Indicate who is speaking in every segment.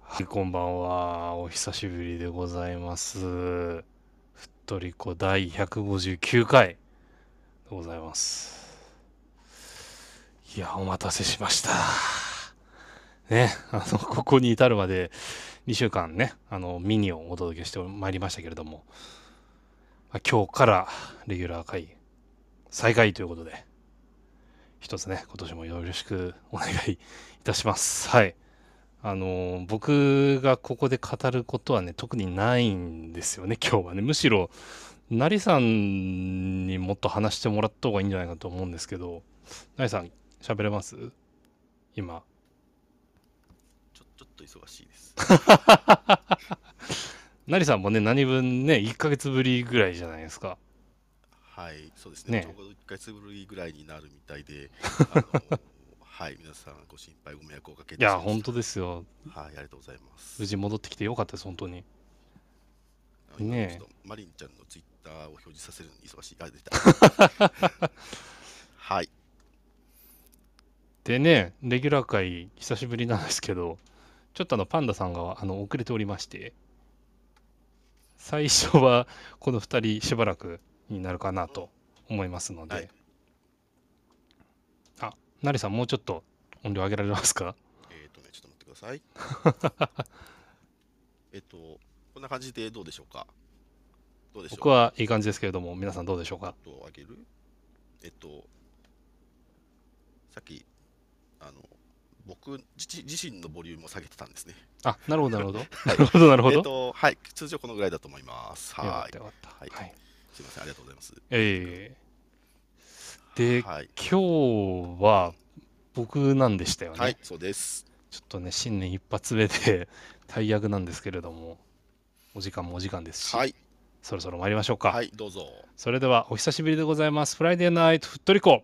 Speaker 1: はい、こんばんは。お久しぶりでございます。ふっとりこ第159回でございます。いや、お待たせしました。ね、あの、ここに至るまで2週間ね、あの、ミニをお届けしてまいりましたけれども、まあ今日からレギュラー会再開ということで、一つね、今年もよろしくお願いいたします。はい。あのー僕がここで語ることはね特にないんですよね 今日はねむしろなりさんにもっと話してもらった方がいいんじゃないかと思うんですけどなりさん喋れます今
Speaker 2: ちょちょっと忙しいです。
Speaker 1: なりさんもね何分ね1ヶ月ぶりぐらいじゃないですか
Speaker 2: はい、そうです
Speaker 1: ね
Speaker 2: ね。ちょうど1ヶ月ぶりぐらいになるみた いで、あのはい、皆さんご心配ご迷惑をおかけい
Speaker 1: い
Speaker 2: たし
Speaker 1: や
Speaker 2: ました
Speaker 1: 本当ですよ
Speaker 2: はい、ありがとうございます。
Speaker 1: 無事戻ってきてよかったです本当に
Speaker 2: あの
Speaker 1: ねえ
Speaker 2: ちょっとマリンちゃんのツイッターを表示させるのに忙しい。あ、出 た。はい、
Speaker 1: でねレギュラー会久しぶりなんですけどちょっとあのパンダさんがあの遅れておりまして最初はこの2人しばらくになるかなと思いますので、
Speaker 2: はい
Speaker 1: あなりさんもうちょっと音量上げられますか
Speaker 2: えっ、とね、ちょっと待ってください。 えっと、こんな感じでどうでしょうか。どうでしょう
Speaker 1: 僕はいい感じですけれども皆さんどうでしょうか
Speaker 2: ちょっと上げるえっとさっきあの僕自自身のボリュームを下げてたんですね
Speaker 1: あなるほどな るほどなるほどなるほ
Speaker 2: え
Speaker 1: ど、
Speaker 2: っとはい通常このぐらいだと思います
Speaker 1: よか
Speaker 2: は
Speaker 1: っ
Speaker 2: い
Speaker 1: たよかったは、
Speaker 2: はいいすいませんありがとうございます
Speaker 1: えーで
Speaker 2: はい、
Speaker 1: 今日は僕なんでしたよね、
Speaker 2: はい、そうです
Speaker 1: ちょっとね、新年一発目で 大役なんですけれども、お時間もお時間ですし、
Speaker 2: はい
Speaker 1: そろそろ参りましょうか。
Speaker 2: はいどうぞ
Speaker 1: それでは、お久しぶりでございます。フライデーナイトふっとりこ。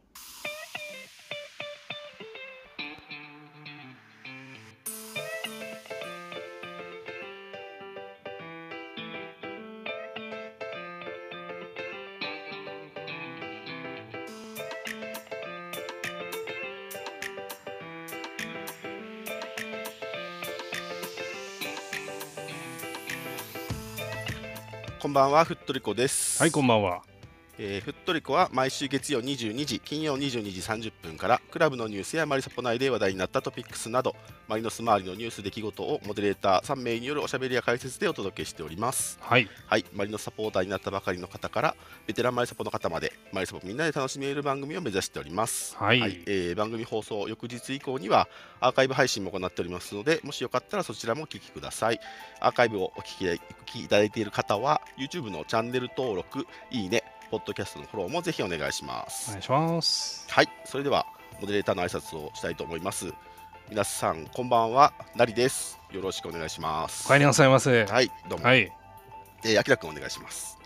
Speaker 2: こんばんはふっとりこです
Speaker 1: はい、こんばんは。
Speaker 2: えーふっとりこは毎週月曜22時金曜22時30分からクラブのニュースやマリサポ内で話題になったトピックスなどマリノス周りのニュース出来事をモデレーター3名によるおしゃべりや解説でお届けしております
Speaker 1: はい、
Speaker 2: はい、マリノスサポーターになったばかりの方からベテランマリサポの方までマリサポみんなで楽しめる番組を目指しております。
Speaker 1: はい
Speaker 2: えー番組放送翌日以降にはアーカイブ配信も行っておりますので、もしよかったらそちらもお聞きください。アーカイブをお聞きお聞きいただいている方は YouTube のチャンネル登録、いいね、ポッドキャストのフォローもぜひお願いしま
Speaker 1: お
Speaker 2: す。は
Speaker 1: 願
Speaker 2: い、
Speaker 1: いします。
Speaker 2: それではモデレーターの挨拶をしたいと思います。皆さんこんばんは、なりです。よろしくお願いします。
Speaker 1: お帰りなさいませ。はい、
Speaker 2: はい、どうも。
Speaker 1: は
Speaker 2: はい、
Speaker 1: い、
Speaker 2: えー、あきらくんお願いします。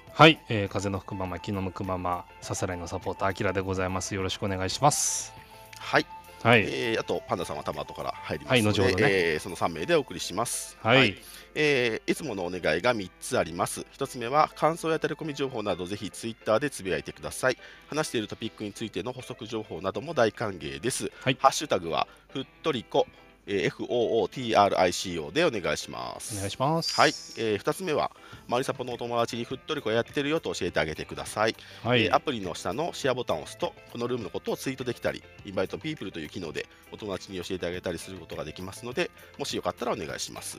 Speaker 1: えー風の吹くまま、気の向くまま、ささらいのサポーター、あきらでございます。よろしくお願いします。
Speaker 2: はい。
Speaker 1: はい、
Speaker 2: えー、あとパンダさんはたま後から入ります
Speaker 1: は
Speaker 2: の
Speaker 1: い後
Speaker 2: で、
Speaker 1: ほどね
Speaker 2: えーその3名でお送りします、
Speaker 1: はい、
Speaker 2: えーいつものお願いが3つあります1つ目は感想やタレコミ情報などぜひツイッターでつぶやいてください話しているトピックについての補足情報なども大歓迎です、
Speaker 1: はい
Speaker 2: ハッシュタグはふっとりこ、えー FOOTRICO でお願いします
Speaker 1: お願いします。
Speaker 2: はい、え2つ目はマリサポのお友達にふっとりこやってるよと教えてあげてください
Speaker 1: はい
Speaker 2: えーアプリの下のシェアボタンを押すとこのルームのことをツイートできたりインバイトピープルという機能でお友達に教えてあげたりすることができますのでもしよかったらお願いします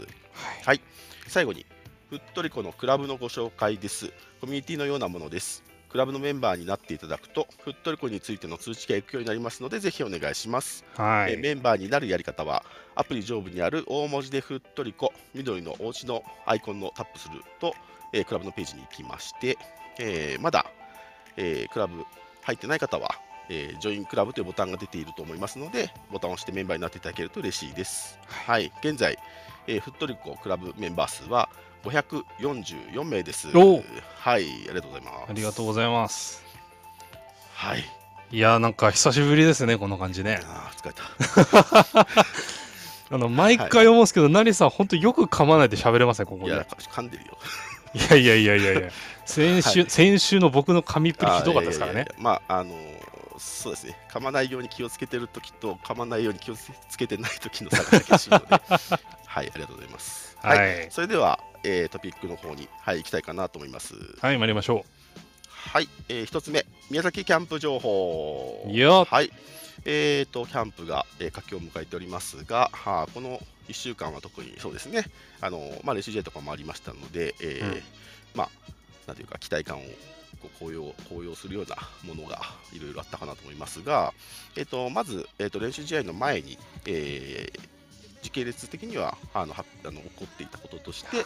Speaker 1: はい
Speaker 2: 最後にふっとりこのクラブのご紹介ですコミュニティのようなものですクラブのメンバーになっていただくとふっとりこについての通知が行くようになりますのでぜひお願いします
Speaker 1: は
Speaker 2: えー
Speaker 1: い、
Speaker 2: メンバーになるやり方はアプリ上部にある大文字でふっとりこ緑のお家のアイコンのタップすると、えークラブのページに行きまして、えーまだ、えークラブ入ってない方は、えージョインクラブというボタンが出ていると思いますのでボタンを押してメンバーになっていただけると嬉しいです、はい、現在、えーふっとりこクラブメンバー数は544名です
Speaker 1: おー
Speaker 2: はいありがとうございます
Speaker 1: ありがとうございます。
Speaker 2: はい
Speaker 1: いやー、なんか久しぶりですね、この感じね。
Speaker 2: あー疲れた
Speaker 1: あの毎回思うんですけど、ナリさん、本当よく噛まないで喋れますね、ここ
Speaker 2: い
Speaker 1: で。
Speaker 2: や噛んでるよ
Speaker 1: いやいやいやいやい や、先週、
Speaker 2: は
Speaker 1: 先週の僕の噛みっぷり
Speaker 2: あー
Speaker 1: ひどかったですから
Speaker 2: いや
Speaker 1: ね
Speaker 2: い。やいやまああのーそうですね 噛まないように気をつけてる時と噛まないように気をつけてない時の差が激しいのでははい、ありがとうございます。
Speaker 1: はい
Speaker 2: い、それでは、えートピックの方に、はい、行きたいかなと思います。
Speaker 1: はい、参りましょ
Speaker 2: はい、えー一つ目、宮崎キャンプ情報。
Speaker 1: よっ
Speaker 2: はい、えーと、キャンプが、えー、佳境を迎えておりますが、はーこの1週間は特にそうですね、あのーまあ、練習試合とかもありましたので、えー
Speaker 1: うん
Speaker 2: まあ、なんていうか、期待感をこう高揚高揚するようなものがいろいろあったかなと思いますが、えーとまず、えーと練習試合の前に、えー時系列的にはあのはあの起こっていたこととして、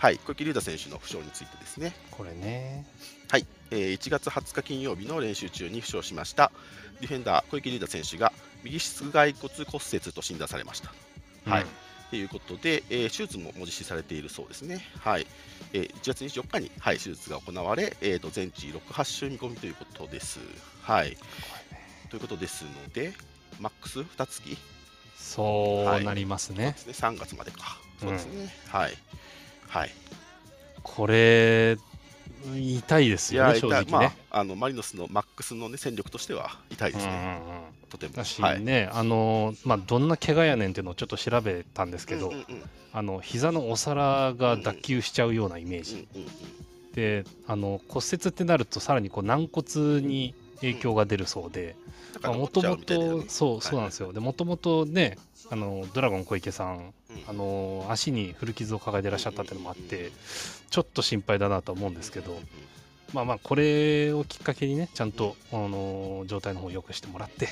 Speaker 2: はい、小池龍太選手の負傷についてですね、
Speaker 1: う。これね。
Speaker 2: はい、えー1月20日金曜日の練習中に負傷しましたディフェンダー小池龍太選手が右室外骨骨折と診断されました。はいということで、えー手術ももう実施されているそうですね。はい、えー1月24日に、はい、手術が行われ、えー、と全治6、8週見込みということです。はい、ということですので、マックス2月
Speaker 1: そうなりますね。
Speaker 2: ですね、3月までか。そうですね。はい。はい、
Speaker 1: これ、痛いです
Speaker 2: い
Speaker 1: よ
Speaker 2: や、
Speaker 1: ね、正直
Speaker 2: 痛いま
Speaker 1: ね。
Speaker 2: あ、あのマリノスのマックスの、ね、戦力としては痛いですね、
Speaker 1: うんうんうん
Speaker 2: とても。
Speaker 1: だし
Speaker 2: はい
Speaker 1: ね、あのまあ、どんな怪我やねんっていうのをちょっと調べたんですけど、
Speaker 2: うんうんうん
Speaker 1: あの膝のお皿が脱臼しちゃうようなイメージ、
Speaker 2: うんうんうん
Speaker 1: であの骨折ってなるとさらにこう軟骨に影響が出るそうで
Speaker 2: なんか
Speaker 1: もと
Speaker 2: 残っちゃ
Speaker 1: も
Speaker 2: うみたいだよね
Speaker 1: とそうそうなんですよでもともとねあのドラゴン小池さん
Speaker 2: うん
Speaker 1: あの足に古傷を抱えてらっしゃったっていうのもあっ
Speaker 2: うんうんうん
Speaker 1: てちょっと心配だなとは思うんですけ
Speaker 2: うん
Speaker 1: ど
Speaker 2: うんうん
Speaker 1: まあまあこれをきっかけにねちゃんとあの状態の方を良くしてもらって
Speaker 2: うん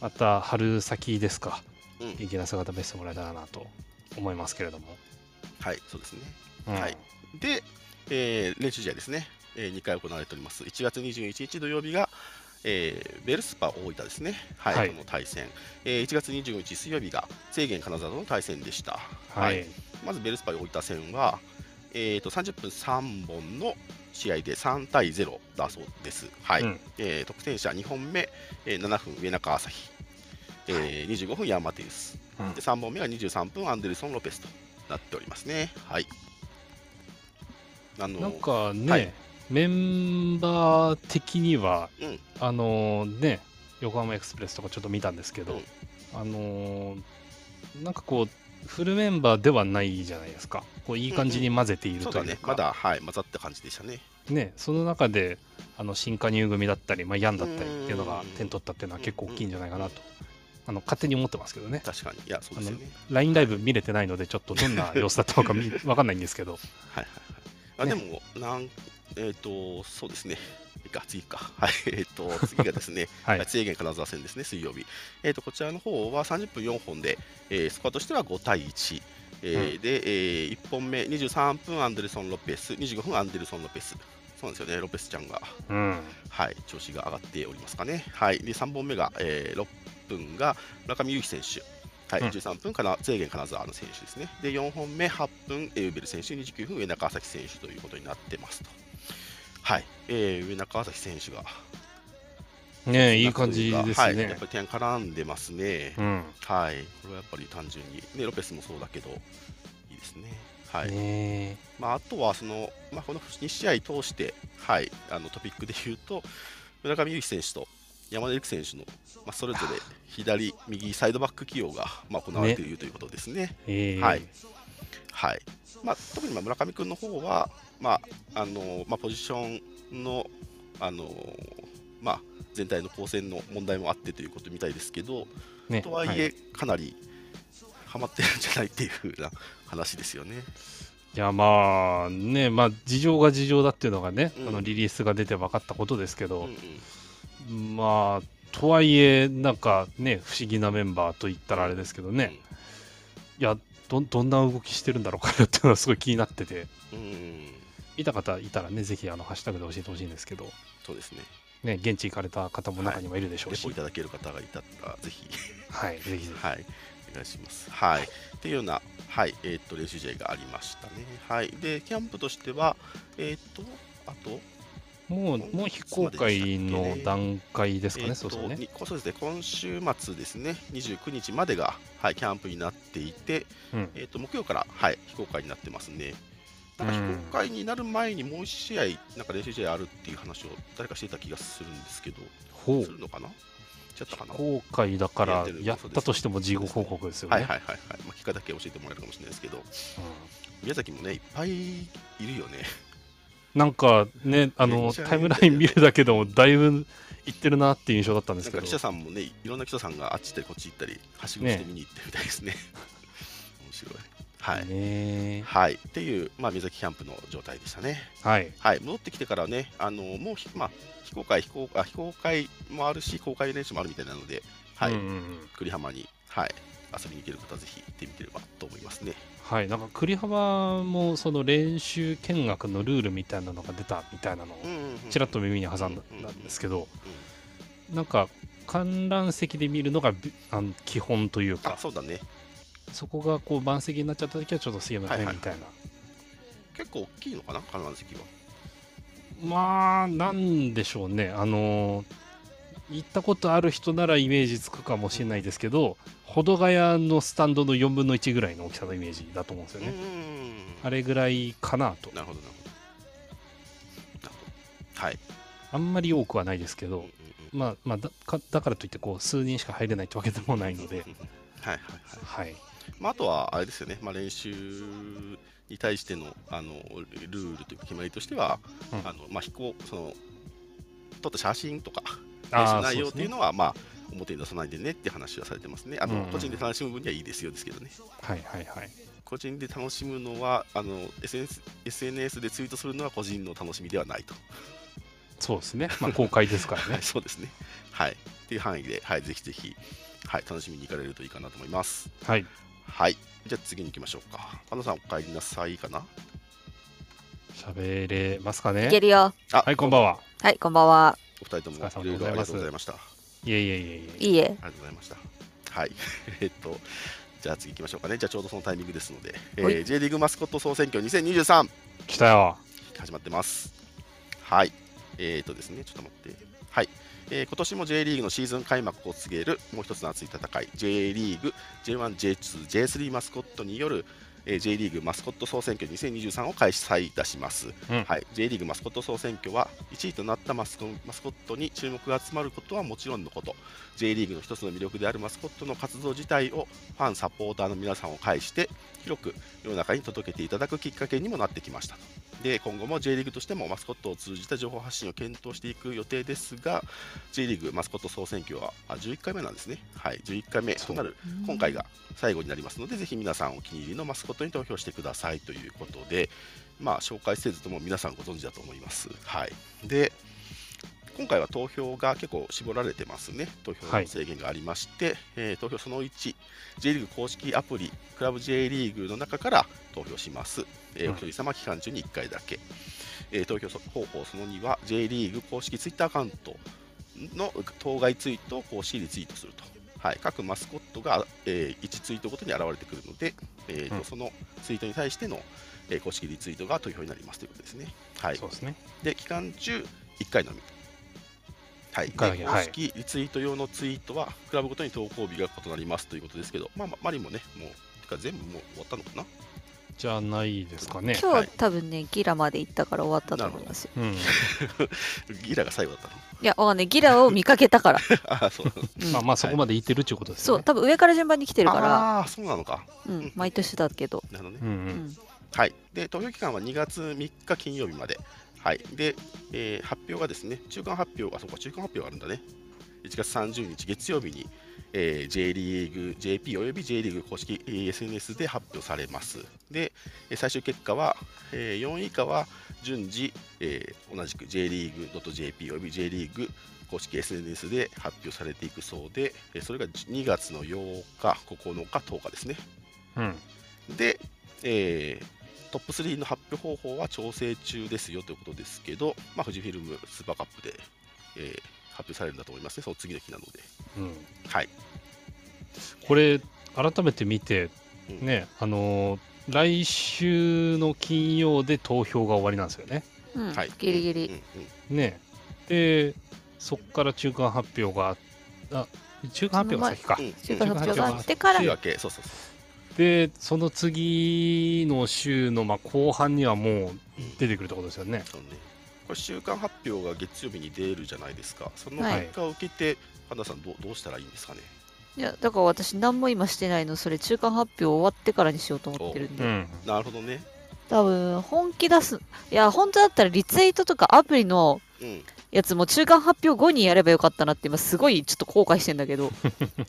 Speaker 1: また春先ですか
Speaker 2: うん
Speaker 1: 元気な姿見せてもらえたらなと思いますけれども、
Speaker 2: はい、そうですね。
Speaker 1: うん
Speaker 2: はいで、えー練習試合ですね、え2回行われております。1月21日土曜日が、えーベルスパ大分ですね、はい、
Speaker 1: はい
Speaker 2: との対戦、えー1月25日水曜日が制限金沢との対戦でした。
Speaker 1: はい
Speaker 2: まずベルスパ大分戦は、えー、と30分3本の試合で3対0だそうです。はい
Speaker 1: うん
Speaker 2: えー得点者2本目、えー7分上中朝日、えー25分ヤンマテウス、
Speaker 1: うん
Speaker 2: で3本目が23分アンデルソン・ロペスとなっておりますね。はいあの
Speaker 1: なんかね、
Speaker 2: はい
Speaker 1: メンバー的には、
Speaker 2: うん
Speaker 1: あのね横浜エクスプレスとかちょっと見たんですけど、
Speaker 2: うん
Speaker 1: あのーなんかこうフルメンバーではないじゃないですかこういい感じに混ぜている
Speaker 2: そう
Speaker 1: とい
Speaker 2: だ
Speaker 1: うか、
Speaker 2: ね、まだ、はい、混ざった感じでしたね。
Speaker 1: ねその中であの新加入組だったり、まあ、ヤンだったりっていうのが
Speaker 2: うん
Speaker 1: 点取ったっていうのは結構大きいんじゃないかなと、あの勝手に思ってますけどね
Speaker 2: 確かに。いや、そうですよね。
Speaker 1: LINE ライブ見れてないのでちょっとどんな様子だったのか見わかんないんですけど
Speaker 2: はいはいはい。あ、でも、なん、えっ、と、そうですね。 いいか、次か。はい、えっ、と、次がですね、
Speaker 1: はい
Speaker 2: 制限金沢戦ですね、水曜日。えー、とこちらの方は30分4本で、えースコアとしては5対1。えーで、え1本目、23分アンデルソン・ロペス、25分アンデルソン・ロペス。そうなんですよね、ロペスちゃんが、
Speaker 1: うん
Speaker 2: はい、調子が上がっておりますかね。はい、で3本目が、え6分が村上優輝選手。はい、
Speaker 1: うん
Speaker 2: 13分かな、制限金沢の選手ですね。で、4本目、8分、エウベル選手、29分、上中朝選手ということになってますと。はい、えー上中朝選手が
Speaker 1: ねいい感じです
Speaker 2: はい、や
Speaker 1: ね
Speaker 2: っぱり点絡んでますね。
Speaker 1: うん
Speaker 2: はい。これはやっぱり単純に、ね、ロペスもそうだけど、いいですね。はい。
Speaker 1: ね
Speaker 2: まあ、あとは、その、まあ、この2試合通して、はい、あのトピックで言うと、村上由紀選手と山田由紀選手の、まあ、それぞれ左、右、サイドバック起用が、まあ、行われているということですね。
Speaker 1: えー
Speaker 2: はいはいまあ、特にまあ村上君の方はまああのまあ、ポジションのあの、まあ、全体の構成の問題もあってということみたいですけど、
Speaker 1: ね
Speaker 2: とはいえ、かなりハマってるんじゃないっていうふうな話ですよね。
Speaker 1: いやまあねまあ事情が事情だっていうのがね、
Speaker 2: うん
Speaker 1: あのリリースが出て分かったことですけ
Speaker 2: うんう
Speaker 1: ど
Speaker 2: ん、
Speaker 1: まあとはいえなんかね不思議なメンバーと言ったらあれですけどね、いやどどんな動きしてるんだろうかなっていうのはすごい気になってて
Speaker 2: うん、うん
Speaker 1: 見た方いたらねぜひあのハッシュタグで教えてほしいんですけど、
Speaker 2: そうですね。
Speaker 1: ね、現地行かれた方も中にはいるでしょう
Speaker 2: レ
Speaker 1: し、
Speaker 2: ポ
Speaker 1: はい
Speaker 2: いただける方がいたら、ぜ
Speaker 1: ぜ
Speaker 2: ひ。
Speaker 1: ひぜひ
Speaker 2: はい、お願いします。はい、っていうような、はい、えーっと、練習試合がありましたね。はい、で、キャンプとしては、えーっと、あと、
Speaker 1: もうもう非公開の段階ですかね、
Speaker 2: えーっと
Speaker 1: そうそうね。
Speaker 2: にこそうですね、今週末ですね、29日までが、はい、キャンプになっていて、
Speaker 1: うん
Speaker 2: えーっと、木曜から、はい、非公開になってますね。なんか非
Speaker 1: うん
Speaker 2: 公開になる前にもう1試合、なんか練習試合あるっていう話を誰かしてた気がするんですけど、
Speaker 1: ほ
Speaker 2: するのかなちゃったかな。
Speaker 1: 公開だから
Speaker 2: やってる
Speaker 1: やったとしても事後報告ですよね。
Speaker 2: はいはいはいはい。まあ、結果だけ教えてもらえるかもしれないですけど、
Speaker 1: う
Speaker 2: 宮崎もね、いっぱいいるよね。
Speaker 1: んなんかねあ
Speaker 2: め
Speaker 1: の
Speaker 2: っちゃいいんだ
Speaker 1: タイムライ
Speaker 2: よね
Speaker 1: ン見るだけでもだいぶいってるなっていう印象だったんで
Speaker 2: な
Speaker 1: す
Speaker 2: ん
Speaker 1: け
Speaker 2: か
Speaker 1: ど
Speaker 2: 記者さんもね、いろんな記者さんがあっち行ったりこっち行ったり、はしごして見に行ってるみたいですね。 面白い。はい。
Speaker 1: ね
Speaker 2: はい。っていう、まあ、宮崎キャンプの状態でしたね。
Speaker 1: はい
Speaker 2: はい、戻ってきてからね、あのもうひ、まあ、非公開非公あ、非公開もあるし、公開練習もあるみたいなので、はい、
Speaker 1: うんうんうん
Speaker 2: 栗浜に、はい、遊びに行ける方はぜひ行ってみてればと思いますね。
Speaker 1: はいなんか栗浜もその練習見学のルールみたいなのが出たみたいなのを
Speaker 2: うんうんうん
Speaker 1: ちらっと耳に挟んだ
Speaker 2: うんうんうん
Speaker 1: んですけどなんか観覧席で見るのがびあの基本という
Speaker 2: あ
Speaker 1: か
Speaker 2: そうだね、
Speaker 1: そこがこう満席になっちゃった時はちょっとすいませ
Speaker 2: はい
Speaker 1: ん
Speaker 2: はい
Speaker 1: みたいな
Speaker 2: 結構大きいのかな、観覧席は。
Speaker 1: まあなんでしょうねあのー行ったことある人ならイメージつくかもしれないですけど保土ヶ谷のスタンドの4分の1ぐらいの大きさのイメージだと思うんですよ
Speaker 2: う
Speaker 1: ね、
Speaker 2: んうんうん
Speaker 1: あれぐらいかなと
Speaker 2: なるほど、なるほど。なるほどはい、
Speaker 1: あんまり多くはないですけ
Speaker 2: うん
Speaker 1: ど
Speaker 2: うんうん
Speaker 1: まあまあだかだからといってこう数人しか入れないってわけで もないので
Speaker 2: うんうんうんはいはいはい
Speaker 1: はい
Speaker 2: まあ、あとはあれですよね、まあ、練習に対してのあのルールというか決まりとしては、
Speaker 1: うん
Speaker 2: あのまあ、飛行その撮った写真とか練習
Speaker 1: ああそう
Speaker 2: 内
Speaker 1: で
Speaker 2: 容っ
Speaker 1: す
Speaker 2: ていう
Speaker 1: ね
Speaker 2: のは、まあ、表に出さないでねって話はされてますねあの、
Speaker 1: うんうん
Speaker 2: 個人で楽しむ分にはいいですよですけどね
Speaker 1: はいはいはい
Speaker 2: 個人で楽しむのはあの SNS, SNS でツイートするのは個人の楽しみではないと、
Speaker 1: そうですねまあ公開ですから
Speaker 2: は
Speaker 1: ね
Speaker 2: い そうですねはいっていう範囲で、はい、ぜひぜひ、はい、楽しみに行かれるといいかなと思います
Speaker 1: はい
Speaker 2: はいじゃあ次に行きましょうか田野さんお帰りなさいかな
Speaker 1: 喋れますか
Speaker 3: いけ
Speaker 1: ね
Speaker 3: るよ。
Speaker 2: あ
Speaker 1: はいこんばんは
Speaker 3: はい、こんばんは。
Speaker 2: お二人とも
Speaker 1: お疲
Speaker 2: い
Speaker 1: れ様
Speaker 2: ろい
Speaker 1: で
Speaker 2: ろ
Speaker 1: ございま
Speaker 2: ありがと
Speaker 1: す
Speaker 2: うございました。あ
Speaker 1: いえいえいえいえ
Speaker 3: いいえ。
Speaker 2: りがとうございました。はい。 えっと、じゃあ次行きましょうかね。じゃあちょうどそのタイミングですので、え
Speaker 3: は
Speaker 2: ー、J リーグマスコット総選挙2023
Speaker 1: 来たよ
Speaker 2: 始まってます。はい。えっとですね、ちょっと待って。はい。えー今年も J リーグのシーズン開幕を告げるもう一つの熱い戦い J リーグ J1、J2、J3 マスコットによる、えー J リーグマスコット総選挙2023を開催いたします。
Speaker 1: うん
Speaker 2: はい、J リーグマスコット総選挙は1位となったマスコマスコットに注目が集まることはもちろんのこと J リーグの一つの魅力であるマスコットの活動自体をファンサポーターの皆さんを介して広く世の中に届けていただくきっかけにもなってきましたとで今後も J リーグとしてもマスコットを通じた情報発信を検討していく予定ですが J リーグマスコット総選挙はあ11回目なんですね、はい、11回目となる今回が最後になりますので、ぜひ皆さんお気に入りのマスコットに投票してくださいということで、まあ、紹介せずとも皆さんご存知だと思います。はい、で今回は投票が結構絞られてますね、投票の制限がありまして、えー投票その1、J リーグ公式アプリ、クラブ J リーグの中から投票します、えー
Speaker 1: うん
Speaker 2: お一人様期間中に1回だけ、えー投票方法その2は、J リーグ公式ツイッターアカウントの当該ツイートを公式リツイートすると、はい、各マスコットが、え1ツイートごとに現れてくるので、えーと
Speaker 1: うん
Speaker 2: そのツイートに対しての、えー公式リツイートが投票になりますということですね。はい、
Speaker 1: そうですね
Speaker 2: で期間中1回のみ。はい、で
Speaker 1: 一回だけ
Speaker 2: 公式リツイート用のツイートは、クラブごとに投稿日が異なりますということですけど、まあ、まマリンもね、もう、てか全部もう終わったのかな
Speaker 1: じゃないですかね
Speaker 3: 今
Speaker 2: はい
Speaker 3: 日多分ね、ギラまで行ったから終わったと思いますよ。
Speaker 1: うん
Speaker 2: ギラが最後だったの
Speaker 3: いや、わかんない。ギラを見かけたから。
Speaker 2: ああ、そう なの
Speaker 3: うん
Speaker 1: まあまあそこまでいてるっていうことです
Speaker 3: そ
Speaker 1: よ
Speaker 3: う、
Speaker 1: ね。
Speaker 3: 多分上から順番に来てるから、
Speaker 2: あーそうなのか。
Speaker 3: うん、毎年だけど。
Speaker 2: なるほどね。
Speaker 1: うんう
Speaker 3: うんん。
Speaker 2: はい、で投票期間は2月3日金曜日まで、はいでえー発表がですね中間発表あそうか中間発表があるんだね1月30日月曜日に、えー J リーグ JP および J リーグ公式えー SNS で発表されますでえー最終結果は、えー4位以下は順次、えー同じく J リーグ .jp および J リーグ公式 SNS で発表されていくそうでえーそれが2月の8日9日10日ですね
Speaker 1: うん
Speaker 2: で、えートップ3の発表方法は調整中ですよということですけど、まあ、富士フィルムスーパーカップで、えー発表されるんだと思いますね、その次の日なので。
Speaker 1: うん
Speaker 2: はい、
Speaker 1: これ改めて見て
Speaker 2: うん
Speaker 1: ねあのー来週の金曜で投票が終わりなんですよね。
Speaker 3: うん
Speaker 2: はい、
Speaker 3: ギリギ
Speaker 2: う
Speaker 3: リ。
Speaker 2: んうん
Speaker 1: ねでそこから中間発表がああ中間発表が先か
Speaker 2: う。ん
Speaker 3: 中間
Speaker 2: うん
Speaker 3: 発表があってから
Speaker 2: 週、明け、そうそうそう
Speaker 1: でその次の週のまあ後半にはもう出てくるってことですよね。
Speaker 2: そうねこれ週間発表が月曜日に出るじゃないですか。その
Speaker 3: はい
Speaker 2: 結果を受けて、神田さんどう、どうしたらいいんですかね。
Speaker 3: いやだから私何も今してないのそれ中間発表終わってからにしようと思ってるん
Speaker 1: う
Speaker 3: で、
Speaker 1: ん。
Speaker 2: なるほどね。
Speaker 3: 多分本気出すいや本当だったらリツイートとかアプリの
Speaker 2: うん。
Speaker 3: やつも中間発表後にやればよかったなって今すごいちょっと後悔してんだけど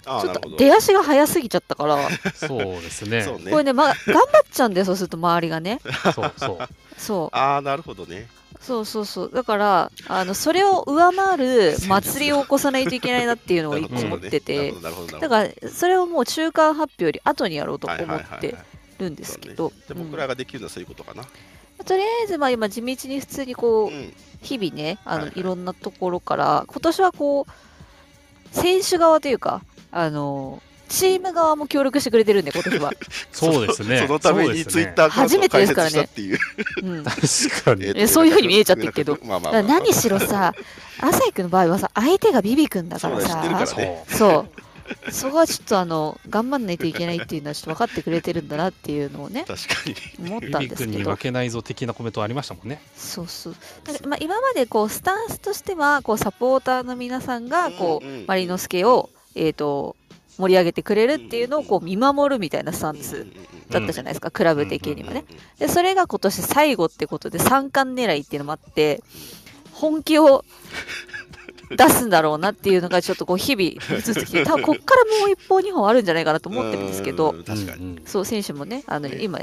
Speaker 2: ああ、
Speaker 3: ちょ
Speaker 2: なる
Speaker 3: っ
Speaker 2: ほ
Speaker 3: と
Speaker 2: ど。
Speaker 3: 出足が早すぎちゃったから
Speaker 1: そうですね。
Speaker 2: そう
Speaker 3: これ
Speaker 2: ね。
Speaker 3: ね、ま、頑張っちゃうんだよ そうすると周りがね
Speaker 1: そうそう。
Speaker 3: そう
Speaker 2: ああ、なるほどね。
Speaker 3: そうそうそうだからあのそれを上 回る
Speaker 2: 戦術
Speaker 3: 祭りを起こさないといけないなっていうのを
Speaker 2: な
Speaker 3: 一
Speaker 2: るほ
Speaker 3: 個
Speaker 2: どね
Speaker 3: 持って
Speaker 2: なる
Speaker 3: て、
Speaker 2: ほど、なるほど。
Speaker 3: だからそれをもう中間発表より後にやろうと思
Speaker 2: はいはい
Speaker 3: っ
Speaker 2: はいは
Speaker 3: て
Speaker 2: い
Speaker 3: るんですけど
Speaker 2: で僕らができるのはそういうことかな。
Speaker 3: うんとりあえずまあ今地道に普通に
Speaker 2: う。
Speaker 3: こうん日々ね
Speaker 2: は
Speaker 3: あの
Speaker 2: いはい
Speaker 3: いろんなところから今年はこう選手側というかあのチーム側も協力してくれてるんで今年 は、
Speaker 1: そうですね。
Speaker 2: その そのためにツイッターアカウントを開設したっていう。
Speaker 3: うん、だか
Speaker 1: ー。確かに。
Speaker 3: えそういうふうに見えちゃってるけど
Speaker 2: まあまあま
Speaker 3: ら
Speaker 2: あ、
Speaker 3: 何しろさ朝井君の場合はさ相手がビビ君だから
Speaker 2: そう
Speaker 3: さ
Speaker 2: だ知ってるから
Speaker 1: そう。
Speaker 3: そう。そこはちょっとあの頑張んないといけないっていうのはちょっと分かってくれてるんだなっていうのをね
Speaker 2: 確かに。
Speaker 3: 思っ
Speaker 1: ビ
Speaker 3: たん
Speaker 1: ビ
Speaker 3: です
Speaker 1: 君
Speaker 3: け
Speaker 1: に
Speaker 3: ど
Speaker 1: 負けないぞ的なコメントありましたもんね。
Speaker 3: そうそうだからまあ、今までこうスタンスとしてはこうサポーターの皆さんがこ
Speaker 2: う
Speaker 3: う、
Speaker 2: んうんうん
Speaker 3: マリノスケを、えー、と盛り上げてくれるっていうのをこう見守るみたいなスタンスだったじゃないですか、クラブ的にはね。。でそれが今年最後ってことで三冠狙いっていうのもあって本気を出すんだろうなっていうのがちょっとこう日々うつうつき て多分こっからもう一本二本あるんじゃないかなと思ってるんですけど
Speaker 2: うん確かに。
Speaker 1: に。
Speaker 3: そう選手もねあの
Speaker 2: ね
Speaker 3: 今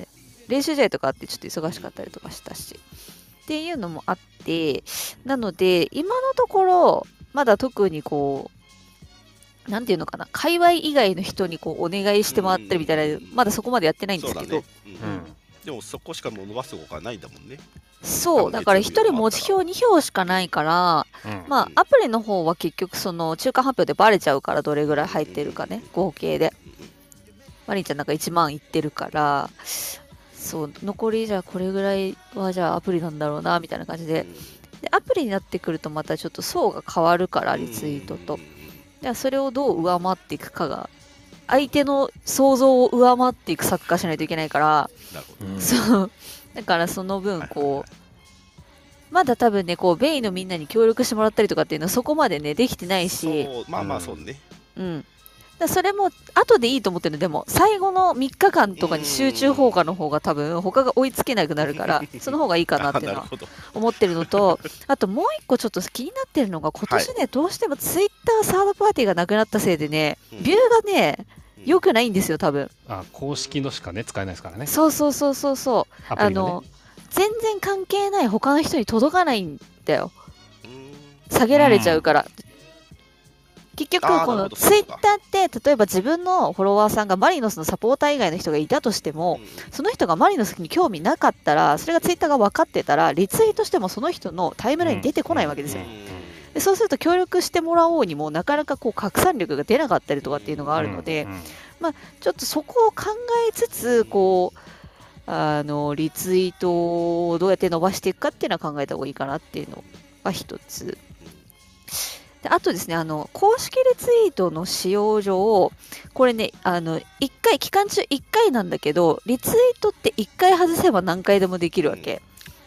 Speaker 3: 練習試合とかあってちょっと忙しかったりとかしたしっていうのもあってなので今のところまだ特にこうなんていうのかな界隈以外の人にこうお願いしてもらったりみたいな
Speaker 2: うん
Speaker 3: まだそこまでやってないんで
Speaker 2: そう
Speaker 3: すけ
Speaker 2: だ
Speaker 3: ど
Speaker 2: ね。
Speaker 1: う
Speaker 2: うん
Speaker 1: ん。
Speaker 2: でもそこしかもう伸ばす方がないんだもんね。
Speaker 3: そう、だから1人持ち票2票しかないから、
Speaker 1: うん
Speaker 3: まあ、アプリの方は結局、その中間発表でバレちゃうから、どれぐらい入ってるかね、合計で。マリンちゃんなんか1万いってるから、そう、残りじゃあこれぐらいはじゃあアプリなんだろうな、みたいな感じで。で、アプリになってくるとまたちょっと層が変わるから、リツイートと。。じゃあそれをどう上回っていくかが、相手の想像を上回っていくサッカーしないといけないから、
Speaker 2: なるほ
Speaker 1: うん
Speaker 3: そう。だからその分、こう、まだ多分ね、こう、ベイのみんなに協力してもらったりとかっていうのはそこまでね、できてないし、
Speaker 2: ど。まあまあそうね。
Speaker 3: うん。だからそれも、後でいいと思ってるの、でも、最後の3日間とかに集中放課の方が多分、他が追いつけなくなる から、その方がいいかなっていう
Speaker 2: な
Speaker 3: の
Speaker 2: る
Speaker 3: は
Speaker 2: ほど。
Speaker 3: 思ってる のと、あともう一個ちょっと気になってるのが、今年ね、どうしてもツイッターサードパーティーがなくなったせいでね、ビューがね、良くないんですよ、多分。
Speaker 1: あ公式のしかね使えないですからね。
Speaker 3: そうそうそうそうそう。
Speaker 1: アプ
Speaker 3: あ
Speaker 1: リの
Speaker 3: の
Speaker 1: ね。
Speaker 3: 全然関係ない他の人に届かないんだよ下げられちゃうから、結局
Speaker 2: あー
Speaker 3: こ
Speaker 2: なるほ
Speaker 3: の
Speaker 2: ど
Speaker 3: ツイッターって例えば自分のフォロワーさんがマリノスのサポーター以外の人がいたとしても、その人がマリノスに興味なかったらそれがツイッターが分かってたらリツイートしてもその人のタイムラインに出てこないわけですよ、でそうすると協力してもらおうにもなかなかこう拡散力が出なかったりとかっていうのがあるので、
Speaker 1: うんうん
Speaker 3: ちょっとそこを考えつつこうあのリツイートをどうやって伸ばしていくかっていうのは考えた方がいいかなっていうのが一つであとですねあの公式リツイートの使用上これねあの1回期間中1回なんだけどリツイートって1回外せば何回でもできるわけ、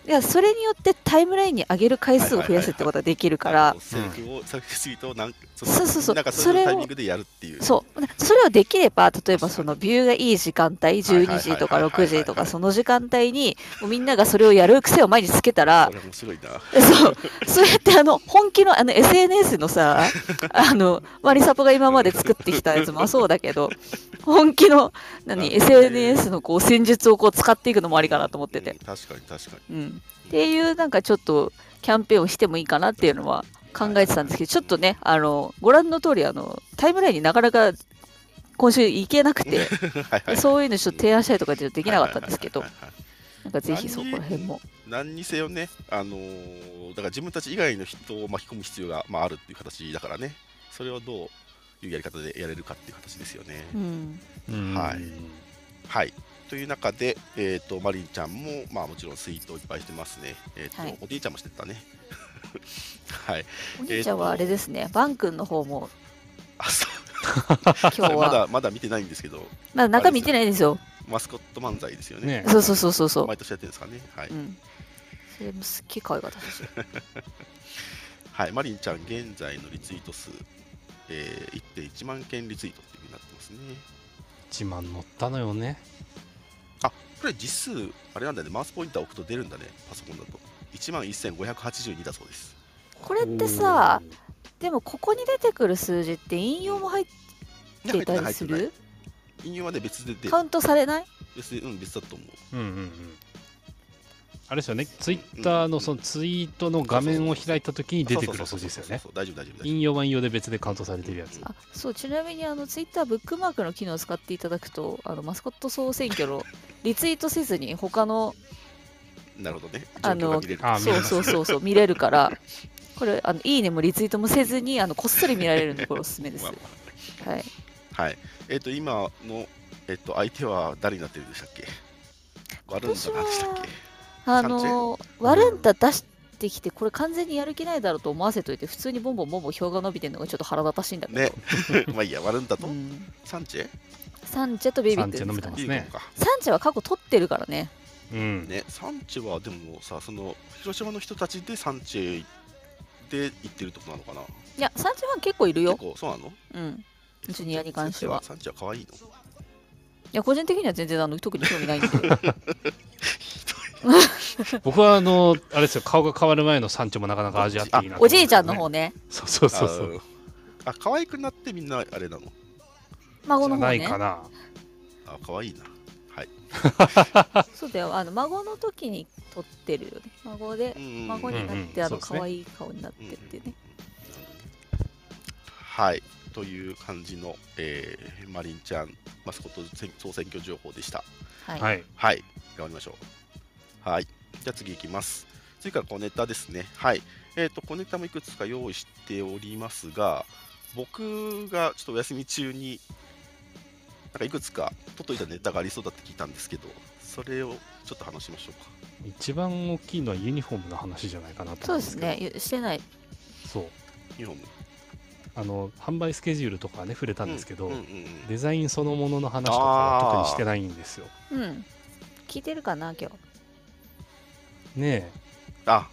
Speaker 3: いやそれによってタイムラインに上げる回数を増やすってことができるから、
Speaker 2: セーフを、セーフスイートをなん
Speaker 3: そうそうそう
Speaker 2: なんかそ
Speaker 3: そ
Speaker 2: の
Speaker 3: れ
Speaker 2: タイ
Speaker 3: を
Speaker 2: ミングでやるっていう。
Speaker 3: そうそれをできれば例えばそのビューがいい時間帯12時とか
Speaker 2: はいはいはいはいはい
Speaker 3: 6時とかその時間帯にもうみんながそれをやる癖を毎日つけたら
Speaker 2: これ面白いな。
Speaker 3: そうそうやってあの本気のあの SNS のさあのマリサポが今まで作ってきたやつもそうだけど本気の
Speaker 2: なる
Speaker 3: 何
Speaker 2: ほどね
Speaker 3: SNS のこう戦術をこう使っていくのもありかなと思って
Speaker 2: う
Speaker 3: て
Speaker 2: ん、確かに確かに。
Speaker 3: うん、っていうなんかちょっとキャンペーンをしてもいいかなっていうのは考えてたんですけど、ちょっとね、あのご覧の通りあのタイムラインになかなか今週行けなくて、
Speaker 2: はいはい
Speaker 3: そういうのちょっと提案したりとかちょっとで
Speaker 2: で
Speaker 3: きなかったんですけど、なんかぜひそこら辺も。
Speaker 2: 何にせよね、あのーだから自分たち以外の人を巻き込む必要が、まあ、あるっていう形だからね、それをどういうやり方でやれるかっていう形ですよね。
Speaker 3: うん、
Speaker 1: うん
Speaker 2: はいはいという中で、えー、とマリンちゃんも、まあ、もちろんツイートをいっぱいしてますね、えーと
Speaker 3: はい
Speaker 2: おじいちゃんもしてたね。 はい、
Speaker 3: お兄ちゃんはあれですね、バン君の方も
Speaker 2: あそう
Speaker 3: 今 日
Speaker 2: ま
Speaker 3: は、
Speaker 2: だまだ見てないんですけど、
Speaker 3: まだ中見てないんですよ。
Speaker 2: マスコット漫才ですよね。
Speaker 1: ね。
Speaker 3: そうそうそうそうそ。
Speaker 2: 毎年やってるんですかね。はいう
Speaker 3: うんそれもすっげえ可愛かったし。
Speaker 2: はい、マリンちゃん、現在のリツイート数、えー1.1万件リツイートっていう風になってますね。
Speaker 1: 1万乗ったのよね
Speaker 2: あこれ実数、あれなんだね、マウスポインター置くと出るんだね、パソコンだと。1万1582だそうです。
Speaker 3: これってさ、でもここに出てくる数字って引用も入って
Speaker 2: 入っ
Speaker 3: いたりす
Speaker 2: てない入って
Speaker 3: る
Speaker 2: ない引用はね、別で出る
Speaker 3: カウントされない
Speaker 2: 別で、うん、別だと思う。
Speaker 1: うんうんうんあれですよねツイッターのそのツイートの画面を開いた時に出てくる数
Speaker 2: そう
Speaker 1: 字
Speaker 2: そう
Speaker 1: です
Speaker 2: そ
Speaker 1: よ
Speaker 2: うそ
Speaker 1: ね
Speaker 2: うそうそう大丈夫、大丈夫、大丈
Speaker 1: 引用は引用で別でカウントされてるやつ
Speaker 3: あそうちなみにあのツイッターブックマークの機能を使っていただくとあのマスコット総選挙の リツイートせずに他の
Speaker 2: 夫。なるほどね。
Speaker 3: あの
Speaker 2: 状況が見れる
Speaker 1: あ見
Speaker 3: そ
Speaker 1: れ
Speaker 3: う
Speaker 1: ます
Speaker 3: そうそうそう見れるからこれあのいいねもリツイートもせずにあのこっそり見られるんでこれおすす めです。
Speaker 2: ま
Speaker 3: はい、
Speaker 2: はい。えっ、と、今の、えっ、と、相手は誰になってるんでしたっけワルンダなんでしたっけ
Speaker 3: あのワルンタ出してきてこれ完全にやる気ないだろうと思わせといて普通にボンボンボンボン票が伸びてるのがちょっと腹立たしいんだけど、
Speaker 2: ね。 まあいいや、ワルンダと
Speaker 3: うん
Speaker 2: サンチェ
Speaker 3: サンチェとベイビ
Speaker 1: サ
Speaker 3: ー
Speaker 1: ン
Speaker 3: って
Speaker 1: チェ
Speaker 3: 言う
Speaker 1: 飲
Speaker 3: ん
Speaker 1: め
Speaker 3: です
Speaker 1: てます
Speaker 2: い
Speaker 3: かね
Speaker 2: い
Speaker 1: ね
Speaker 2: のか。
Speaker 3: サンチェは過去取ってるからね
Speaker 1: うん
Speaker 2: ね、産地はでもさその広島の人たちで産地で行ってるってことなのかない
Speaker 3: やサンチェファン結構いるよ
Speaker 2: 結、構そうなの
Speaker 3: うん、ジュニアに関しては
Speaker 2: 産地は可愛いの
Speaker 3: いや個人的には全然あの特に興味ないんだけど
Speaker 1: 僕はあのあれですよ顔が変わる前のサンチョもなかなか味あっていいなと思
Speaker 3: お
Speaker 1: って
Speaker 3: じいちゃんの方ね
Speaker 1: そうそうそうそう
Speaker 2: ああ可愛くなってみんなあれなの
Speaker 3: 孫
Speaker 1: じ
Speaker 3: の
Speaker 1: ゃ
Speaker 3: 方
Speaker 1: ない
Speaker 3: ね
Speaker 1: かな
Speaker 2: あ可愛いなはい
Speaker 3: そうだよあの孫の時に取ってるよね孫で
Speaker 2: うん
Speaker 3: 孫になっ
Speaker 1: うん
Speaker 3: てあ
Speaker 1: そう
Speaker 3: の
Speaker 1: ですね
Speaker 3: 可愛い顔になってっていうね
Speaker 2: はいという感じの、えーマリンちゃんマスコット選総選挙情報でした
Speaker 3: はい
Speaker 1: はい
Speaker 2: はい、頑張りましょう。はい、じゃあ次いきます。次から小ネタですね。はい、えっ、と、小ネタもいくつか用意しておりますが、僕がちょっとお休み中に、なんかいくつか取っといたネタがありそうだって聞いたんですけど、それをちょっと話しましょうか。
Speaker 1: 一番大きいのはユニフォームの話じゃないかなと
Speaker 3: そ
Speaker 1: 思
Speaker 3: うんですねゆしてない
Speaker 1: そう
Speaker 2: ユニフォーム。
Speaker 1: あの販売スケジュールとかはね触れたんですけど、
Speaker 2: うんうんうん
Speaker 1: デザインそのものの話とかは特にしてないんですよ
Speaker 3: うん聞いてるかな今日
Speaker 1: ねえ
Speaker 2: あ、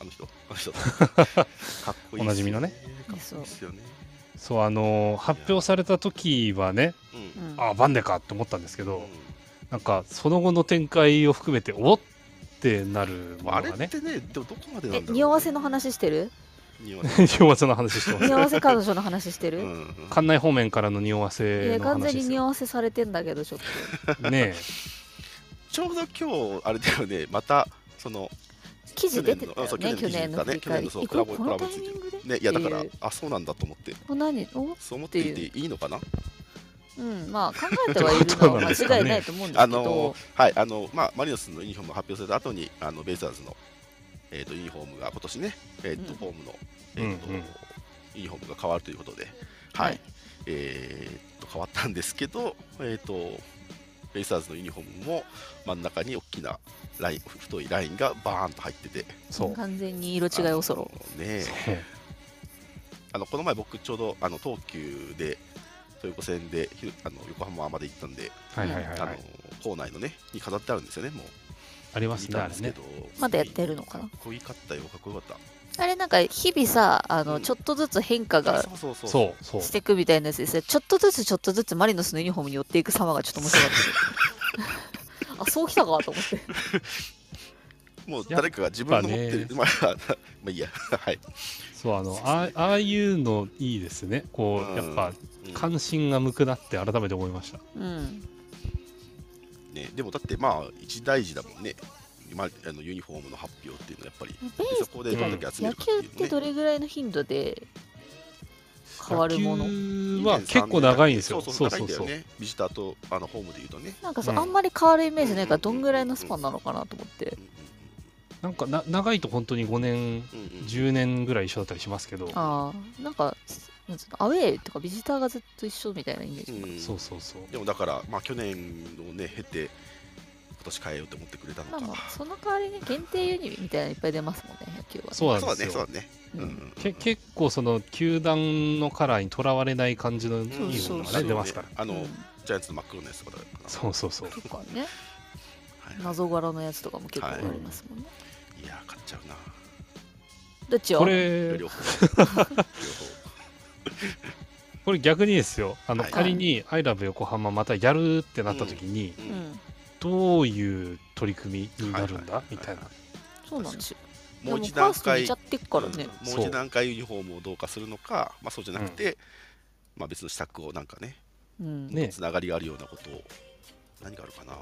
Speaker 2: あの人、あの 人。かっこいいっすよ、
Speaker 1: おなじみのね
Speaker 2: かっこいいっすよね。
Speaker 1: そうあの発表された時はね
Speaker 2: うん。
Speaker 3: う
Speaker 2: うん
Speaker 3: ん
Speaker 1: あバンデかと思ったんですけど、
Speaker 2: うん
Speaker 1: なんかその後の展開を含めておっってなるも
Speaker 2: あ
Speaker 1: の
Speaker 2: れ
Speaker 1: がね
Speaker 2: ってね、でもどこまでなんだろ
Speaker 3: え
Speaker 2: う、ね。
Speaker 3: 匂わせの話してる
Speaker 2: 匂わ せ。
Speaker 1: 匂わせの話してます
Speaker 3: 匂わせ彼女の話して
Speaker 2: うん
Speaker 3: る
Speaker 2: うんうん
Speaker 1: 館内方面からの匂わ
Speaker 3: い
Speaker 1: せ
Speaker 3: や
Speaker 1: の
Speaker 3: 完
Speaker 1: 話
Speaker 3: 全
Speaker 1: で
Speaker 3: に
Speaker 1: す
Speaker 3: 匂
Speaker 1: よ
Speaker 3: わせされてんだけどちょっと
Speaker 1: ね
Speaker 2: ちょうど今日あれだよね、またその
Speaker 3: 記事出てたよ
Speaker 2: 去
Speaker 3: ね去
Speaker 2: 年
Speaker 3: 年
Speaker 2: のあ
Speaker 3: の
Speaker 2: そう
Speaker 3: 振り
Speaker 2: 去
Speaker 3: 返り
Speaker 2: 年のそう
Speaker 3: えこ
Speaker 2: コラ
Speaker 3: れ
Speaker 2: ボ
Speaker 3: この
Speaker 2: コ
Speaker 3: タ
Speaker 2: ラボ
Speaker 3: イミングで
Speaker 2: ね、いやだから
Speaker 3: ってう、
Speaker 2: あそうなんだと思って、
Speaker 3: お何お
Speaker 2: そう思っていていいのかな。
Speaker 3: うんまあ考えてはいるのは間違いないと思うんです
Speaker 2: あ
Speaker 3: けど
Speaker 2: のはい、あのまあマリノスのユニフォームが発表された後にあのベイスターズのえっ、とユニフォームが今年ね、えっ、と、
Speaker 3: うん
Speaker 2: ホームのえっ、と、
Speaker 1: うんうん
Speaker 2: ユニフォームが変わるということで、はい、
Speaker 3: はい
Speaker 2: えっと変わったんですけど、えっ、とベイスターズのユニフォームも真ん中に大きなライン太いラインがバーンと入ってて、
Speaker 1: そう
Speaker 3: 完全に色違いをそろ
Speaker 2: あのね。
Speaker 1: そう
Speaker 2: あのこの前僕ちょうどあの東急で豊子線でひあの横浜まで行ったんで、
Speaker 1: はいはいはい
Speaker 2: あ
Speaker 1: は
Speaker 2: の
Speaker 1: い
Speaker 2: 校内のねに飾ってあるんですよねもう
Speaker 1: あります
Speaker 2: 見
Speaker 1: ね
Speaker 2: た
Speaker 1: あ
Speaker 2: んで
Speaker 1: れ
Speaker 2: すけ
Speaker 1: ね
Speaker 2: ど、
Speaker 3: まだやってるのかな
Speaker 2: かっこいいかったよかっこよかっ
Speaker 3: あれなんか日々さあ
Speaker 2: う
Speaker 3: の
Speaker 2: ん
Speaker 3: ちょっとずつ変化
Speaker 2: た
Speaker 3: が
Speaker 2: そうそうそう
Speaker 1: そうそう
Speaker 3: していくみたいなやつですねちょっとずつちょっとずつマリノスのユニフォームに寄っていく様がちょっと面白かった あそうきたかと思って
Speaker 2: もう誰かが自分の持ってる、 まあまあいいや はい、
Speaker 1: そうあのあああいうのいいですねこうやっぱ
Speaker 2: うん
Speaker 1: 関心が向くなって改めて思いました
Speaker 3: うん
Speaker 2: ね、でもだってまあ一大事だもんねまあ、あのユニフォームの発表っていうのはやっぱり
Speaker 3: ベ
Speaker 2: でそこでどんだけ集め
Speaker 3: 野
Speaker 2: るか
Speaker 3: 球っ
Speaker 2: ってい
Speaker 3: て
Speaker 2: うの
Speaker 3: ど
Speaker 2: ね
Speaker 3: れぐらいの頻度で変わるもの
Speaker 1: 野球は結構長いんですよ
Speaker 2: そう
Speaker 1: そ
Speaker 2: そうう長い
Speaker 1: そ
Speaker 2: ん
Speaker 1: う
Speaker 2: だ
Speaker 1: そ
Speaker 2: よ
Speaker 1: う
Speaker 2: ねビジターとあのホームでいうとね、
Speaker 3: なんかそう、
Speaker 1: うん
Speaker 3: あんまり変わるイメージないからどんぐらいのスパンなのかなと思って
Speaker 2: うんう
Speaker 1: なんかな長いと本当に5年
Speaker 2: んうんうんうん
Speaker 1: 10年ぐらい一緒だったりしますけど、
Speaker 3: ああなんかなんつうのアウェーとかビジターがずっと一緒みたいなイメージ、
Speaker 2: うん
Speaker 1: そうそうそう
Speaker 2: でもだから、まあ、去年をね経て今年変えようと思ってくれたの
Speaker 3: ま
Speaker 2: か、
Speaker 3: あまあその代わりに限定ユニみたいなのいっぱい出ますもんね野球はね、
Speaker 1: そうなん
Speaker 2: そう
Speaker 1: です
Speaker 2: だね
Speaker 1: よ
Speaker 2: そうだね、うん
Speaker 3: う
Speaker 2: うんん、
Speaker 1: け結構その球団のカラーにとらわれない感じのいい
Speaker 3: そう
Speaker 1: もの
Speaker 3: そ
Speaker 1: がね
Speaker 3: うそう
Speaker 1: 出ますから
Speaker 2: あの、
Speaker 3: うん
Speaker 2: ジャイアンツの真っ黒のやつとかだから
Speaker 1: そうそうそう
Speaker 3: とかね
Speaker 2: はい
Speaker 3: 謎柄のやつとかも結構ありますもんね、
Speaker 2: いいやー、買っちゃうな。
Speaker 3: どっちを
Speaker 1: これ
Speaker 2: 両方。
Speaker 1: これ逆にですよあの、
Speaker 2: はい
Speaker 1: 仮に「ILOVE 横浜」またやるってなった時に、
Speaker 2: 両方。
Speaker 3: う
Speaker 2: うん
Speaker 3: ん、
Speaker 1: どういう取り組みになるんだ、
Speaker 2: はいはいはいはい
Speaker 1: みたいな
Speaker 3: そうなんですよ。
Speaker 2: もう一
Speaker 3: でも
Speaker 2: 段
Speaker 3: ファーストに
Speaker 2: 階
Speaker 3: いちゃってっからね。
Speaker 2: うんもう
Speaker 1: そう
Speaker 2: 一段階ユニフォームをどうかするのか、まあ、そうじゃなくて、まあ、別の施策をなんかね、
Speaker 3: うん。
Speaker 1: ね
Speaker 2: つながりがあるようなことを、何があるかな。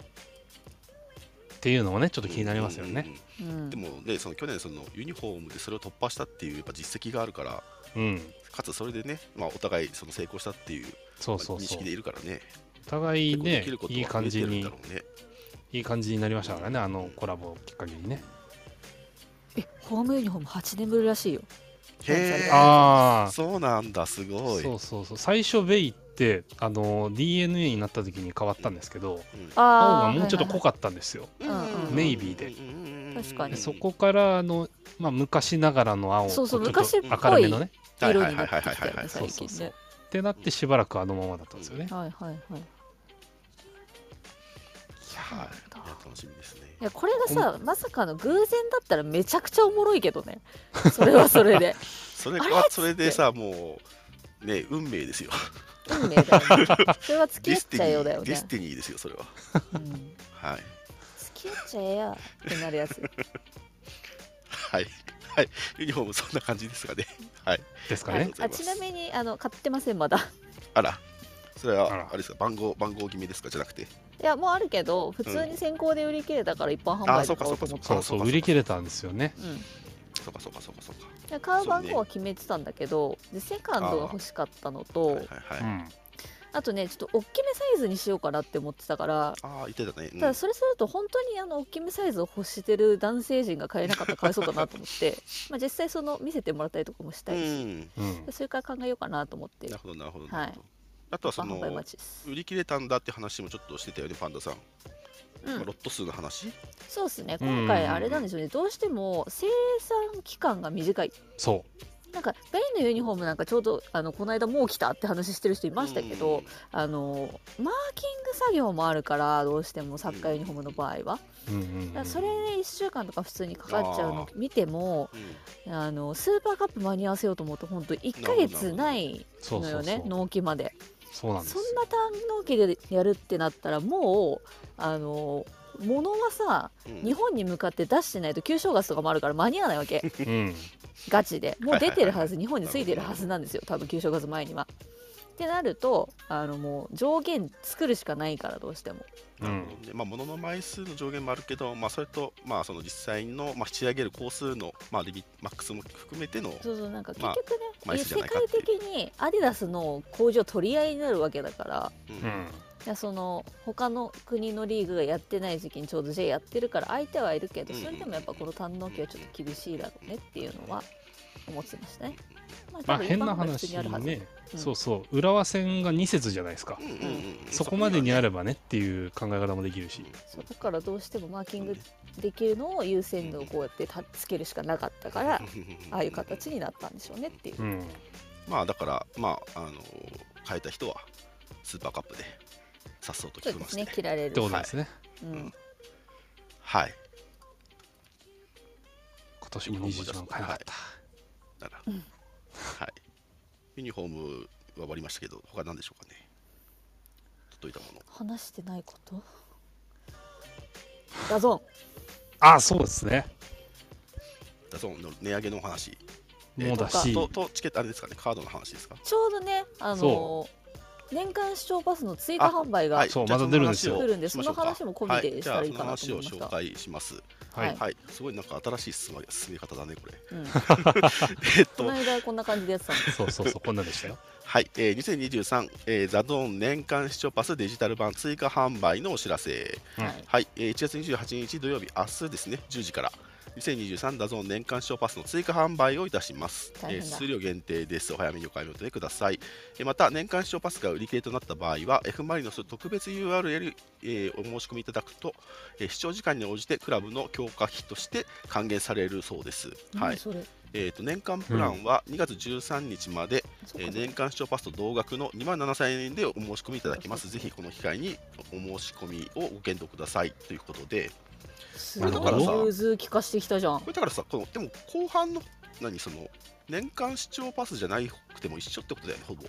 Speaker 1: っていうのもねちょっと気になりますよ
Speaker 2: うん
Speaker 1: ね。
Speaker 2: うん
Speaker 3: う
Speaker 2: うん
Speaker 3: ん
Speaker 2: でもね、その去年、そのユニフォームでそれを突破したっていうやっぱ実績があるから、
Speaker 1: うん、
Speaker 2: かつそれでね、まあ、お互いその成功したっていう
Speaker 1: そう
Speaker 2: まあ
Speaker 1: そう
Speaker 2: 認
Speaker 1: そう
Speaker 2: 識でいるからね、
Speaker 1: お互い
Speaker 2: 結構で
Speaker 1: ね
Speaker 2: きること
Speaker 1: いい
Speaker 2: は増
Speaker 1: 感
Speaker 2: えて
Speaker 1: じ
Speaker 2: るん
Speaker 1: に
Speaker 2: だろうね。
Speaker 1: いい感じになりましたからねあのコラボをきっかけにね
Speaker 3: え、ホームユニフォーム8年ぶりらしいよ。
Speaker 2: へえ、
Speaker 1: ああ
Speaker 2: そうなんだ、すごい。
Speaker 1: そうそうそう最初ベイってあの DNA になった時に変わったんですけど青が
Speaker 3: あ
Speaker 1: もうちょっと濃
Speaker 3: く。
Speaker 1: かったんですよ、
Speaker 3: うんうん
Speaker 1: ネイビーで
Speaker 2: で
Speaker 3: 確かに
Speaker 1: でそこからあの、まあ、昔ながらの青
Speaker 3: そうそう
Speaker 1: こちょっ
Speaker 3: 昔
Speaker 1: と
Speaker 3: っぽ
Speaker 1: 明
Speaker 3: い
Speaker 1: るめのね
Speaker 2: はい
Speaker 3: 色
Speaker 2: はい
Speaker 3: に
Speaker 2: は
Speaker 3: な
Speaker 2: は
Speaker 3: いっ
Speaker 2: い
Speaker 3: て
Speaker 2: は
Speaker 3: き
Speaker 2: い
Speaker 3: たよ
Speaker 2: は
Speaker 3: ね
Speaker 2: い。
Speaker 1: そう
Speaker 3: 最
Speaker 1: そう
Speaker 3: 近
Speaker 1: そう
Speaker 3: ね。
Speaker 1: ってなってしばらくあのままだったんですよね、
Speaker 3: はいはいはい。
Speaker 2: はいいや楽しみですね。
Speaker 3: いやこれがさまさかの偶然だったらめちゃくちゃおもろいけどねそれはそれで
Speaker 2: それ
Speaker 3: あれ
Speaker 2: はそれでさもうね運命ですよ。
Speaker 3: 運命だよねそれは付
Speaker 2: デ
Speaker 3: き合っ
Speaker 2: ステ
Speaker 3: ちゃ
Speaker 2: ィ
Speaker 3: え
Speaker 2: ニ
Speaker 3: よだ
Speaker 2: ー
Speaker 3: よ
Speaker 2: デ
Speaker 3: ね
Speaker 2: ス、ティニーですよそれは。
Speaker 3: うん、
Speaker 2: はい
Speaker 3: 付き合っちゃえやってなるやつ
Speaker 2: はいはいユニフォームそんな感じですかね。はい
Speaker 1: ですか
Speaker 2: あり
Speaker 1: ね
Speaker 2: がとうござ
Speaker 3: あ
Speaker 2: います
Speaker 3: ちなみにあの買ってませんまだ
Speaker 2: あらそれ
Speaker 1: あ
Speaker 2: は
Speaker 1: ら
Speaker 2: あれですか番号番号決めですかじゃなくて。
Speaker 3: いやもうあるけど普通に先行で売り切れたから一般販
Speaker 2: あ
Speaker 3: 売
Speaker 2: そ
Speaker 3: で
Speaker 2: うかそう
Speaker 3: 買おう
Speaker 2: か
Speaker 3: と
Speaker 2: そう
Speaker 3: 思っ
Speaker 2: か
Speaker 3: て
Speaker 1: そうそう売り切れたんですよね
Speaker 3: うん
Speaker 2: そうかそうかそうかそうか。
Speaker 3: で、買う番号は決めてたんだけど、でセカンドが欲しかったの
Speaker 2: はい
Speaker 3: と
Speaker 2: はいはい。
Speaker 1: うん
Speaker 3: あとねちょっと大きめサイズにしようかなって思ってたから
Speaker 2: ああ言ってたね。うん
Speaker 3: ただそれすると本当にあの大きめサイズを欲してる男性陣が買えなかったらかわいそうだなと思って まあ実際その見せてもらったりとかもした
Speaker 2: う
Speaker 3: いし、
Speaker 2: ん
Speaker 1: うん
Speaker 3: で、それから考えようかなと思って
Speaker 2: なる
Speaker 3: 一
Speaker 2: ほどなるほど。
Speaker 3: はい
Speaker 2: なるほどあとはそ
Speaker 3: 般販
Speaker 2: の
Speaker 3: 売待ちです、
Speaker 2: 売り切れたんだって話もちょっとしてたよねパンダさん。
Speaker 3: う
Speaker 2: まあ
Speaker 3: ん
Speaker 2: ロッ、ト数の話。
Speaker 3: そうですね
Speaker 1: うん
Speaker 3: 今回あれなんですよねどうしても生産期間が短い
Speaker 1: そ
Speaker 3: なんかベイのユニフォームなんかちょうどあのこの間もう来たって話してる人いましたけど、
Speaker 2: うん
Speaker 3: あのマーキング作業もあるからどうしてもサッカーユニフォームの場合は、
Speaker 1: う、うんうんうん
Speaker 3: だからそれ1週間とか普通にかかっちゃうの見ても
Speaker 2: うん
Speaker 3: あのスーパーカップ間に合わせようと思うと本当1ヶ月ない
Speaker 1: そう
Speaker 3: の
Speaker 1: そ
Speaker 3: よ
Speaker 1: うそ
Speaker 3: ね
Speaker 1: う
Speaker 3: 納期まで
Speaker 1: そうなんです
Speaker 3: そ
Speaker 1: よ
Speaker 3: んな短納期でやるってなったらもうあの物はさ
Speaker 2: うん
Speaker 3: 日本に向かって出してないと旧正月とかもあるから間に合わないわけ
Speaker 1: うん
Speaker 3: ガチでもう出てるはず日本
Speaker 2: い
Speaker 3: に着いてるはずなんですよ多分旧正月前には。ってなるとあのもう上限作るしかないからどうしても。
Speaker 1: う
Speaker 2: なる
Speaker 1: ん
Speaker 2: ほどねまあ、物の枚数の上限もあるけど、まあ、それと、まあ、その実際の、まあ、引き上げる工数の、まあ、リミマックスも含めての、
Speaker 3: そうそうなんか結
Speaker 2: まあ
Speaker 3: 局ね、
Speaker 2: まあ一緒じゃ
Speaker 3: 世
Speaker 2: ないかっ
Speaker 3: 界
Speaker 2: ていう
Speaker 3: 的にアディダスの工場取り合いになるわけだから
Speaker 2: うん
Speaker 1: うん
Speaker 3: いやその他の国のリーグがやってない時期にちょうど J やってるから相手はいるけど
Speaker 2: うんうん
Speaker 3: それでもやっぱこの堪能期はちょっと厳しいだろうねっていうのは思ってましたね。まあ
Speaker 1: ま
Speaker 3: 多
Speaker 1: あ
Speaker 3: 分
Speaker 1: 変な
Speaker 3: 一般の普通
Speaker 1: 話
Speaker 3: にあるはず
Speaker 1: ね、
Speaker 3: うん
Speaker 1: そうそう浦和戦が2節じゃないですか、
Speaker 2: うんうんうん
Speaker 1: そこまでにあ
Speaker 2: る
Speaker 1: ればねっていう考え方もできるし、
Speaker 3: そうだからどうしてもマーキングできるのを優先度をこうやってたつけるしかなかっ たからああいう形になったんでしょうねっていうう。
Speaker 1: ん、
Speaker 2: まあだから、まあ、あの変えた人はスーパーカップでさっそうと
Speaker 3: そ
Speaker 2: 聞
Speaker 3: う
Speaker 2: き
Speaker 3: で
Speaker 2: ますし
Speaker 3: ね
Speaker 2: て、
Speaker 3: 切られ
Speaker 1: っ
Speaker 3: る
Speaker 1: てことですね、
Speaker 3: うん
Speaker 2: はい
Speaker 1: 今年も20時間買えなかった、
Speaker 2: だからはい、ユニフォームは終わりましたけど他何でしょうかね届いたもの
Speaker 3: 話してないことダゾ
Speaker 1: ああそうですね
Speaker 2: だそうの値上げのお話
Speaker 1: もうだし
Speaker 2: ととチケットあれですかねカードの話ですか
Speaker 3: ンちょうどねあの
Speaker 1: そ
Speaker 3: 年間視聴パスの追加販売が
Speaker 2: はい
Speaker 1: そう
Speaker 2: じゃあ
Speaker 1: まだ出るんですよ
Speaker 2: その話を
Speaker 3: 来るんで
Speaker 2: しましょうか
Speaker 3: その話も込みでしたらいいかな
Speaker 2: は
Speaker 3: と
Speaker 2: じゃ
Speaker 3: 思
Speaker 2: あそ
Speaker 3: いまし
Speaker 2: の
Speaker 3: た
Speaker 2: 話を紹介します。
Speaker 1: はい、
Speaker 3: はい
Speaker 2: はい、すごいなんか新しい進め進め方だね、 これ。
Speaker 3: う
Speaker 2: え
Speaker 3: ん
Speaker 2: っ
Speaker 3: ことの、間こんな感じでやってたんです
Speaker 1: そうそうそうこんなんでしたよ
Speaker 2: はい、えー、2023、えー、ザドーン年間視聴パスデジタル版追加販売のお知らせ。
Speaker 1: うん
Speaker 3: はい
Speaker 2: はい、えー、1月28日土曜日、明日ですね、10時から。2023ダゾーン年間視聴パスの追加販売をいたします、
Speaker 3: 大
Speaker 2: えー
Speaker 3: 変だ
Speaker 2: 数量限定ですお早めにお買い求めください、えーまた年間視聴パスが売り切れとなった場合は F マリノス特別 URL より、えーお申し込みいただくと、えー視聴時間に応じてクラブの強化費として還元されるそうです、は
Speaker 3: 何
Speaker 2: い
Speaker 3: それ
Speaker 2: えー、と年間プランは2月13日まで、
Speaker 3: そう
Speaker 2: え
Speaker 3: か
Speaker 2: ー
Speaker 3: そう
Speaker 2: 年
Speaker 3: か
Speaker 2: 間視聴パスと同額の2万7000円でお申し込みいただけます。ぜひこの機会にお申し込みをご検討くださいということで、
Speaker 3: す
Speaker 2: こ
Speaker 1: れ
Speaker 3: ごい
Speaker 1: だ
Speaker 3: 融
Speaker 1: からさ
Speaker 3: 通聞かしてきたじゃん
Speaker 2: これだからさこのでも後半の何その年間視聴パスじゃなくても一緒ってことだよねほぼ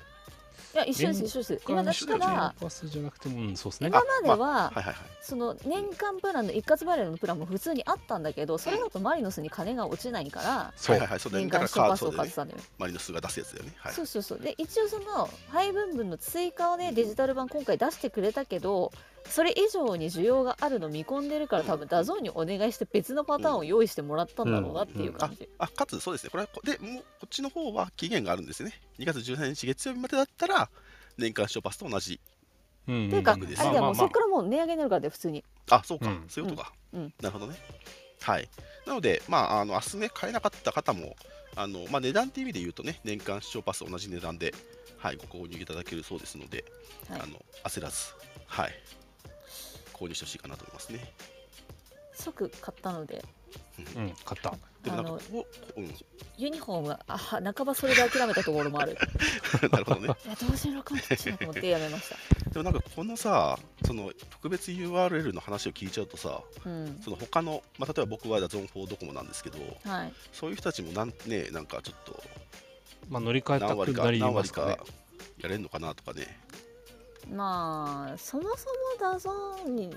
Speaker 3: いや一緒です一緒です今だっ
Speaker 2: 一緒
Speaker 3: た
Speaker 2: だよ
Speaker 3: ら
Speaker 1: パスじゃなくても、うん、そうですね。
Speaker 3: 今まで
Speaker 2: ま
Speaker 3: は、
Speaker 2: あはいはいはい
Speaker 3: その年間プランの一括バレーのプランも普通にあったんだけどそれだとマリノスに金が落ちないから
Speaker 1: そ
Speaker 2: は
Speaker 1: う
Speaker 2: いはい。はいそうだよ
Speaker 3: 年
Speaker 2: ねだか
Speaker 3: 間
Speaker 2: ら
Speaker 3: 視聴
Speaker 2: カー
Speaker 3: パ
Speaker 2: ド
Speaker 3: ス
Speaker 2: そ
Speaker 3: を
Speaker 2: うだ
Speaker 3: 買
Speaker 2: よ
Speaker 3: って
Speaker 2: ね
Speaker 3: たんだよね
Speaker 2: マリノスが出すやつだよねはい
Speaker 3: そうそうそうで一応その配分分の追加をねデジタル版今回出してくれたけどそれ以上に需要があるの見込んでるから多分ダゾーンにお願いして別のパターンを用意してもらったんだろうなっていう感じ、
Speaker 2: あかつそうですねこれはこでもうこっちの方は期限があるんですね2月13日月曜日までだったら年間視聴パスと同じ
Speaker 1: うんうん
Speaker 3: っていうか、
Speaker 2: うん
Speaker 3: あれだよもうそ
Speaker 1: ま
Speaker 3: っからもう値上げになるからで普通に
Speaker 2: あそうか、
Speaker 1: うん
Speaker 2: そういうことか、
Speaker 3: うんうん
Speaker 2: なるほどねはいなのでまああの明日ね買えなかった方もあの、まあ、値段っていう意味で言うとね年間視聴パス同じ値段で、はい、ご購入いただけるそうですので、
Speaker 3: はい
Speaker 2: あの焦らずはい購入してほしいかなと思いますね
Speaker 3: 即買ったので
Speaker 1: うん、買った。
Speaker 2: でもなんか
Speaker 3: あの
Speaker 2: こう、こううん、
Speaker 3: ユニフォームはあ半ばそれで諦めたところもある
Speaker 2: なるほどね
Speaker 3: いやどうしようかもしれないと思ってやめまし
Speaker 2: でもなんかこのさその特別 URL の話を聞いちゃうとさ
Speaker 3: たうん
Speaker 2: その他の、まあ、例えば僕はゾン4ドコモなんですけど
Speaker 3: はい
Speaker 2: そういう人たちもなんねなんかちょっと
Speaker 1: まあ乗り換えた
Speaker 2: 何割
Speaker 1: く
Speaker 2: か
Speaker 1: なり
Speaker 2: 何
Speaker 1: ま
Speaker 2: 割
Speaker 1: すかね
Speaker 2: か。やれるのかなとかね
Speaker 3: まあそもそもダゾーンに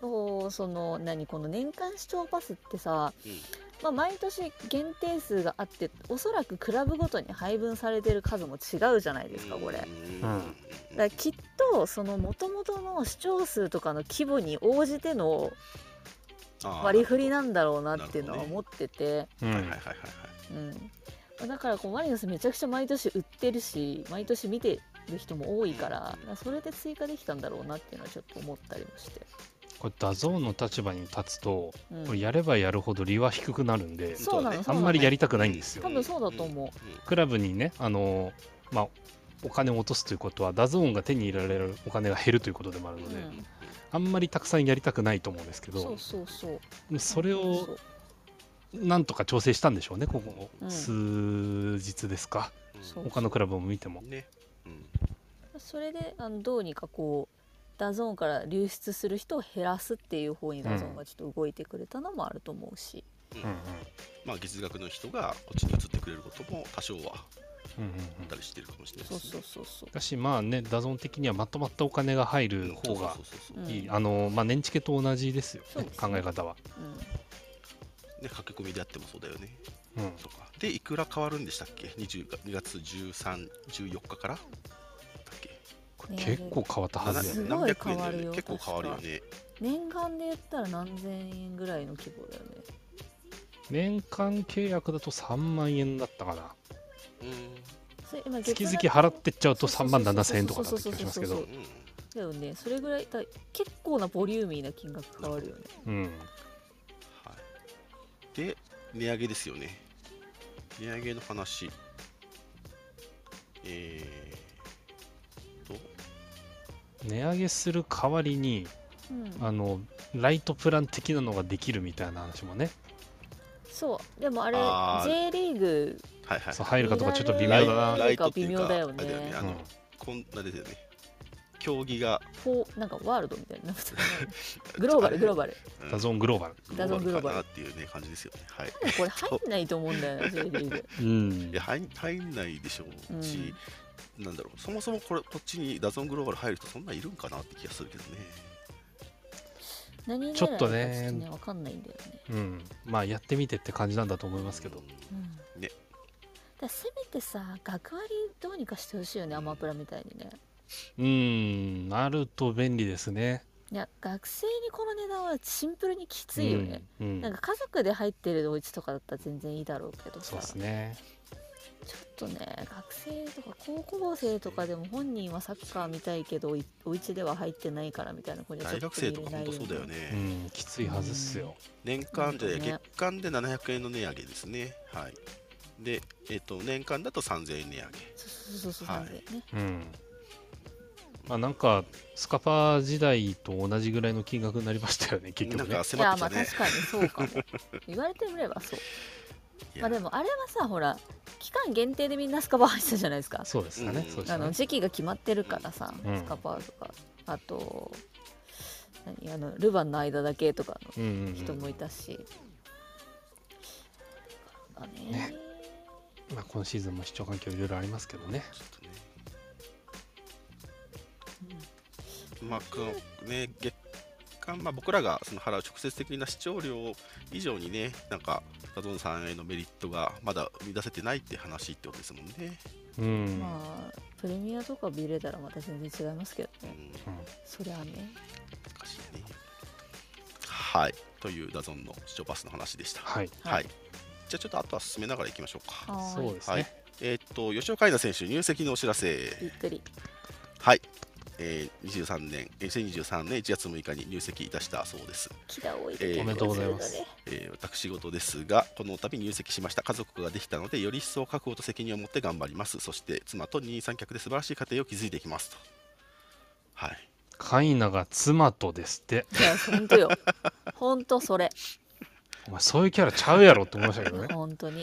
Speaker 3: をその何この年間視聴パスってさ、
Speaker 2: うん
Speaker 3: まあ、毎年限定数があっておそらくクラブごとに配分されてる数も違うじゃないですかこれ。だ
Speaker 2: うん
Speaker 3: からきっとその元々の視聴数とかの規模に応じての割り振りなんだろうなっていうのは思ってて、
Speaker 1: う
Speaker 2: あーはいはい
Speaker 1: ん
Speaker 2: はい。はいはい
Speaker 3: うん、だからこうマリノスめちゃくちゃ毎年売ってるし毎年見てる人も多いからそれで追加できたんだろうなっていうのはちょっと思ったりもして。
Speaker 1: これダゾーンの立場に立つと、
Speaker 3: うん
Speaker 1: これやればやるほど利は低くなるんで、
Speaker 3: そうなの
Speaker 2: 本当
Speaker 1: あ
Speaker 3: はね
Speaker 1: んまりやりたくないんですよ
Speaker 3: 多。分そうだと思う。
Speaker 1: クラブにね、あのーまあお金を落とすということはダゾーンが手に入れられるお金が減るということでもあるので、
Speaker 3: うん
Speaker 1: あんまりたくさんやりたくないと思うんですけ
Speaker 3: そう
Speaker 1: ど
Speaker 3: そうそう。
Speaker 1: それ
Speaker 3: そ
Speaker 1: を
Speaker 3: う
Speaker 1: なんとか調整したんでしょうねここ、
Speaker 3: うん
Speaker 1: 数日ですか
Speaker 3: そう
Speaker 1: 他のクラブも見ても
Speaker 2: うんねうん
Speaker 3: それであのどうにかこうダゾーンから流出する人を減らすっていう方にダゾーンがちょっと動いてくれたのもあると思うし、
Speaker 1: うんうん
Speaker 2: まあ月額の人がこっちに移ってくれることも多少
Speaker 1: う
Speaker 2: は
Speaker 1: んうん
Speaker 2: あったりしてるかもしれない
Speaker 3: そう
Speaker 2: ですね
Speaker 3: そうそうそう。
Speaker 1: だしまあねダゾーン的にはまとまったお金が入る方が
Speaker 2: そうそうそうそう
Speaker 3: うん
Speaker 1: いい、あのーまあ年チケと同じですよ
Speaker 3: そうですね
Speaker 1: 考え方は、
Speaker 3: うん、
Speaker 2: ね駆け込みであってもそうだよね
Speaker 1: うん、
Speaker 2: とかでいくら変わるんでしたっけ20が2月13、14日からだっけ
Speaker 1: これ結構変わったは
Speaker 2: な
Speaker 1: ずやね
Speaker 3: す
Speaker 2: 何
Speaker 3: ごい
Speaker 2: 百
Speaker 3: 変
Speaker 2: 円
Speaker 3: わ
Speaker 2: だ
Speaker 3: る
Speaker 2: よね
Speaker 3: よ
Speaker 2: 結構変わるよね
Speaker 3: 年間で言ったら何千円ぐらいの規模だよね。
Speaker 1: 年間契約だと3万円だったかな
Speaker 2: うん
Speaker 3: それ今
Speaker 1: 月々
Speaker 3: 額
Speaker 1: 払ってっちゃうと
Speaker 3: そ
Speaker 1: 3
Speaker 3: うそうそう
Speaker 1: 万7千円とかだった気がしますけ
Speaker 3: そう
Speaker 1: ど
Speaker 3: そ、
Speaker 2: うん
Speaker 3: だよね。それぐらいだ結構なボリューミーな金額変わるよね。
Speaker 1: うん、
Speaker 2: はい、で、値上げですよね。値上げの話。えー、と、
Speaker 1: 値上げする代わりに
Speaker 3: うん。
Speaker 1: あのライトプラン的なのができるみたいな話もね、
Speaker 3: そうでもあれ
Speaker 2: あー
Speaker 3: J リーグ
Speaker 2: はいはい。
Speaker 1: そう入るかどうかちょっと微妙
Speaker 2: ライ
Speaker 1: だな、
Speaker 2: ライトっていう
Speaker 3: 微妙だよね
Speaker 2: あれだよね。あ
Speaker 1: う
Speaker 2: の、
Speaker 1: ん
Speaker 2: こんなですよね。競技が、
Speaker 3: フォーなんかワールドみたいなグローバルグロー
Speaker 2: バ
Speaker 3: バル
Speaker 2: ル
Speaker 1: ダゾーングローバル、
Speaker 3: ダゾングローバル
Speaker 2: かなっていうね、感じですよね。はい。
Speaker 3: でもこれ入んないと思うん だよね J リーグ
Speaker 1: うん
Speaker 2: いや入ん入んないでしょうし、なんだろうそもそもこれこっちにダゾングローバル入る人そんないるんかなって気がするけどね
Speaker 3: 何狙いか
Speaker 1: ちょっとね
Speaker 3: ちょっとわかんないんだよね、
Speaker 1: うん、まあやってみてって感じなんだと思いますけど、
Speaker 3: う、
Speaker 2: うんね
Speaker 3: だからせめてさ学割どうにかしてほしいよねアマプラみたいにね
Speaker 1: うん、あると便利ですね。
Speaker 3: いや学生にこの値段はシンプルにきついよね、
Speaker 1: うん、うん
Speaker 3: なんか家族で入ってるお家とかだったら全然いいだろうけど
Speaker 1: そう
Speaker 3: さ、
Speaker 1: ですね。
Speaker 3: ちょっとね学生とか高校生とかでも本人はサッカー見たいけどおいお家では入ってないからみたいな子に
Speaker 2: ん
Speaker 3: はち
Speaker 2: 大
Speaker 3: ょっと
Speaker 2: 学生とか
Speaker 3: 見れ
Speaker 2: 本
Speaker 3: ない
Speaker 2: 当
Speaker 3: よ
Speaker 2: そう
Speaker 3: ね
Speaker 2: だよね、
Speaker 1: うん、きついはずっすよ。
Speaker 2: 年間
Speaker 3: 本
Speaker 2: で、
Speaker 3: 当ね
Speaker 2: 月間で700円の値上げですね。はい。で、えっ、と年間だと3000円値上げ。
Speaker 3: そうそうそうそう、
Speaker 2: はい
Speaker 3: なんだよね
Speaker 1: うん。まあなんかスカパー時代と同じぐらいの金額になりましたよね、結
Speaker 2: なん
Speaker 1: 局ね
Speaker 2: か。
Speaker 3: い
Speaker 2: 迫って
Speaker 3: や
Speaker 2: き
Speaker 3: ま
Speaker 2: た
Speaker 3: あ
Speaker 2: ね
Speaker 3: 確。かにそ うかも言われてみればそう
Speaker 2: いや
Speaker 3: まあでもあれはさほら期間限定でみんなスカパー入ってたじゃないですか
Speaker 1: そうですよね
Speaker 2: う。ん
Speaker 1: そうでし
Speaker 3: あ
Speaker 1: た
Speaker 3: の
Speaker 1: ね。
Speaker 3: 時期が決まってるからさ、
Speaker 1: うん
Speaker 3: スカパーとかあと何何あのルヴァンの間だけとか
Speaker 1: うんうんうん
Speaker 3: の人もいたし、だね
Speaker 1: ねまあ、今シーズンも視聴環境いろいろありますけどね。
Speaker 2: ちょっとねまあ、このね、月間、まあ、僕らがその払う直接的な視聴料以上にね、なんか、ダゾンさんへのメリットがまだ生み出せてないって話ってことですもんね。
Speaker 1: うん。
Speaker 3: まあプレミアとか見れたらまた全然違いますけど
Speaker 2: うん
Speaker 3: ね、そりゃあね
Speaker 2: 難しいね。はい。というダゾンの視聴パスの話でした。
Speaker 1: はい。
Speaker 2: はい。じゃあ、ちょっとあとは進めながらいきましょうか。
Speaker 3: は
Speaker 1: そう
Speaker 3: ーい
Speaker 1: ですね。
Speaker 2: はいえーっと、吉岡海奈選手、入籍のお知らせ。
Speaker 3: びっくり
Speaker 2: はい。えー、23年、えー2023年1月6日に入籍いたしたそうです。
Speaker 3: 木田多い
Speaker 2: えーおめ
Speaker 1: でとうございます
Speaker 2: えー私事ですが、この度入籍しました家族ができたので、より一層覚悟と責任を持って頑張ります。そして、妻と二人三脚で素晴らしい家庭を築いていきますと。はい。
Speaker 1: カイナが妻とですって。
Speaker 3: いや本当よ本当それ
Speaker 1: お前そういうキャラちゃうやろって思いましたけどね。
Speaker 3: 本当に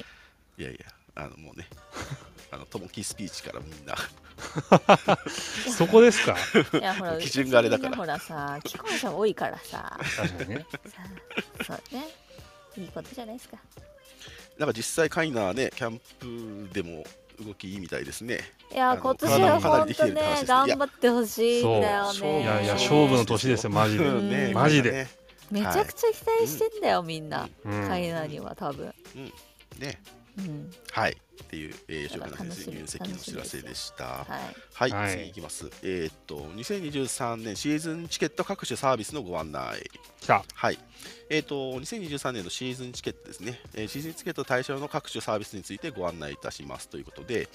Speaker 2: いやいや、あのもうね、 あのトモキスピーチからみんな、
Speaker 1: そこですか
Speaker 3: い やほら
Speaker 2: 基準があれだから
Speaker 3: みんなほらさ既婚者多いからさ
Speaker 1: 確かにね。
Speaker 3: さそうねいいことじゃないですか
Speaker 2: なんか実際、カイナはね、キャンプでも動きいいみたいですね。
Speaker 3: い
Speaker 2: あ
Speaker 3: や
Speaker 2: の
Speaker 3: 今年は
Speaker 1: かな
Speaker 3: 本
Speaker 2: り
Speaker 3: 当ね
Speaker 2: かな
Speaker 3: 頑
Speaker 2: り
Speaker 3: 張ってほしいんだよ
Speaker 1: い
Speaker 2: そう
Speaker 3: ね
Speaker 1: やいや、勝負の年ですよ、マジで。
Speaker 3: ん
Speaker 2: ね
Speaker 1: マジで
Speaker 2: カイナね
Speaker 3: めちゃくちゃ期待してんだよみんな
Speaker 1: うん
Speaker 3: カイナには多分
Speaker 2: ね、
Speaker 3: うん
Speaker 2: はい。っていう、えー、吉岡
Speaker 3: 楽
Speaker 2: 選
Speaker 3: し
Speaker 2: 手
Speaker 3: み
Speaker 2: 入籍のお知らせでした。
Speaker 3: はい
Speaker 2: はい、
Speaker 1: はい
Speaker 2: 次いきます。えーっと、2023年シーズンチケット各種サービスのご案内。
Speaker 1: 来た。
Speaker 2: はい。えーっと、2023年のシーズンチケットですね。えーシーズンチケット対象の各種サービスについてご案内いたしますということで、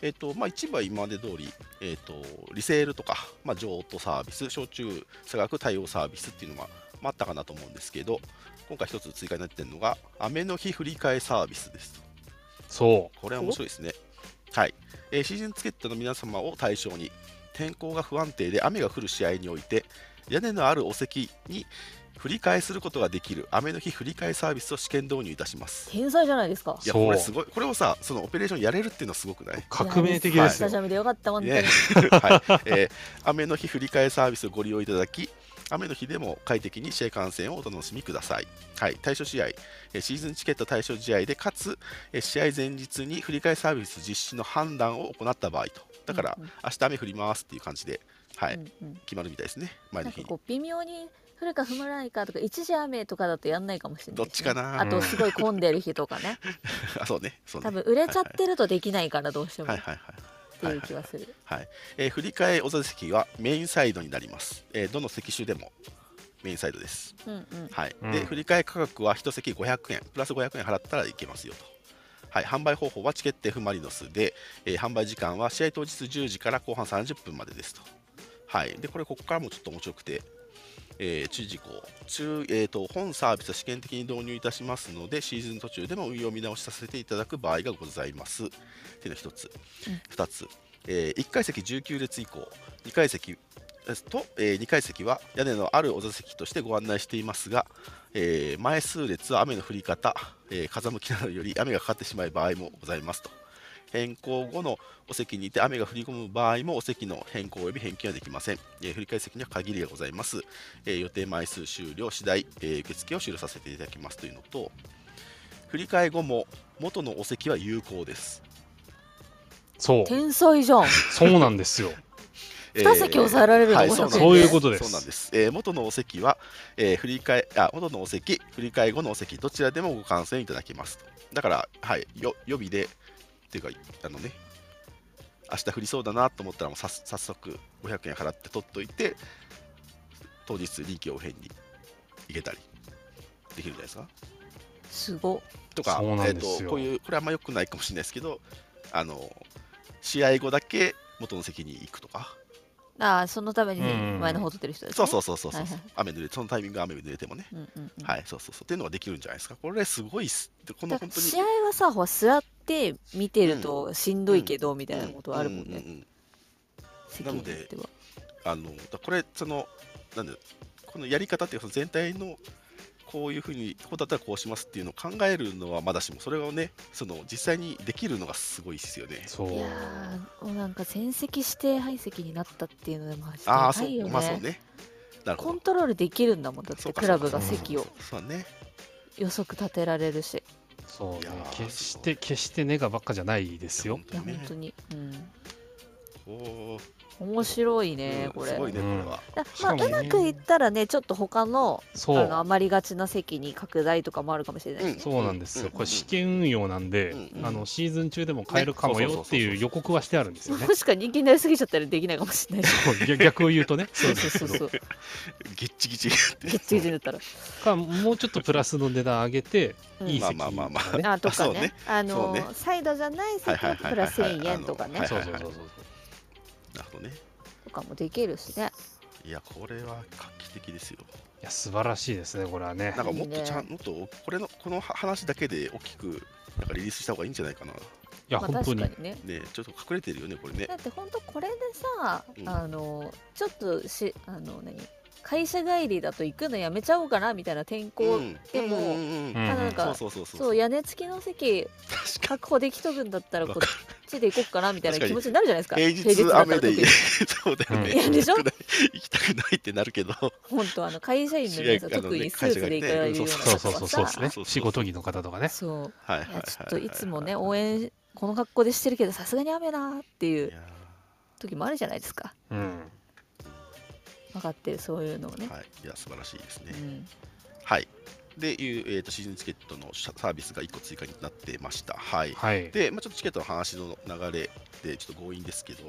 Speaker 2: えーっと、まあ、一部は今まで通り、えーっと、リセールとか、まあ、譲渡サービス、焼酎差額対応サービスっていうのが、まあ、あったかなと思うんですけど、今回一つ追加になってるのが、雨の日振り替えサービスですと。
Speaker 1: そ
Speaker 2: これは面白いですね。はい、えーシーズンチケットの皆様を対象に天候が不安定で雨が降る試合において屋根のあるお席に振り替えすることができる雨の日振り替えサービスを試験導入いたします。
Speaker 3: 天才じゃないですか
Speaker 2: いや
Speaker 1: そう
Speaker 2: これすごいこれをさそのオペレーションやれるっていうのはすごくない、
Speaker 1: う。革命的ですよ
Speaker 3: スタ。ジアムでよかった本当に、
Speaker 2: ね はいえー雨の日振り替えサービスをご利用いただき雨の日でも快適に試合観戦をお楽しみください、はい、対象試合、えーシーズンチケット対象試合でかつ、えー試合前日に振り替えサービス実施の判断を行った場合とだから、
Speaker 3: うんうん
Speaker 2: 明日雨降りますっていう感じで、はい
Speaker 3: うんうん
Speaker 2: 決まるみたいですね、前
Speaker 3: な
Speaker 2: の
Speaker 3: んか
Speaker 2: 日に。
Speaker 3: こう微妙に降るか降らないかとか一時雨とかだとやんないかもしれないですね、
Speaker 2: どっちかな
Speaker 3: あとすごい混んでる日とかね
Speaker 2: あ、 そうね、そうね。
Speaker 3: 多分売れちゃってるとできないからどうしても
Speaker 2: はい
Speaker 3: っ
Speaker 2: はい
Speaker 3: て
Speaker 2: はい。はいいうはい
Speaker 3: 気がする、
Speaker 2: はいえー振り替えお座席はメインサイドになります。えーどの席種でもメインサイドです。
Speaker 3: うんうん
Speaker 2: はい。
Speaker 1: うん
Speaker 2: で、振り替え価格は1席500円、プラス500円払ったらいけますよと。はい、販売方法はチケット F マリノスで、えー販売時間は試合当日10時から後半30分までですと。はい、でこれここからもちょっと面白くて、えー注意事項中、えーと本サービスを試験的に導入いたしますのでシーズン途中でも運用見直しさせていただく場合がございますというのが1つ、
Speaker 3: うん
Speaker 2: 2つ、え1階席19列以降2階席ですと、え2階席は屋根のあるお座席としてご案内していますが、えー前数列は雨の降り方、えー風向きなどより雨がかかってしまう場合もございますと変更後のお席にて雨が降り込む場合もお席の変更及び返金はできません、えー振り替え席には限りがございます、えー予定枚数終了次第、えー受付を終了させていただきますというのと振り替え後も元のお席は有効です、
Speaker 1: そう。
Speaker 3: 天才じゃん
Speaker 1: そうなんですよ。
Speaker 3: 二席抑えられるの
Speaker 2: はい
Speaker 3: 500
Speaker 2: そうなん
Speaker 3: 円で
Speaker 2: です
Speaker 1: そういうことです
Speaker 2: そうなんです、えー元のお席は、えー振り替えあ元のお席振り替え後のお席どちらでもご観戦いただけますとだから、はい、よ予備でっていうかあのね明日降りそうだなと思ったらもうさ早速500円払って取っといて当日臨機応変に行けたりできるんじゃないですか
Speaker 3: すご
Speaker 2: とか
Speaker 1: そうなんですよ
Speaker 2: えーとこういうこれあんま良くないかもしれないですけどあの試合後だけ元の席に行くとか
Speaker 3: ああそのために
Speaker 1: うん
Speaker 3: 前の方取ってる人です、
Speaker 2: そ
Speaker 3: ね
Speaker 2: うそうそうそうそう、
Speaker 3: はいはい
Speaker 2: 雨濡れそのタイミングが雨濡れてもね
Speaker 3: うんうんうん
Speaker 2: はい、そうそうそう。っていうのができるんじゃないですか。これすごいっす。でこの
Speaker 3: だか
Speaker 2: 本
Speaker 3: ら
Speaker 2: 当に
Speaker 3: 試合はさほら座って見てるとしんどいけど、みたいなことあるもんね、
Speaker 2: ううううん
Speaker 3: 席によっては
Speaker 2: あの、だこれそのなんでこのやり方っていうかその全体のこういうふうにこうだったらこうしますっていうのを考えるのはまだしもそれをねその実際にできるのがすごいですよね。
Speaker 1: そう
Speaker 3: い。やーもうなんか戦績指定排斥になったっていうのでも
Speaker 2: ああ
Speaker 3: な
Speaker 2: そ、
Speaker 3: いうよね
Speaker 2: まあそうね。なるほ
Speaker 3: コ
Speaker 2: ど
Speaker 3: ン。トロールできるんだもんだっ
Speaker 2: そ
Speaker 3: て
Speaker 2: うか
Speaker 3: クラブ
Speaker 2: そう
Speaker 3: が
Speaker 2: か
Speaker 3: 席を
Speaker 2: そうだね。
Speaker 3: 予測立てられるし
Speaker 1: そう
Speaker 2: いや
Speaker 1: ね
Speaker 2: ー
Speaker 1: 決し
Speaker 2: すご
Speaker 1: て決してネガばっかじゃないですよ
Speaker 2: 本
Speaker 3: い
Speaker 2: 当
Speaker 3: や
Speaker 2: にね
Speaker 3: 本当に、
Speaker 2: おー
Speaker 3: うん、面白いね
Speaker 2: うん
Speaker 3: こ
Speaker 2: す
Speaker 3: れ
Speaker 2: ごいね、こ
Speaker 1: うん
Speaker 2: れは。
Speaker 3: だ
Speaker 1: し
Speaker 3: まあ
Speaker 1: かも
Speaker 3: うまくいったらねちょっと他の
Speaker 1: そ
Speaker 3: あの
Speaker 1: う
Speaker 3: 余りがちな席に拡大とかもあるかもしれないし、ね
Speaker 2: うん
Speaker 1: そうなんですよ、
Speaker 2: うん
Speaker 1: これ試験運用なんで、
Speaker 2: うん
Speaker 1: あのシーズン中でも変えるかも
Speaker 2: ね
Speaker 1: よ
Speaker 2: そう
Speaker 1: っ
Speaker 2: そうそうそう
Speaker 1: ていう予告はしてあるんですよね
Speaker 3: もしか人気になりすぎちゃったらできないかもしれないし
Speaker 1: そういや 逆を言うとね
Speaker 3: そうそう そうそう
Speaker 2: ぎっちぎち。
Speaker 3: ギッチギチになったら、
Speaker 1: かもうちょっとプラスの値段上げて、
Speaker 3: うん
Speaker 1: いい席
Speaker 2: まあまあまあまあ
Speaker 1: ね
Speaker 3: あとか
Speaker 2: そう
Speaker 3: ね
Speaker 2: ね
Speaker 3: あの
Speaker 2: そうね
Speaker 3: サイドじゃない席
Speaker 2: はいはいはい
Speaker 3: は
Speaker 2: はい
Speaker 3: プラス1000円とか
Speaker 2: あ
Speaker 3: ね
Speaker 2: の
Speaker 1: そうそうそうそう
Speaker 2: なるほどね。
Speaker 3: とかもできるしね
Speaker 2: いや、これは画期的ですよ。
Speaker 1: いや素晴らしいですねこれはね
Speaker 2: なんかもっ
Speaker 3: いい
Speaker 2: と
Speaker 3: ね
Speaker 2: ちゃん、もっと、これの、この話だけで大きく。なんかリリースした方がいいんじゃないかな。
Speaker 1: いや
Speaker 3: まあ
Speaker 1: 本当
Speaker 3: 確
Speaker 1: に
Speaker 3: かにね
Speaker 2: ね、ちょっと隠れてるよね、これね
Speaker 3: だ。って本当これでさ、
Speaker 2: うん
Speaker 3: あのちょっとしあの何会社帰りだと行くのやめちゃおうかなみたいな天候、
Speaker 2: うん
Speaker 3: でも
Speaker 2: うんうんう
Speaker 1: う
Speaker 2: ん
Speaker 1: ん
Speaker 3: あなんか、
Speaker 2: そうそうそう
Speaker 3: そ
Speaker 2: そうう。
Speaker 3: 屋根付きの席
Speaker 2: 確か
Speaker 3: 確保できとくんだったら
Speaker 2: わ
Speaker 3: こ
Speaker 2: か
Speaker 3: っちで行こうかなみたいな気持ちになるじゃないですか
Speaker 2: 平日
Speaker 3: だったら
Speaker 2: 雨で
Speaker 3: 特に
Speaker 2: そうだよね。
Speaker 1: うんい
Speaker 3: やでしょ
Speaker 2: 行きたくない行きたくないってなるけど。
Speaker 3: 本当あの会社員の皆さん
Speaker 2: 試合あの
Speaker 3: 特
Speaker 2: ね
Speaker 3: にスーツで行かれるような
Speaker 1: そうそ
Speaker 3: 方
Speaker 1: うそう
Speaker 3: は
Speaker 1: そうです
Speaker 3: さ
Speaker 1: ね
Speaker 2: そうそうそう
Speaker 1: 仕事着の方とかね
Speaker 3: そう
Speaker 2: はいはい
Speaker 3: い
Speaker 2: はいは
Speaker 3: や
Speaker 2: い。
Speaker 3: ちょっといつもね応援この格好でしてるけどさすがに雨なってい
Speaker 2: いうや
Speaker 3: 時もあるじゃないですか
Speaker 1: うん
Speaker 3: 分かってるそういうのをね
Speaker 2: ー。、はい、いや、素晴らしいですね。
Speaker 3: うん
Speaker 2: はい。でいう、えー、とシーズンチケットのサービスが1個追加になってました。はい。
Speaker 1: はい
Speaker 2: で、まあ、ちょっとチケットの話の流れでちょっと強引ですけど、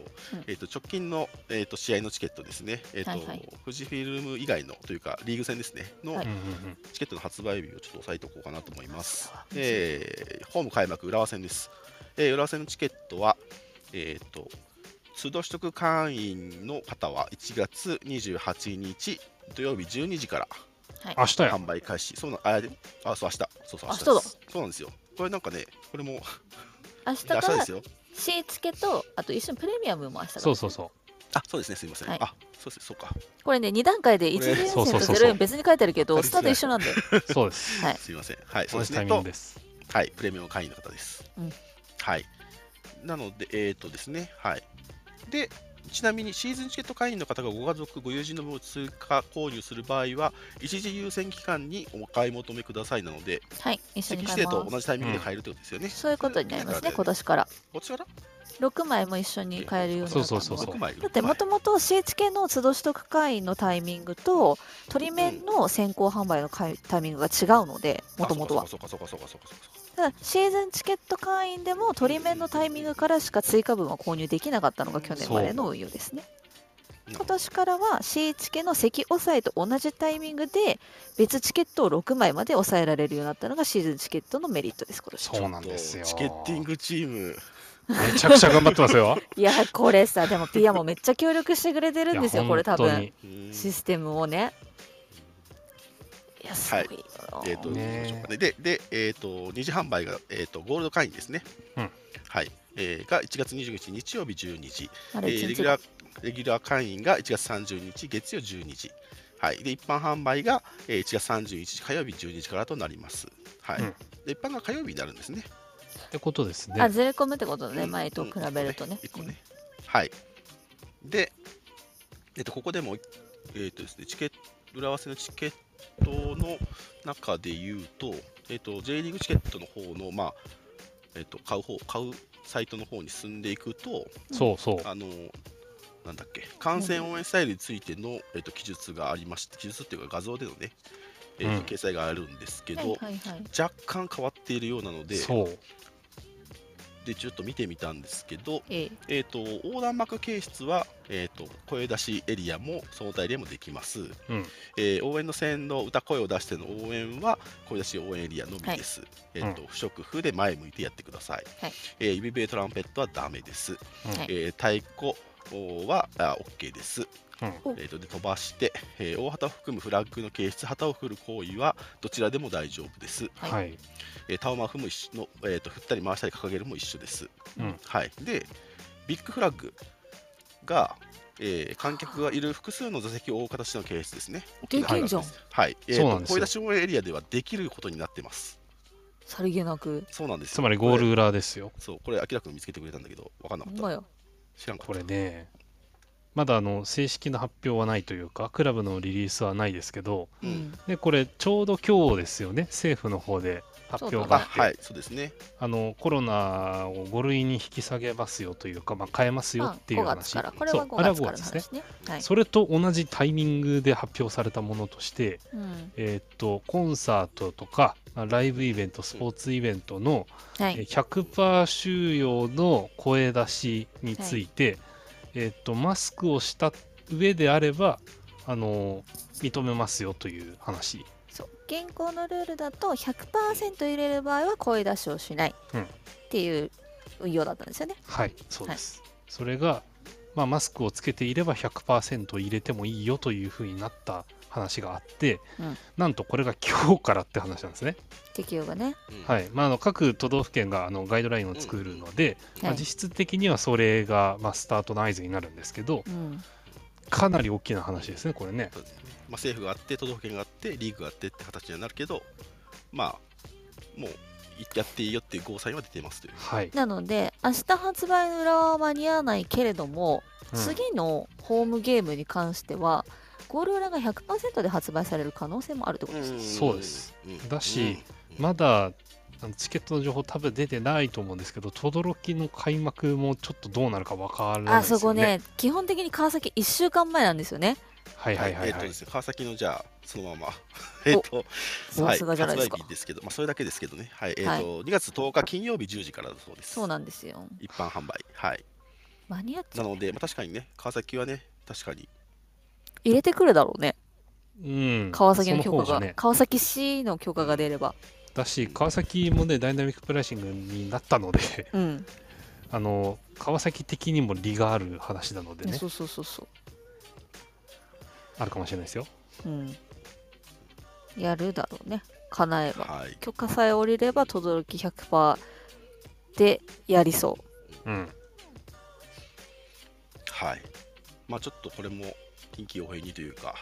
Speaker 2: えー、と直近の、えー、と試合のチケットですね、えーと
Speaker 3: はいはい
Speaker 2: 富士フィルム以外のというか、リーグ戦ですね、の
Speaker 3: はい
Speaker 1: うんうん
Speaker 2: チケットの発売日をちょっと押さえておこうかなと思います。
Speaker 3: あそうだ
Speaker 2: えーホーム開幕、浦和戦です。えー浦和戦のチケットは、えー、と都度取得会員の方は1月28日土曜日12時から
Speaker 3: はい
Speaker 1: 明日や
Speaker 2: 販売開始。そうなあであそう明日そうそう
Speaker 3: 明
Speaker 2: 明
Speaker 3: 日
Speaker 2: 日
Speaker 3: だ
Speaker 2: ですそうなんですよ。これなんかねこれも
Speaker 3: 明日か
Speaker 2: 明日で
Speaker 3: ら
Speaker 2: すよ。
Speaker 3: シーツケとあと一緒にプレミアムも明日か
Speaker 1: そ
Speaker 3: ら
Speaker 1: うそうそ
Speaker 2: あそうですねすみません。
Speaker 3: はい
Speaker 2: あそうですそうか
Speaker 3: これね2段階で1
Speaker 2: これ
Speaker 3: 次
Speaker 1: そ
Speaker 3: 優
Speaker 1: うそう
Speaker 3: 先と
Speaker 1: そう
Speaker 3: 0円別に書いてあるけど
Speaker 2: わか
Speaker 3: ス
Speaker 2: り
Speaker 3: タ
Speaker 2: づ
Speaker 3: ート
Speaker 2: らい
Speaker 3: 一緒なんだよ
Speaker 1: うそうです
Speaker 3: はい
Speaker 2: すみませんはいそう
Speaker 1: 同
Speaker 2: で
Speaker 1: じ
Speaker 2: す
Speaker 1: タイミ
Speaker 2: ね
Speaker 1: ン
Speaker 2: と
Speaker 1: グです
Speaker 2: はいプレミアム会員の方です。
Speaker 3: うん
Speaker 2: はいなのでえっ、とですねはいでちなみにシーズンチケット会員の方がご家族、ご友人の分を追加購入する場合は、一時優先期間にお買い求めくださいなので、
Speaker 3: はい一緒に
Speaker 2: 席
Speaker 3: 買
Speaker 2: 指
Speaker 3: い
Speaker 2: 定と
Speaker 3: ま
Speaker 2: 同じタイミングで買えるということですよね。
Speaker 3: すそういうことになりますね今
Speaker 2: こ
Speaker 3: 年から
Speaker 2: っちから
Speaker 3: 6枚も一緒に買えるようになったのは
Speaker 1: そうそうそう
Speaker 2: 6枚。
Speaker 3: だってもともと CHK の都度取得会員のタイミングと鳥面の先行販売のかいタイミングが違うのでもともとは
Speaker 2: あそうかそうかそうかそうかそうかそうかそうか
Speaker 3: ただシーズンチケット会員でも鳥面のタイミングからしか追加分は購入できなかったのが去年までの運用ですね
Speaker 2: そう
Speaker 3: 今年からは CHK の席押さえと同じタイミングで別チケットを6枚まで抑えられるようになったのがシーズンチケットのメリットです今年
Speaker 1: そうなんですよ
Speaker 2: チケッティングチーム、
Speaker 1: めちゃくちゃ頑張ってます よ
Speaker 3: いやこれさでもピアもめっちゃ協力してくれてるんですよ
Speaker 1: いや
Speaker 3: これ多
Speaker 1: 本当
Speaker 3: 分
Speaker 1: に
Speaker 2: うん
Speaker 3: システムをねいやすごいよな、
Speaker 2: えーと
Speaker 1: ね
Speaker 2: どうしましょうかねでで、えー、と二次販売が、えー、とゴールド会員ですね、
Speaker 1: うん
Speaker 2: はいえーが1月29日日曜日12時、
Speaker 3: あ
Speaker 2: え
Speaker 3: れ
Speaker 2: ーレ
Speaker 3: 一日
Speaker 2: ギュラーレギュラー会員が1月30日月曜12時、はい、で一般販売が、えー、1月31日火曜日12時からとなります、はい
Speaker 1: うん
Speaker 2: で一般が火曜日になるんですね
Speaker 1: ってことです
Speaker 3: あ
Speaker 1: ね
Speaker 3: ずれ込むってことだね、
Speaker 2: うん
Speaker 3: 前と比べるとね。
Speaker 2: 一個ね。はい。で、えっと、ここでも、えっとですね、チケット、裏合わせのチケットの中で言うと、えっと、J リーグチケットの方の、まあ、えっと、買う方、買うサイトの方に進んでいくと、
Speaker 1: そうそう
Speaker 2: あの、なんだっけ、観戦応援スタイルについての、えっと、記述がありまして、記述っていうか画像でのね、えっと
Speaker 1: うん
Speaker 2: 掲載があるんですけ
Speaker 3: は
Speaker 2: ど、
Speaker 3: いはいはい。
Speaker 2: 若干変わっているようなので
Speaker 1: そう
Speaker 2: で、ちょっと見てみたんですけど、
Speaker 3: ええ
Speaker 2: えー、と横断幕掲出は、えー、と声出しエリアも相対エリアもできます、
Speaker 1: うん
Speaker 2: えー応援の線の歌声を出しての応援は声出し応援エリアのみです、えーと不織布で前向いてやってください、
Speaker 3: はい
Speaker 2: えー指笛トランペットはダメです、
Speaker 3: はい
Speaker 2: えー太鼓はあ OK です、
Speaker 1: うん
Speaker 2: えー、とで飛ばして、えー大旗を含むフラッグの掲出旗を振る行為はどちらでも大丈夫です、
Speaker 3: はい
Speaker 1: はい
Speaker 2: えー、タオマフも一緒の、えー、と振ったり回したり掲げるも一緒です、
Speaker 1: うん
Speaker 2: はい、でビッグフラッグが、えー観客がいる複数の座席を覆う形の形式ですね。
Speaker 3: できんじゃん
Speaker 2: はいはい、えー
Speaker 1: そうなんですよ
Speaker 2: 声出し応援エリアではできることになってます。
Speaker 3: さりげなく。
Speaker 2: そうなんですよ
Speaker 1: つまりゴー
Speaker 2: こ
Speaker 1: ル裏ですよ
Speaker 2: れそうこれ明らかに見つけてくれたんだけど分かんな
Speaker 3: ほ
Speaker 2: か
Speaker 3: ん
Speaker 2: っ
Speaker 3: ま
Speaker 2: た
Speaker 3: よ。
Speaker 2: 知らんか
Speaker 1: こ
Speaker 2: った
Speaker 1: れねまだあの正式な発表はないというかクラブのリリースはないですけど
Speaker 2: う
Speaker 3: うんん
Speaker 1: でこれちょうど今日ですよね政府の方で発表があ
Speaker 2: あ
Speaker 1: ってあ、
Speaker 2: はい、そうですね。
Speaker 1: のコロナを5類に引き下げますよというか、まあ、変えますよ
Speaker 3: まあ
Speaker 1: っていう
Speaker 3: 5
Speaker 1: 話
Speaker 3: 月からこれは
Speaker 1: そうあれ
Speaker 3: 5
Speaker 1: は5
Speaker 3: 月からの
Speaker 1: 月ですね
Speaker 3: 話ね。はい。
Speaker 1: それと同じタイミングで発表されたものとして、
Speaker 3: うん
Speaker 1: えーっとコンサートとかライブイベントスポーツイベントの、
Speaker 3: は
Speaker 1: えー
Speaker 3: い。
Speaker 1: 100%収容の声出しについて、えーっとマスクをした上であればあのー認めますよという話、
Speaker 3: そう現行のルールだと100%入れる場合は声出しをしない
Speaker 1: うん
Speaker 3: っていう運用だったんですよね。
Speaker 1: はい、そうです。それが、まあ、マスクをつけていれば100%入れてもいいよというふうになった話があって、
Speaker 3: うん
Speaker 1: なんとこれが今日からって話なんですね。
Speaker 3: 適用がね。
Speaker 2: い。
Speaker 1: はいまあ、あの各都道府県があのガイドラインを作るので、ま
Speaker 3: は
Speaker 1: あ、
Speaker 3: い
Speaker 1: 実。質的にはそれが、まあ、スタートの合図になるんですけど
Speaker 3: うん。
Speaker 1: かなり大きな話ですねこれね。
Speaker 2: そうですねまあ、政府があって、都道府県があって、リーグがあってって形にはなるけど、まあ、もうやっていいよっていうゴーサインは出てますという。
Speaker 1: はい、
Speaker 3: なので明日発売の裏は間に合わないけれども、
Speaker 1: うん
Speaker 3: 次のホームゲームに関してはゴール裏が100%で発売される可能性もあるってことです。
Speaker 1: そうです
Speaker 2: うん。
Speaker 1: だし
Speaker 2: うん、
Speaker 1: まだあのチケットの情報多分出てないと思うんですけど轟の開幕もちょっとどうなるかわからない
Speaker 3: あ
Speaker 1: ですよね。
Speaker 3: そこね基本的に川崎1週間前なんですよね。
Speaker 1: はいはいはい
Speaker 2: えっと
Speaker 1: はい
Speaker 2: で。すね、川崎のじゃあ、そのまま、えっと、
Speaker 3: さすがじゃないですか
Speaker 2: 発売日ですけど、まあ、それだけですけどね、はい、えっ、
Speaker 3: はい
Speaker 2: と、2月10日金曜日10時からだそうです。
Speaker 3: そうなんですよ。
Speaker 2: 一般販売。はい。
Speaker 3: 間に合っちゃ
Speaker 2: な
Speaker 3: う
Speaker 2: ので、まあ、確かにね、川崎はね、確かに、
Speaker 3: 入れてくるだろうね。
Speaker 1: うん、
Speaker 3: 川崎の
Speaker 1: そ
Speaker 3: 許可
Speaker 1: 方
Speaker 3: が、
Speaker 1: ね、
Speaker 3: 川崎市の許可が出れば、
Speaker 1: だし川崎もねダイナミックプライシングになったので
Speaker 3: うん、
Speaker 1: あの川崎的にも利がある話なのでね
Speaker 3: そうそうそうそ
Speaker 1: あるかもしれないですよ。
Speaker 3: う、うん、やるだろうね、叶えば。
Speaker 2: はい。
Speaker 3: 許可さえ下りれば、轟100%でやりそ
Speaker 1: うん、
Speaker 2: はい。まあ、ちょっとこれも、近畿応変にというか、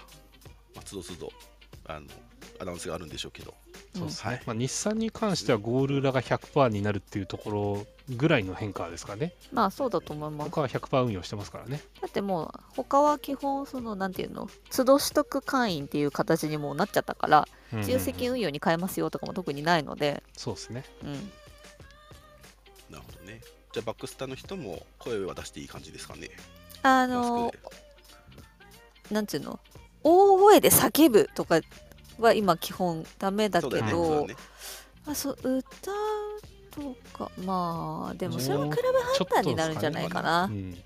Speaker 2: まあ、つどつど、あの、アナウンスがあるんでしょうけど、
Speaker 3: う。
Speaker 1: そうです
Speaker 2: は
Speaker 1: ね
Speaker 2: い。
Speaker 1: まあ、日産に関してはゴール裏が100%になるっていうところぐらいの変化ですかね。
Speaker 3: うんまあそうだと思います。
Speaker 1: 他は100%運用してますからね。
Speaker 3: だってもう他は基本そのなんていうの都度取得会員っていう形にもうなっちゃったから
Speaker 1: うんうんうん
Speaker 3: 自由席運用に変えますよとかも特にないので、
Speaker 1: そうですね。
Speaker 3: うん、
Speaker 2: なるほどね。じゃあ、バックスターの人も声は出していい感じですかね。マ
Speaker 3: あの
Speaker 2: スクで
Speaker 3: なんていうの大声で叫ぶとかは今基本ダメだ
Speaker 2: そう
Speaker 3: け
Speaker 2: よね
Speaker 1: ど
Speaker 3: ど
Speaker 2: そうだね
Speaker 3: あそう歌うとかまあでもそれは
Speaker 1: もう
Speaker 3: クラブ判断になるんじゃないかな、
Speaker 1: うん、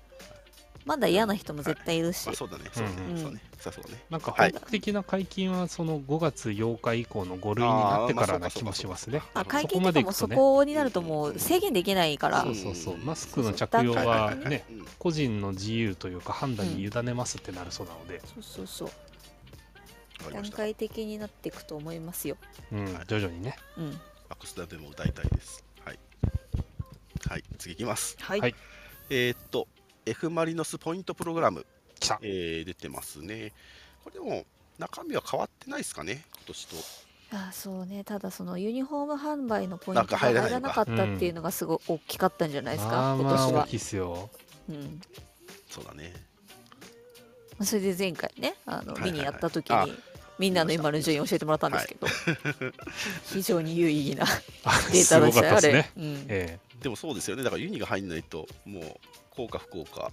Speaker 3: まだ嫌な人も絶対いるし、
Speaker 2: まあ、そうだね。そうだね。
Speaker 1: うん
Speaker 3: うん
Speaker 2: そうだね。そうだね。
Speaker 1: なんか
Speaker 2: はい
Speaker 1: 本格的な解禁はその5月8日以降の5類になってからな気もしますね。
Speaker 3: まあ、会
Speaker 1: そこ
Speaker 3: 見
Speaker 1: ま
Speaker 3: と
Speaker 1: で
Speaker 3: か
Speaker 1: 行
Speaker 3: も
Speaker 1: くと
Speaker 3: そ
Speaker 1: ね
Speaker 3: こになるともう制限できないから
Speaker 1: そううんそうそう。
Speaker 2: うん
Speaker 1: マスクの着用は
Speaker 3: そうそう
Speaker 1: ね、
Speaker 2: うん
Speaker 1: 個人の自由というか判断に委ねますってなるそうなので、
Speaker 3: そうそうそう
Speaker 2: わかりま
Speaker 3: 段
Speaker 2: した。
Speaker 3: 階的になっていくと思いますよ、
Speaker 1: うん
Speaker 2: はい
Speaker 1: 徐々にね。
Speaker 3: うん、
Speaker 2: バックスターでも歌いたいです。はい。はい、次いきます。
Speaker 3: はい、
Speaker 1: はい
Speaker 2: えーっと、F ・マリノスポイントプログラム、
Speaker 1: 来た。
Speaker 2: えー出てますね。これでも、中身は変わってないですかね、今年と。
Speaker 3: あそうねただそのユニフォーム販売のポイン
Speaker 2: なん
Speaker 3: トが
Speaker 2: か
Speaker 3: 入
Speaker 2: 入ら
Speaker 3: ら
Speaker 2: な
Speaker 3: ない
Speaker 2: の
Speaker 3: か
Speaker 2: か
Speaker 3: ったっていうのがすごい大きかったんじゃないですか、
Speaker 1: まあ
Speaker 3: 今
Speaker 1: まあ大
Speaker 3: 年は
Speaker 1: きい、っすよ。
Speaker 3: うん、
Speaker 2: そうだね。
Speaker 3: それで前回ねあの、
Speaker 2: はいはいはい
Speaker 3: 見にやった時
Speaker 2: あ
Speaker 3: にみんなの今の順位を教えてもらったんですけど、非常に有意義なデータでしたよ、あ
Speaker 1: すごかったです
Speaker 3: れ
Speaker 1: ね。。
Speaker 3: うん
Speaker 1: え
Speaker 2: でもそうですよね、だからユニが入んないと、もう、効果不効果、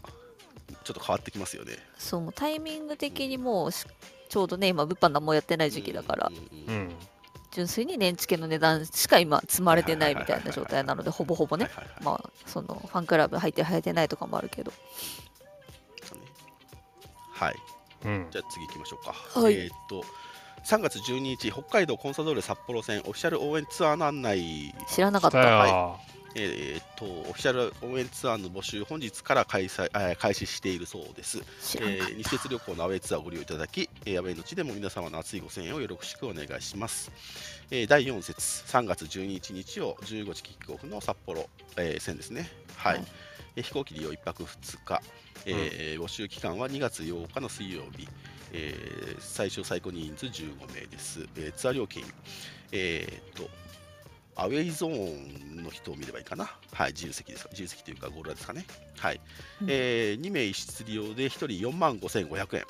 Speaker 2: ちょっと変わってきますよね。
Speaker 3: そう、タイミング的にもうし、ちょうどね、今、物販何もやってない時期だから
Speaker 2: う、んうん
Speaker 1: えう
Speaker 2: うん
Speaker 1: ん。
Speaker 3: 純粋に年チケの値段しか今、積まれてないみたいな状態なので、ほぼほぼね、
Speaker 2: はいはいはい
Speaker 3: まあ、そのファンクラブ入って入ってないとかもあるけど、
Speaker 2: そうねはい。
Speaker 1: うん
Speaker 2: じ。ゃあ次行きましょうか。
Speaker 3: はい
Speaker 2: えーっと、3月12日、北海道コンサドーレ札幌戦オフィシャル応援ツアーの案内
Speaker 3: 知らなかっ
Speaker 1: 来た
Speaker 3: た。
Speaker 1: よ。
Speaker 2: えー、っとオフィシャル応援ツアーの募集、本日から開催、えー開始しているそうです。
Speaker 3: 知
Speaker 2: え
Speaker 3: らなかっ
Speaker 2: ー、西鉄旅行のアウェイツアーをご利用いただき、えー、アウェイの地でも皆様の熱いご声援をよろしくお願いします。えー、第4節、3月12日日曜、15時キックオフの札幌、えー戦ですね。はい。
Speaker 3: はい
Speaker 2: えー飛行機利用1泊2日、えー募集期間は2月8日の水曜日、えー最小最高人数15名です。えーツアー料金、えーっと、アウェイゾーンの人を見ればいいかな。はい、自由席ですか。自由席というかゴールラですかね。はい。
Speaker 4: うん
Speaker 2: えー、2名出場で1人4万5500円。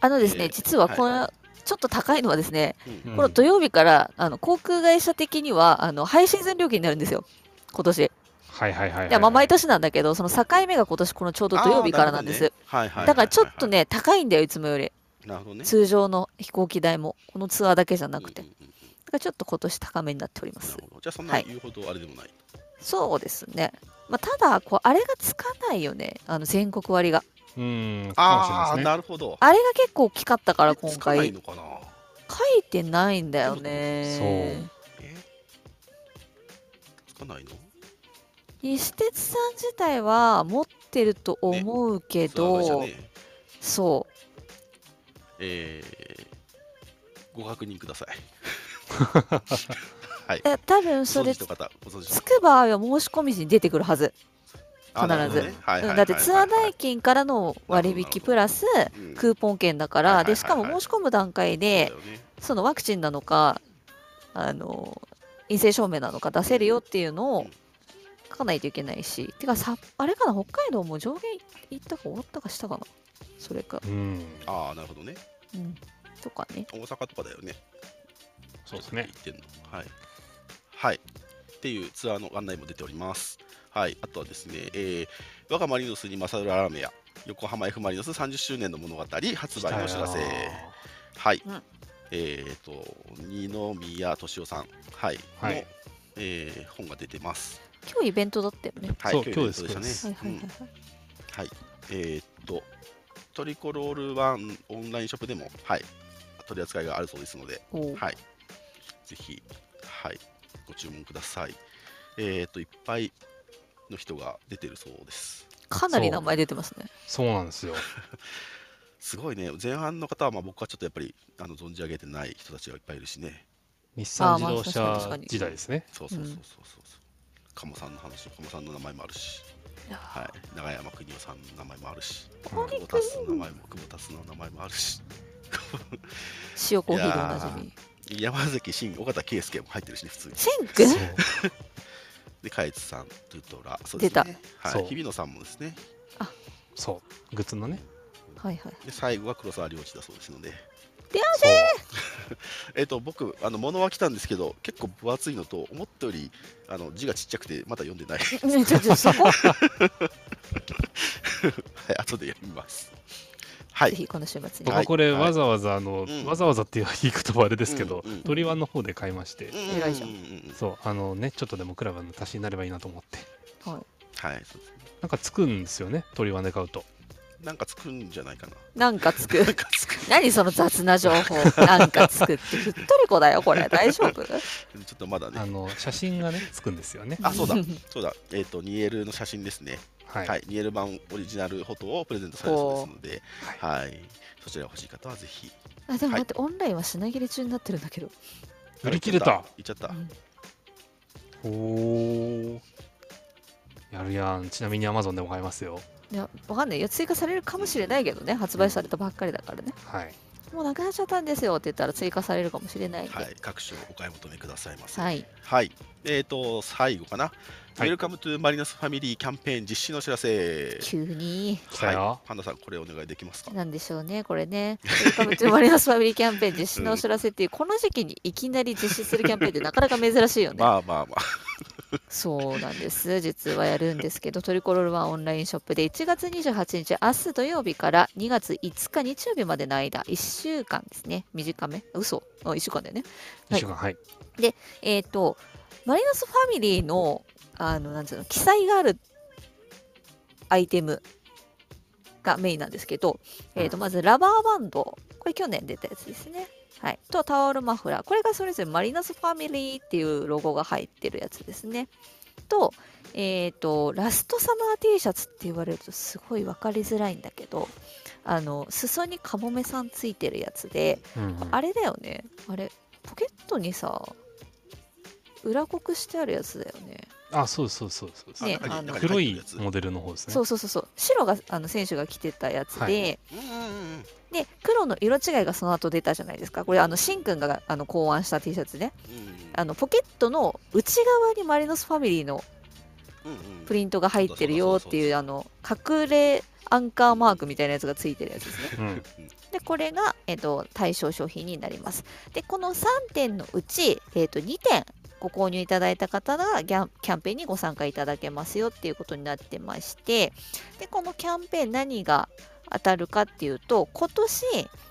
Speaker 3: あのです
Speaker 2: え
Speaker 3: ね、
Speaker 2: ー
Speaker 3: 実はこの、
Speaker 2: は
Speaker 3: ちょっと高いのはですね、
Speaker 2: うん
Speaker 1: うん
Speaker 3: この土曜日からあの航空会社的にはあのハイシーズン料金になるんですよ、今年。い
Speaker 1: はいはいはいはい。
Speaker 3: や、まあ毎年なんだけど、その境目が今年このちょうど土曜日からなんで
Speaker 2: あー
Speaker 3: す。
Speaker 2: なるほどねはいはいはいはい
Speaker 3: だからちょっと。ね、高いんだよ、いつもより。
Speaker 2: なるほどね。
Speaker 3: 通常の飛行機代も、このツアーだけじゃなくて。
Speaker 2: う
Speaker 3: だ
Speaker 2: んうんうん
Speaker 3: からちょっと今年高めになっておりま
Speaker 2: な
Speaker 3: す
Speaker 2: る。ほど。じゃあそん
Speaker 3: は
Speaker 2: ない言うほどあれでもない。
Speaker 3: そうですね。まあ、ただこう、あれがつかないよね、あの全国割が。
Speaker 1: うん、
Speaker 2: あ
Speaker 1: かもし
Speaker 2: あ、
Speaker 1: れない
Speaker 2: なるほど。
Speaker 3: あれが結構大きかったから、今
Speaker 2: つかない
Speaker 3: 回。
Speaker 2: のかな。
Speaker 3: 書いてないんだよね。
Speaker 2: えつかないの
Speaker 3: 西鉄さん自体は持ってると思うけ
Speaker 2: ツアー会社
Speaker 3: ど、
Speaker 2: ね
Speaker 3: そ
Speaker 2: えー、ご確認く ださい。
Speaker 3: う。え多分
Speaker 2: そ
Speaker 3: そ
Speaker 2: れ
Speaker 3: れ、
Speaker 2: の方、ご存知
Speaker 3: つくばは申し込み時に出てくるはず。
Speaker 2: あなるほどね
Speaker 1: 必ず
Speaker 2: はいはいはい
Speaker 3: うん
Speaker 2: はい
Speaker 3: だってツアー代金からの割引プラス
Speaker 2: うん
Speaker 3: クーポン券だか
Speaker 2: はいは
Speaker 3: ら、
Speaker 2: いはいはい
Speaker 3: で、しかも申し込む段階で、そのワクチンなのか、あの、陰性証明なのか出せるよっていうの
Speaker 2: う
Speaker 3: を
Speaker 2: ん
Speaker 3: 書かないといけないし、てかさ、あれかな、北海道も上限行ったか終わったかしたかな、それか、
Speaker 1: うん、
Speaker 2: ああ、なるほどね。
Speaker 3: うん、とかね。
Speaker 2: 大阪とかだよね。
Speaker 1: そうですね。
Speaker 2: 言ってんの。はい。はい。っていうツアーの案内も出ております。はい。あとはですね、えー、我がマリノスに勝るラーメン屋、横浜 F ・マリノス30周年の物語発売のお知ら
Speaker 1: 来
Speaker 2: せ。
Speaker 1: たよ
Speaker 2: はい。
Speaker 4: うん
Speaker 2: えっ、と、二宮敏夫さん、はい。
Speaker 1: はい
Speaker 2: の、えー本が出てます。
Speaker 3: 今日イベントだったよね。
Speaker 2: はい。
Speaker 1: そう
Speaker 2: イベント
Speaker 1: 今日です
Speaker 3: はい
Speaker 2: ね。
Speaker 3: はいはい
Speaker 2: うん
Speaker 3: はい。
Speaker 2: はい。えーっと、トリコロールワンオンラインショップでも、はい、取り扱いがあるそうですので、
Speaker 3: おう
Speaker 2: はい、ぜひ、はい、ご注文ください。えーっと、いっぱいの人が出てるそうです。
Speaker 3: かなり名前出てますね。
Speaker 1: そうなんですよ。
Speaker 2: すごいね、前半の方は、まあ、僕はちょっとやっぱりあの存じ上げてない人たちがいっぱいいるしね、
Speaker 1: 日産自
Speaker 3: まあ
Speaker 1: 動
Speaker 3: 確
Speaker 1: 車
Speaker 3: かに確かに
Speaker 1: 時代ですね。
Speaker 2: そうそうそううんそうそうそう、鴨さんの話、鴨さんの名前もあるし、
Speaker 3: いやー
Speaker 2: はい、長山邦夫さんの名前もあるし、
Speaker 1: うん
Speaker 2: 久保田さんの名前も、久保田さんの名前もあるし。
Speaker 3: 塩コーヒーでおなじ
Speaker 2: い
Speaker 3: み。
Speaker 2: 山崎真、岡田圭佑も入ってるしね、普通に。
Speaker 3: シェン
Speaker 1: そう
Speaker 3: 君
Speaker 2: で、カエツさん、トゥトラ、そうですね。
Speaker 1: そう
Speaker 2: はい、日比野さんもですね。
Speaker 1: そう、グッズのね。
Speaker 3: はいはい。
Speaker 2: で、最後は黒沢良一だそうですので。
Speaker 1: そう
Speaker 2: えっ、と、僕、あの、物は来たんですけど、結構分厚いのと、思ったより、あの、字がちっちゃくて、まだ読んでない。 は
Speaker 3: ねちょっとそこ、
Speaker 2: い、後で読みます。は
Speaker 3: ぜ
Speaker 2: い。
Speaker 3: ひこの週末に。
Speaker 1: 僕
Speaker 2: は
Speaker 1: はいこれわざわざあの、
Speaker 2: うん
Speaker 1: わざわざっていう言い方はあれですけど、
Speaker 2: うんうん
Speaker 1: 鳥ワンの方で買いまして、
Speaker 3: 偉いじゃん
Speaker 2: うんうんうんうん
Speaker 1: そうあのねちょっとでもクラブの足しになればいいなと思って
Speaker 2: はい、そうですね。
Speaker 1: なんかつくんですよね鳥ワンで買うと
Speaker 2: なんかつくんじゃないかな。
Speaker 3: なんかつ
Speaker 2: なん
Speaker 3: く。
Speaker 2: かつく。
Speaker 3: 何その雑な情報。なんかつくって。ふっとりこだよ、これ。大丈夫。
Speaker 2: ちょっとまだ
Speaker 1: あ
Speaker 2: ね。
Speaker 1: の写真がねつくんですよね
Speaker 2: あ、そうだそうだ。えっ、と、2L の写真ですね。
Speaker 1: はい、
Speaker 2: はい、ニエル版オリジナルフォトをプレゼントされるそうですので、はい、そちらが欲しい方はぜひ。
Speaker 3: あでも待って、オンラインは品切れ中になってるんだけど。
Speaker 1: 売り切れた
Speaker 2: いっちゃった。
Speaker 3: うん
Speaker 1: おーやるやんちなみに Amazon でも買えますよ
Speaker 3: いや、わかんないよ。追加されるかもしれないけどね。発売されたばっかりだからね。
Speaker 1: はい
Speaker 3: もうなくなっちゃったんですよって言ったら追加されるかもしれないんで。
Speaker 2: はい、各種お買い求めくださいませ。はい、
Speaker 3: はい。
Speaker 2: えっ、と、最後かな。ウェルカムトゥマリノスファミリーキャンペーン実施のお知らせ。
Speaker 3: 急に。
Speaker 1: 来たよ
Speaker 2: い、パンダさん、これお願いできますか。
Speaker 3: なんでしょうね、これね。ウェルカムトゥマリノスファミリーキャンペーン実施のお知らせっていう、この時期にいきなり実施するキャンペーンってなかなか珍しいよね。
Speaker 2: まあまあまあ。
Speaker 3: そうなんです。実はやるんですけど、トリコロールワンオンラインショップで1月28日、明日土曜日から2月5日日曜日までの間、1週間ですね。短め嘘あ ?1 週間だよね。
Speaker 1: 1週間はい、
Speaker 3: えっ、と、マリノスファミリーの、あの、なんつうの、記載があるアイテムがメインなんですけど、えっ、と、まずラバーバンド。これ去年出たやつですね。はい。と、タオルマフラー。これがそれぞれマリノスファミリーっていうロゴが入ってるやつですね。と、えっ、と、ラストサマー T シャツって言われるとすごいわかりづらいんだけど、あの、裾にカモメさんついてるやつで、
Speaker 1: うんうん
Speaker 3: あれだよね。あれ、ポケットにさ、裏刻してあるやつだよね。
Speaker 1: あそうですそうですそうですそうです、
Speaker 3: ね
Speaker 2: あ中
Speaker 3: あ
Speaker 2: に
Speaker 3: の
Speaker 2: 中に
Speaker 1: 黒
Speaker 2: 入ってる
Speaker 1: い
Speaker 2: やつ
Speaker 1: モデルの方ですね
Speaker 3: そうそうそうそう。白があの選手が着てたやつで、
Speaker 1: はい
Speaker 2: うんうんうんうん
Speaker 3: で黒の色違いがその後出たじゃないですかこれあのしんくんがあの考案した T シャツねあのポケットの内側にマリノスファミリーのプ
Speaker 2: リ
Speaker 3: リントが入ってるよって
Speaker 2: そうだそうだそうだそう
Speaker 3: いう
Speaker 2: だ
Speaker 3: あの隠れアンカーマークみたいなやつがついてるやつです
Speaker 1: う
Speaker 3: ね。
Speaker 1: ん
Speaker 3: でこれが、えっと対象商品になります。でこの3点のうち、えっと2点ご購入いただいた方がギャンキャンペーンにご参加いただけますよっていうことになってましてでこのキャンペーン何が当たるかっていうと今年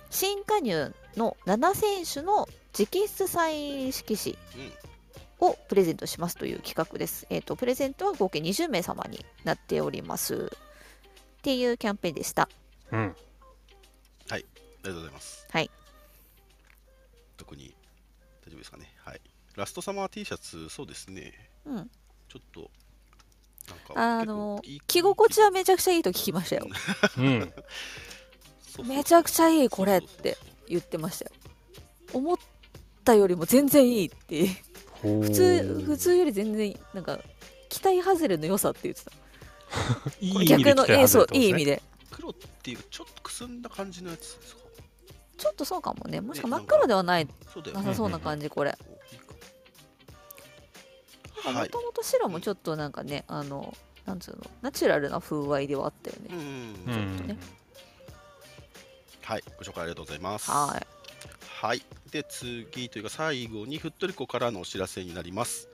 Speaker 3: 新加入の7選手の直筆サイン色紙をプレゼントしますという企画です。えっ、と、プレゼントは合計20名様になっております。っていうキャンペーンでした。
Speaker 1: うん
Speaker 2: ありがとうございます。
Speaker 3: はい。
Speaker 2: 特に大丈夫ですかね。はい。ラストサマー T シャツ、そうですね。
Speaker 3: うん。
Speaker 2: ちょっと、なんか、
Speaker 3: あの
Speaker 2: 結構いい、
Speaker 3: 着心地はめちゃくちゃいいと聞きました
Speaker 1: う
Speaker 3: よ。
Speaker 1: ん
Speaker 2: そうそう
Speaker 3: めちゃくちゃいい、これって言ってましたよ。思ったよりも全然いいって。
Speaker 1: 普
Speaker 3: 普通、普通より全然いい、なんか、期待外れの良さって言ってた。
Speaker 1: い
Speaker 3: こ
Speaker 1: い
Speaker 3: れ
Speaker 1: 意味で
Speaker 3: 逆
Speaker 1: 期
Speaker 3: の、
Speaker 1: 待
Speaker 3: ええ
Speaker 1: 外
Speaker 3: そ
Speaker 1: れっ、てことですね
Speaker 3: ういい意味で。
Speaker 2: 黒っていうか、ちょっとくすんだ感じのやつですか。
Speaker 3: ちょっとそうかもね。もしか
Speaker 2: ね
Speaker 3: 真っ黒ではない、
Speaker 2: そうだよ
Speaker 3: な
Speaker 2: ね。
Speaker 3: さそうな感じ、これ。
Speaker 2: は
Speaker 3: も
Speaker 2: い。
Speaker 3: ともと白もちょっとなんかね、あの、なんつうの、ナチュラルな風合いではあったよね
Speaker 2: う。ん
Speaker 1: う
Speaker 2: うん。
Speaker 1: ん
Speaker 2: はい。ご紹介ありがとうございます。
Speaker 3: はい。
Speaker 2: はい。で、次というか最後に、ふっとりこからのお知らせになります。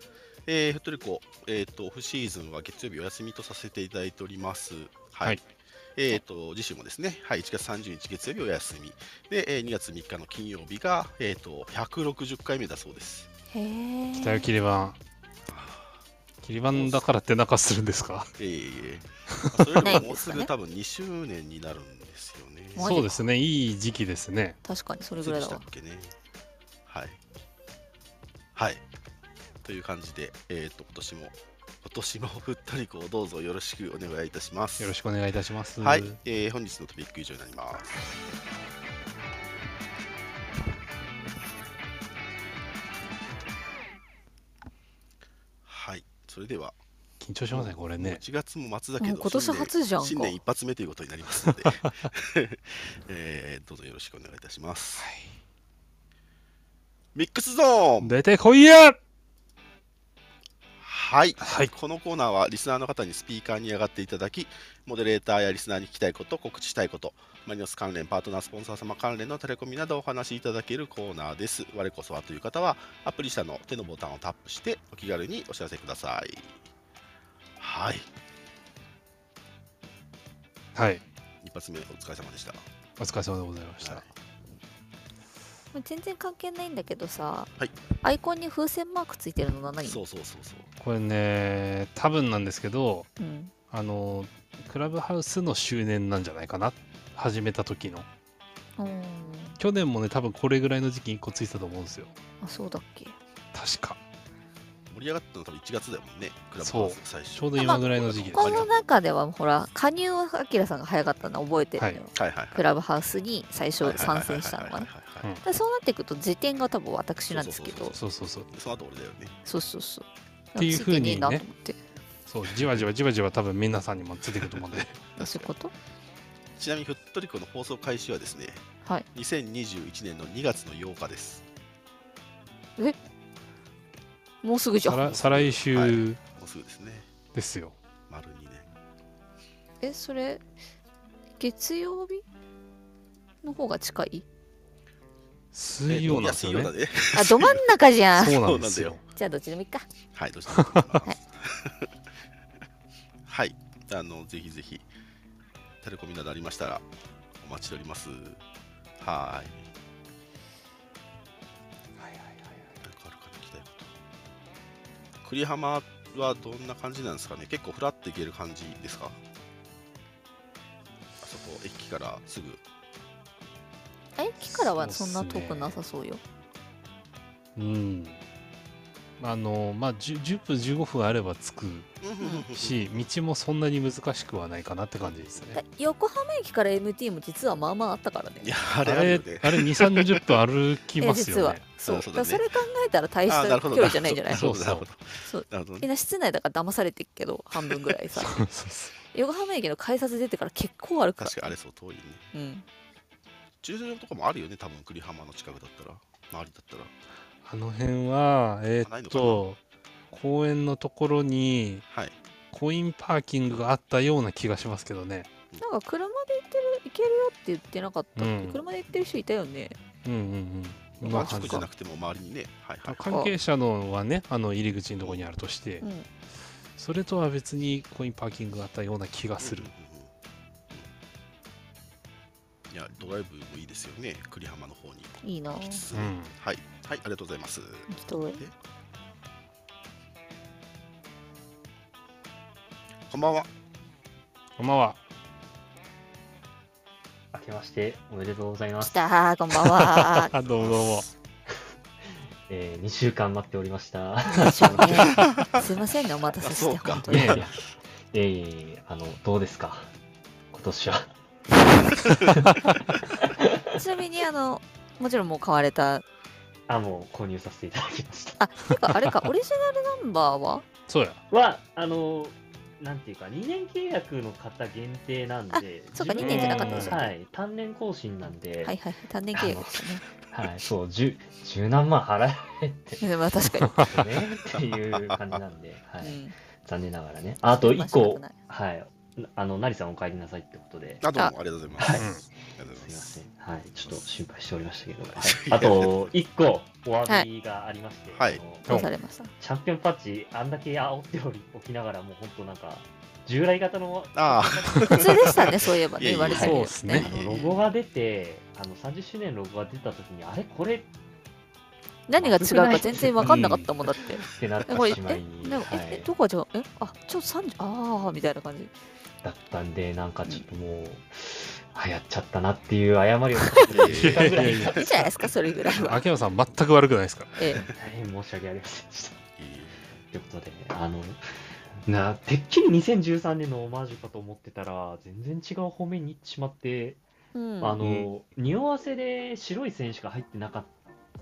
Speaker 2: えー、ふっとりこ、えっ、と、オフシーズンは月曜日お休みとさせていただいております。はい。
Speaker 1: はい
Speaker 2: えっ、と、次週もですね、はい、1月30日月曜日お休み。で、えー2月3日の金曜日が、えっ、と、160回目だそうです。
Speaker 3: へえ。
Speaker 1: 期待切り板切り板だからって中するんですか
Speaker 2: えー、まあそれより
Speaker 3: ない
Speaker 2: も
Speaker 3: ん
Speaker 2: もう
Speaker 3: です
Speaker 2: す
Speaker 3: かね
Speaker 2: ぐ多分2周年になるんですよね。
Speaker 3: マジか
Speaker 1: そうですねいい時期ですね
Speaker 3: 確かにそれ
Speaker 2: い
Speaker 3: ぐ
Speaker 2: つ
Speaker 3: ら
Speaker 2: でし
Speaker 3: いだ
Speaker 2: た
Speaker 3: わ
Speaker 2: っ。けね。はい。はい。という感じで、えっ、と、今年も、今年もふったりこをどうぞよろしくお願いいたします。
Speaker 1: よろしくお願いいたします
Speaker 2: はい、えー本日のトピック以上になります。はい、それでは、
Speaker 1: 緊張しますねこれね
Speaker 2: 1月も末だけど
Speaker 3: もう、今年
Speaker 2: 新年
Speaker 3: 初じゃんか
Speaker 2: 新。年一発目ということになりま すので、えーどうぞよろしくお願いいたします。ミックスゾーン
Speaker 1: 出てこいや
Speaker 2: はい、
Speaker 1: はい
Speaker 2: このコーナーはリスナーの方にスピーカーに上がっていただきモデレーターやリスナーに聞きたいこと告知したいことマリノス関連パートナースポンサー様関連のタレコミなどお話しいただけるコーナーです我こそはという方はアプリ下の手のボタンをタップしてお気軽にお知らせくださいはい
Speaker 1: はい
Speaker 2: 一発目お疲れ様でした
Speaker 1: お疲れ様でございました
Speaker 2: はい
Speaker 3: 全然関係ないんだけどさ、
Speaker 2: はい
Speaker 3: アイコンに風船マークついてるの何
Speaker 2: そうそうそうそう
Speaker 1: これね多分なんですけど
Speaker 3: うん。
Speaker 1: あのクラブハウスの周年なんじゃないかな始めた時の
Speaker 3: うん。
Speaker 1: 去年もね多分これぐらいの時期1個ついてたと思うんですよ
Speaker 3: あ、そうだっけ。
Speaker 1: 確か
Speaker 2: 盛り上がったの多分1月だもんねクラブハウス最初
Speaker 1: ちょうど今ぐらいの時期です
Speaker 3: こ
Speaker 1: ね
Speaker 3: の中ではほら、加入はあきらさんが早かったの覚えてるのよ。
Speaker 1: は
Speaker 2: はいはい
Speaker 3: クラブハウスに最初参戦したのかな。だ
Speaker 2: な
Speaker 3: からそうなっていくと、時点が多分私なんですけ
Speaker 2: そう
Speaker 3: ど、
Speaker 1: そうそうそう
Speaker 2: その後俺だよね
Speaker 3: そうそうそう。
Speaker 1: っていう風にね
Speaker 3: なんかついてえなと思って
Speaker 1: そうじわじわじわじわ多分皆さんにもついてくると思うんで
Speaker 3: あそういうこと
Speaker 2: ちなみにふっとりこの放送開始はですね、
Speaker 3: はい、
Speaker 2: 2021年の2月の8日です。
Speaker 3: もうすぐじゃ
Speaker 1: 再
Speaker 3: ん
Speaker 1: 来。再来週
Speaker 2: もうすぐですね。
Speaker 1: ですよ、
Speaker 2: 丸2年。
Speaker 3: えそれ月曜日の方が近い
Speaker 1: 水曜なんです
Speaker 2: 水
Speaker 1: よ
Speaker 2: 曜
Speaker 1: ね
Speaker 2: だね。
Speaker 3: あど真ん中じゃん
Speaker 1: そうなんですよ
Speaker 3: じゃあどっちでもいいか
Speaker 2: はい、どうしたはい、あの、ぜひぜひ、タレコミなどありましたら、お待ちしております。はーい。
Speaker 1: はいはいはい
Speaker 2: なんかあるかな、聞きたいこと。栗浜はどんな感じなんですかね結構フラッといける感じですかあそこ、駅からすぐ。
Speaker 3: え木からはそんな遠くなさそうよ
Speaker 1: うんあのまあ 10, 10分15分あれば着くし道もそんなに難しくはないかなって感じですね
Speaker 3: だ横浜駅から MT も実はまあまああったからね
Speaker 2: いや、あ
Speaker 1: あ
Speaker 2: れ
Speaker 1: れ
Speaker 2: あ
Speaker 1: あ
Speaker 2: るよ
Speaker 1: れ
Speaker 2: ね。
Speaker 1: 2 3 0分歩きます
Speaker 3: え実
Speaker 1: よ
Speaker 3: は
Speaker 1: ね
Speaker 3: そう
Speaker 2: あ
Speaker 3: だ
Speaker 2: そう
Speaker 3: か
Speaker 2: だね
Speaker 3: らそれ考えたら大
Speaker 2: あー
Speaker 3: した距離じゃないんじゃない
Speaker 2: なるほ
Speaker 1: そ
Speaker 2: ど
Speaker 1: う
Speaker 2: な
Speaker 1: そ
Speaker 2: るほ
Speaker 1: う
Speaker 2: ど
Speaker 3: そう
Speaker 2: なるほど
Speaker 3: みんな室内だから騙されてっ けど半分ぐらいさ
Speaker 1: そうそうそう
Speaker 3: 横浜駅の改札出てから結構歩くか
Speaker 2: 確
Speaker 3: ら
Speaker 2: かにあれそう遠いね
Speaker 3: うん
Speaker 2: 駐車場とかもあるよね、多分栗浜の近くだったら、周りだったら。
Speaker 1: あの辺は、えーっと、公園のところに
Speaker 2: はい。
Speaker 1: コインパーキングがあったような気がしますけどね。
Speaker 3: なんか車で行ってる行けるよって言ってなかったっけ、
Speaker 1: うん
Speaker 3: 車で行ってる人いたよね
Speaker 1: うんうんうん。
Speaker 2: ま
Speaker 1: ま
Speaker 2: あ、
Speaker 1: あ
Speaker 2: 近くじゃな
Speaker 1: 関
Speaker 2: くても周りにね、はいはい。
Speaker 1: 係者のはね、あの入り口のとこにあるとして
Speaker 4: う、ん
Speaker 1: それとは別にコインパーキングがあったような気がする。
Speaker 2: うんうんうんうんいや、ドライブもいいですよね、栗浜の方に。
Speaker 4: いいな
Speaker 2: きつつ
Speaker 1: うん
Speaker 2: はい、はい、ありがとうございます。
Speaker 4: 人
Speaker 2: でこんばんは。
Speaker 1: こんばんは。
Speaker 5: 明けましておめでとうございま
Speaker 3: 来
Speaker 5: す。
Speaker 3: たーこんば んは
Speaker 1: どうもどうも。
Speaker 5: えー、2週間待っておりました。
Speaker 3: でしょうねすいませんねお待たせし
Speaker 2: あそ
Speaker 3: て
Speaker 2: うか
Speaker 3: 本当
Speaker 5: い
Speaker 3: に
Speaker 5: やいやいやいやいやいやあの、どうですか今年は。
Speaker 3: ちなみにあのもちろんもう買われた
Speaker 5: あ、もう購入させていただきま した。
Speaker 3: あてかあ れかオリジナルナンバーは
Speaker 1: そうや。
Speaker 5: は、あの、なんていうか、2年契約の方限定なんで、
Speaker 3: そうか
Speaker 5: 自分
Speaker 3: 二年
Speaker 1: じゃなかったでしたっけ
Speaker 5: はい、単年更新なんで、
Speaker 3: はいはい単年契約です ね
Speaker 5: はい、そう、10十何万払えって
Speaker 3: うんまあ確か
Speaker 5: ね、っていう感じなんで、は
Speaker 3: に、
Speaker 5: い、
Speaker 3: うん
Speaker 5: 残念ながらね。あと1個
Speaker 3: まあ、
Speaker 5: はい、あの、成さんお帰りなさいってことで、
Speaker 2: あ、どうもありがとうございます。
Speaker 5: は
Speaker 2: あ
Speaker 5: い
Speaker 2: りがとうござい
Speaker 5: すい
Speaker 2: ま
Speaker 5: ますせん。。はい、ちょっと心配しておりまし たけど、はいい、あと1個お詫びがありまして、
Speaker 2: はい
Speaker 5: あの
Speaker 3: どうされました
Speaker 5: チャンピオンパッチ、あんだけ煽っておりおきながら、もう本当なんか、従来型の
Speaker 2: あ
Speaker 3: 普通でしたねそういえば
Speaker 2: い
Speaker 3: ね
Speaker 2: や
Speaker 3: 言
Speaker 2: いや
Speaker 3: われてみれば
Speaker 1: そうっすね
Speaker 5: あ のロゴが出て、あの30周年のロゴが出たときに、あれ、これっ
Speaker 3: 何が違うか全然分かんなかったもんだって
Speaker 5: てなって
Speaker 3: えこれ
Speaker 5: しまい、
Speaker 3: えでも、
Speaker 5: は
Speaker 3: ええ
Speaker 5: い、
Speaker 3: どこがじゃえあちょっと30ああみたいな感じ
Speaker 5: だったんで、なんかちょっともう、流行っちゃったなっていう誤 りを1週間ぐらい、
Speaker 1: いやいや
Speaker 3: いいじゃないですかそれぐらい は
Speaker 1: 秋山さん、全く悪くないですから。
Speaker 3: ええ
Speaker 5: 大変申し訳ありませんでした。
Speaker 2: いい
Speaker 5: ということで、あの、なてっきり2013年のオマージュかと思ってたら、全然違う方面に行ってしまって、
Speaker 3: うん
Speaker 5: あの、匂わせで白い選手が入ってなかっ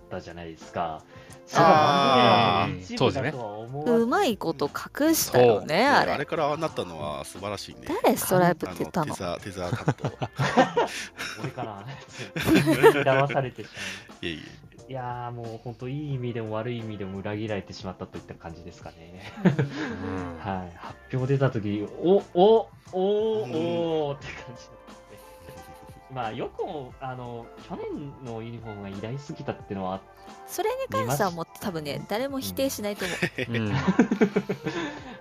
Speaker 5: たじゃないですか。それ
Speaker 2: あ
Speaker 1: ー
Speaker 5: はマンドレーの一部だとは思わ
Speaker 3: うまいこと隠したよね
Speaker 2: あ
Speaker 3: あ
Speaker 2: れあ
Speaker 3: れ
Speaker 2: れからああなったのは素晴らしいね。
Speaker 3: 誰ストライプ
Speaker 2: あ
Speaker 3: っ
Speaker 2: の
Speaker 3: て
Speaker 2: テ
Speaker 3: 言ったの
Speaker 2: ザーテザー担 当。
Speaker 5: 俺かな。騙されてし
Speaker 2: い
Speaker 5: ま
Speaker 2: えいえ。
Speaker 5: う。いやーもう本当いい意味でも悪い意味でも裏切られてしまったといった感じですかね。
Speaker 1: うん
Speaker 5: はい。発表出た時お、お、お、
Speaker 2: うん
Speaker 5: おーって感じだったね。まあ、よくも、あの、去年のユニフォームが偉大すぎたっていうのはあっ
Speaker 3: それに関してはもう多分ね誰も否定しないと思う
Speaker 1: うん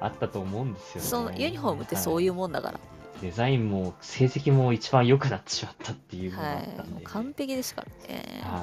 Speaker 5: あったと思うんですよね。
Speaker 3: そのユニフォームってそういう
Speaker 5: は
Speaker 3: もんだから
Speaker 5: いデザインも成績も一番良くなってしまったっていうのがあ
Speaker 3: は
Speaker 5: った
Speaker 3: い
Speaker 5: ん
Speaker 3: もう
Speaker 5: で。
Speaker 3: 完璧ですからね
Speaker 5: はい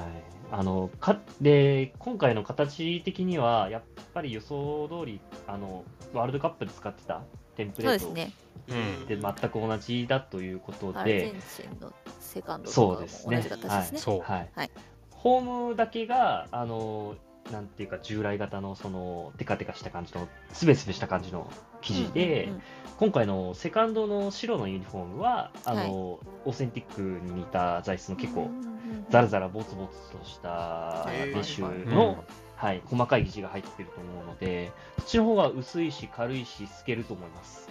Speaker 5: あのかで今回の形的には、やっぱり予想通りあのワールドカップで使ってたテンプ
Speaker 3: そうで
Speaker 5: レー
Speaker 3: す
Speaker 5: ト
Speaker 3: ね
Speaker 1: うん
Speaker 5: で全く同じだということ
Speaker 3: アルゼ
Speaker 5: で
Speaker 3: ン、チンのセカンドと
Speaker 5: そう
Speaker 3: かも
Speaker 5: です
Speaker 3: 同
Speaker 5: ね
Speaker 3: じ形ですね
Speaker 1: そう。
Speaker 5: はい
Speaker 3: はい
Speaker 5: ホームだけがあのなんていうか従来型のそのテカテカした感じのスベスベした感じの生地で、
Speaker 3: うんうん
Speaker 5: 今回のセカンドの白のユニフォームはあの、オーセンティックに似た材質の結
Speaker 3: う
Speaker 5: 構
Speaker 3: んうんうん
Speaker 5: ザラザラボツボツとした
Speaker 2: へー
Speaker 5: メッシュ
Speaker 1: う
Speaker 5: の
Speaker 1: ん、
Speaker 5: はい、細かい生地が入ってると思うのでそっちの方が薄いし軽いし透けると思います、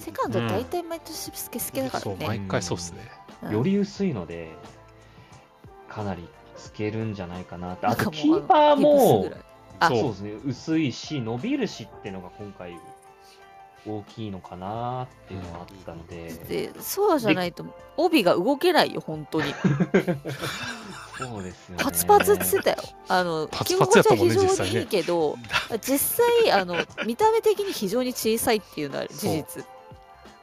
Speaker 3: セカンド大体毎年スケスケだから
Speaker 1: そう、
Speaker 3: ね
Speaker 1: 毎回そうっすね。
Speaker 3: うん
Speaker 5: より薄いのでかなり透けるんじゃないかなって
Speaker 3: な
Speaker 5: あ
Speaker 3: んかも
Speaker 5: と
Speaker 3: う
Speaker 5: キーパー
Speaker 3: ギブスぐ
Speaker 5: も
Speaker 3: らいあ
Speaker 5: そう
Speaker 1: そ
Speaker 5: ですね薄いし伸びるしってのが今回大きいのかなっていうのはあったので、
Speaker 3: でそうじゃないと帯が動けないよ 本当に
Speaker 5: そうですよね
Speaker 3: パツパツっつってたよあの
Speaker 1: パ
Speaker 3: 着
Speaker 1: ツパツや
Speaker 3: 心
Speaker 1: った
Speaker 3: 地は
Speaker 1: もんね
Speaker 3: 非常にいい けど実際あの見た目的に非常に小さいっていうのは事実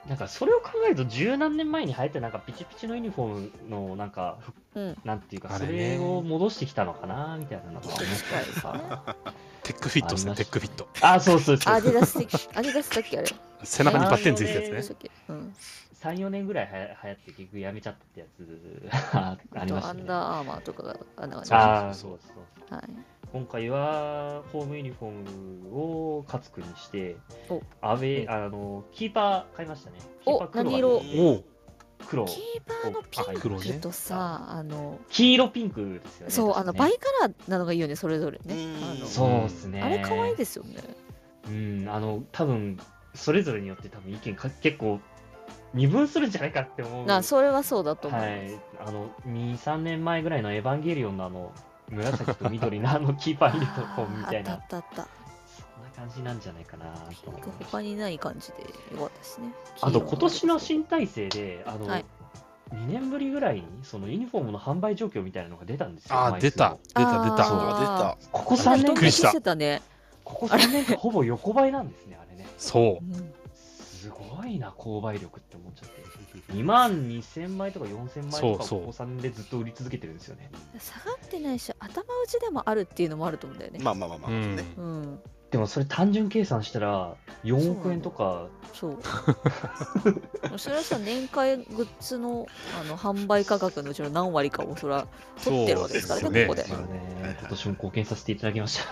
Speaker 5: なんかそれを考えると十何年前に流行ってなんかピチピチのユニフォームのなんか、
Speaker 3: うん
Speaker 5: なんていうか
Speaker 1: あ
Speaker 5: そ
Speaker 1: れね
Speaker 5: れを戻してきたのかなみたいなのとか思ったりとか
Speaker 1: テックフィットですね、
Speaker 5: ありまし
Speaker 1: テ
Speaker 5: た
Speaker 1: ックフィット。
Speaker 5: あそうそうそう
Speaker 3: アディダス的 アディダスだっけあれ
Speaker 1: 背中にバッテンついてる
Speaker 3: どう
Speaker 1: や
Speaker 3: で
Speaker 1: つ
Speaker 3: し
Speaker 1: ね。
Speaker 3: たっけうん
Speaker 5: 34年ぐらいはや流行って結局やめちゃったってやつ あありました
Speaker 3: ア
Speaker 5: ね
Speaker 3: ンダーアーマーとかがあの
Speaker 1: そう
Speaker 5: ああそうそうそう
Speaker 3: はい
Speaker 5: 今回はホームユニフォームを勝つくにして
Speaker 3: お
Speaker 5: アウェイあのキーパー買いましたねキー
Speaker 3: お
Speaker 5: パー黒
Speaker 3: 何色
Speaker 5: が
Speaker 1: おう
Speaker 5: 黒
Speaker 3: キーパーのピ
Speaker 5: あ
Speaker 1: 黒
Speaker 3: ン
Speaker 1: ね
Speaker 3: クとさあの
Speaker 5: 黄色ピンクですよね
Speaker 3: そうあ
Speaker 5: 確か
Speaker 3: の
Speaker 5: ね
Speaker 3: バイカラーなのがいいよねそれぞれね
Speaker 2: うん
Speaker 3: あの
Speaker 5: そうですね
Speaker 3: あれ可愛いですよね
Speaker 5: うん、あの、多分それぞれによって多分意見か結構二分するんじゃないかって思う。
Speaker 3: なそれはそうだと思う、
Speaker 5: はい、あの2、3年前ぐらいのエヴァンゲリオンのあの紫と緑のあのキーパーいるとこみ
Speaker 3: あ
Speaker 5: た
Speaker 3: っ
Speaker 5: い
Speaker 3: たあ
Speaker 5: な
Speaker 3: っ、たあった
Speaker 5: そんな感じなんじゃないかなと思いました
Speaker 3: 他にない感じでよかったですね
Speaker 5: あと今年の新体制で、あの、
Speaker 3: はい
Speaker 5: 2年ぶりぐらいにそのユニフォームの販売状況みたいなのが出たんですよ。
Speaker 1: あー
Speaker 5: 毎
Speaker 1: 出
Speaker 5: 月
Speaker 1: た
Speaker 5: の。
Speaker 1: 出た出
Speaker 2: そう
Speaker 1: た
Speaker 3: あー
Speaker 2: だ出
Speaker 5: ここ
Speaker 1: あ
Speaker 5: 3
Speaker 1: び
Speaker 5: 年
Speaker 1: っくりした
Speaker 3: 人気してたね、
Speaker 5: ここ3年間ほぼ横ばいなんですね、あれね。
Speaker 1: そう
Speaker 3: うん
Speaker 5: すごいな、購買力って思っちゃって。2万2000枚とか4000枚と
Speaker 1: そう
Speaker 5: か
Speaker 1: そう
Speaker 5: をここ3年でずっと売り続けてるんですよね。
Speaker 3: 下がってないし頭打ちでもあるっていうのもあると思うんだよね
Speaker 2: た。まあまあまあまあ、
Speaker 1: う
Speaker 2: ね
Speaker 1: ん。
Speaker 3: うん
Speaker 5: でもそれ単純計算したら4億円とか
Speaker 3: そうそれはさ年会グッズのあの販売価格のうちの何割かをそれは取ってるわけですから
Speaker 1: そ
Speaker 3: ね
Speaker 1: うですね
Speaker 3: ここで
Speaker 5: ですよ
Speaker 2: はいは
Speaker 5: ね
Speaker 2: い。
Speaker 5: 今年も貢献させていただきました。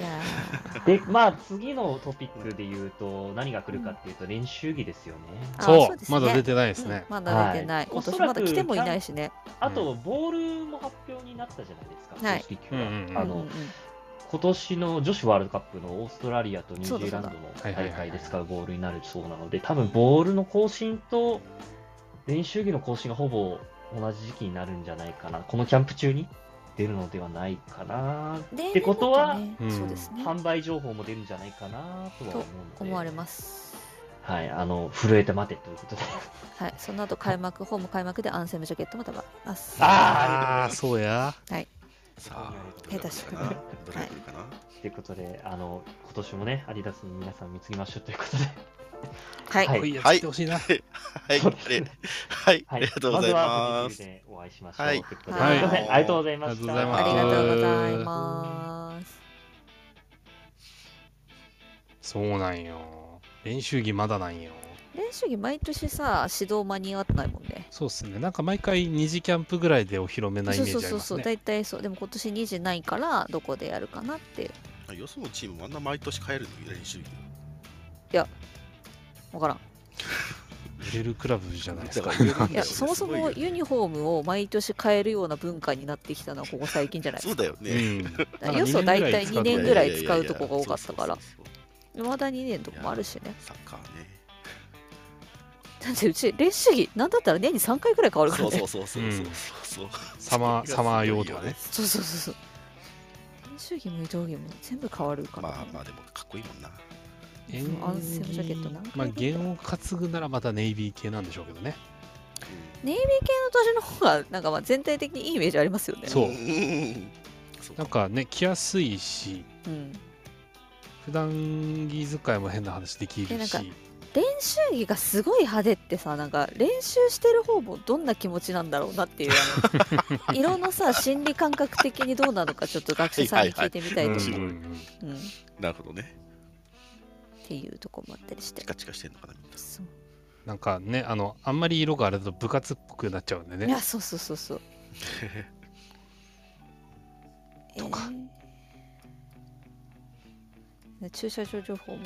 Speaker 3: いや
Speaker 5: で、まあ次のトピックで言うと何が来るかっていうと練習着ですよね。
Speaker 3: ーあー
Speaker 1: そ
Speaker 3: そう
Speaker 1: う
Speaker 3: ですね
Speaker 1: まだ出てないですね
Speaker 3: ーまだ出てない、
Speaker 5: はい
Speaker 3: 今年まだ来てもいないしね
Speaker 5: あとボールも発表になったじゃないですか、
Speaker 3: はい
Speaker 5: 公式球が
Speaker 1: うんうんうん
Speaker 5: あ
Speaker 3: うんう
Speaker 5: の
Speaker 3: ん
Speaker 5: 今年の女子ワールドカップのオーストラリアとニュージーランドの
Speaker 1: そうだそう
Speaker 5: 大
Speaker 1: だ
Speaker 5: 会で使うボールになるそうなので、多分ボールの更新と練習着の更新がほぼ同じ時期になるんじゃないかな、このキャンプ中に出るのではないかな、
Speaker 3: 例年だね
Speaker 5: ってことは
Speaker 1: うん
Speaker 3: そうですね
Speaker 5: 販売情報も出るんじゃないかなとは思うので、
Speaker 3: 思われます
Speaker 5: はい、あの震えて待てということで、
Speaker 3: はいその後開幕ホーム開幕でアンセムジャケットも多分あります
Speaker 1: ああそうや
Speaker 2: さあ、
Speaker 3: 下手し
Speaker 2: どれが来るかなどれが来るかな、
Speaker 5: ということで、あの今年もね、アディダスに皆さん見つけましょうということで。
Speaker 3: はい、
Speaker 5: はい
Speaker 1: こいいやつ来てほしいな
Speaker 2: はい、
Speaker 5: そうですね
Speaker 2: はい、ありがとうございま
Speaker 5: ずはブリ
Speaker 2: す
Speaker 5: テ。ィでお会いしましょう。
Speaker 2: はい
Speaker 5: ということで
Speaker 3: はい
Speaker 5: すいませんありがとうございま
Speaker 1: あ
Speaker 5: した。
Speaker 1: りがとうございます
Speaker 3: ありがとうございます
Speaker 1: そうなんよ練習着まだなんよ
Speaker 3: 練習着毎年さ指導間に合ってないもんね
Speaker 1: そうっすねなんか毎回二次キャンプぐらいでお披露目なイ
Speaker 3: そ
Speaker 1: メ
Speaker 3: う
Speaker 1: ージあ
Speaker 3: そう
Speaker 1: り
Speaker 3: そう
Speaker 1: ます
Speaker 3: そう
Speaker 1: ね
Speaker 3: 大体そうでも今年2時ないからどこでやるかなって
Speaker 2: よそのチーム、あんな毎年変えるの練習着。
Speaker 3: 分からん
Speaker 1: 売れるクラブじゃないですか
Speaker 2: だから
Speaker 3: いやそもそもユニフォームを毎年変えるような文化になってきたのはここ最近じ ゃないで
Speaker 2: そう
Speaker 3: す
Speaker 2: だよ
Speaker 1: う
Speaker 2: ね。
Speaker 1: ん
Speaker 3: かよそ大体2年ぐら
Speaker 1: い
Speaker 3: い使うとこが多かったから
Speaker 2: そうそうそう
Speaker 3: いまだ2年とかもあるしね
Speaker 2: そう。サッカーね。
Speaker 3: だってうち練習着なんだったら年に3回ぐらい変わるから
Speaker 2: そ
Speaker 3: ね
Speaker 2: うそうそうそうそうそう。
Speaker 1: サマーサマー用とかね。
Speaker 3: そうそうそうそう。練習着も移動着も全部変わるから、
Speaker 2: まあまあでもかっこいいもんな。
Speaker 1: 縁
Speaker 3: アンセムジャケット何
Speaker 1: まあ
Speaker 3: 回出る
Speaker 1: 弦を担ぐならまたネイビー系なんでしょうけどね
Speaker 3: ネイビー系の年の方がなんかまあ全体的にいいイメージありますよね。
Speaker 1: そう
Speaker 2: うん。そう
Speaker 1: なんかね着やすいし
Speaker 3: うん、
Speaker 1: 普段着使いも変な話でき
Speaker 3: でな
Speaker 1: る
Speaker 3: んか
Speaker 1: し
Speaker 3: 練習着がすごい派手ってさなんか練習してる方もどんな気持ちなんだろうなっていうあの色のさ心理感覚的にどうなのかちょっと学者さんに聞いてみたいと思
Speaker 2: はいはい
Speaker 3: う、
Speaker 1: う
Speaker 2: は
Speaker 1: んうんうん
Speaker 3: うんっ
Speaker 2: なるほどね。
Speaker 3: ていうとこもあったりして
Speaker 2: チカチカしてんのかなみんな。
Speaker 3: そう
Speaker 1: なんかねあのあんまり色があれだと部活っぽくなっちゃうんで
Speaker 3: い
Speaker 1: ね
Speaker 3: やそうそうそうそう
Speaker 2: とか
Speaker 3: えー駐車場情報も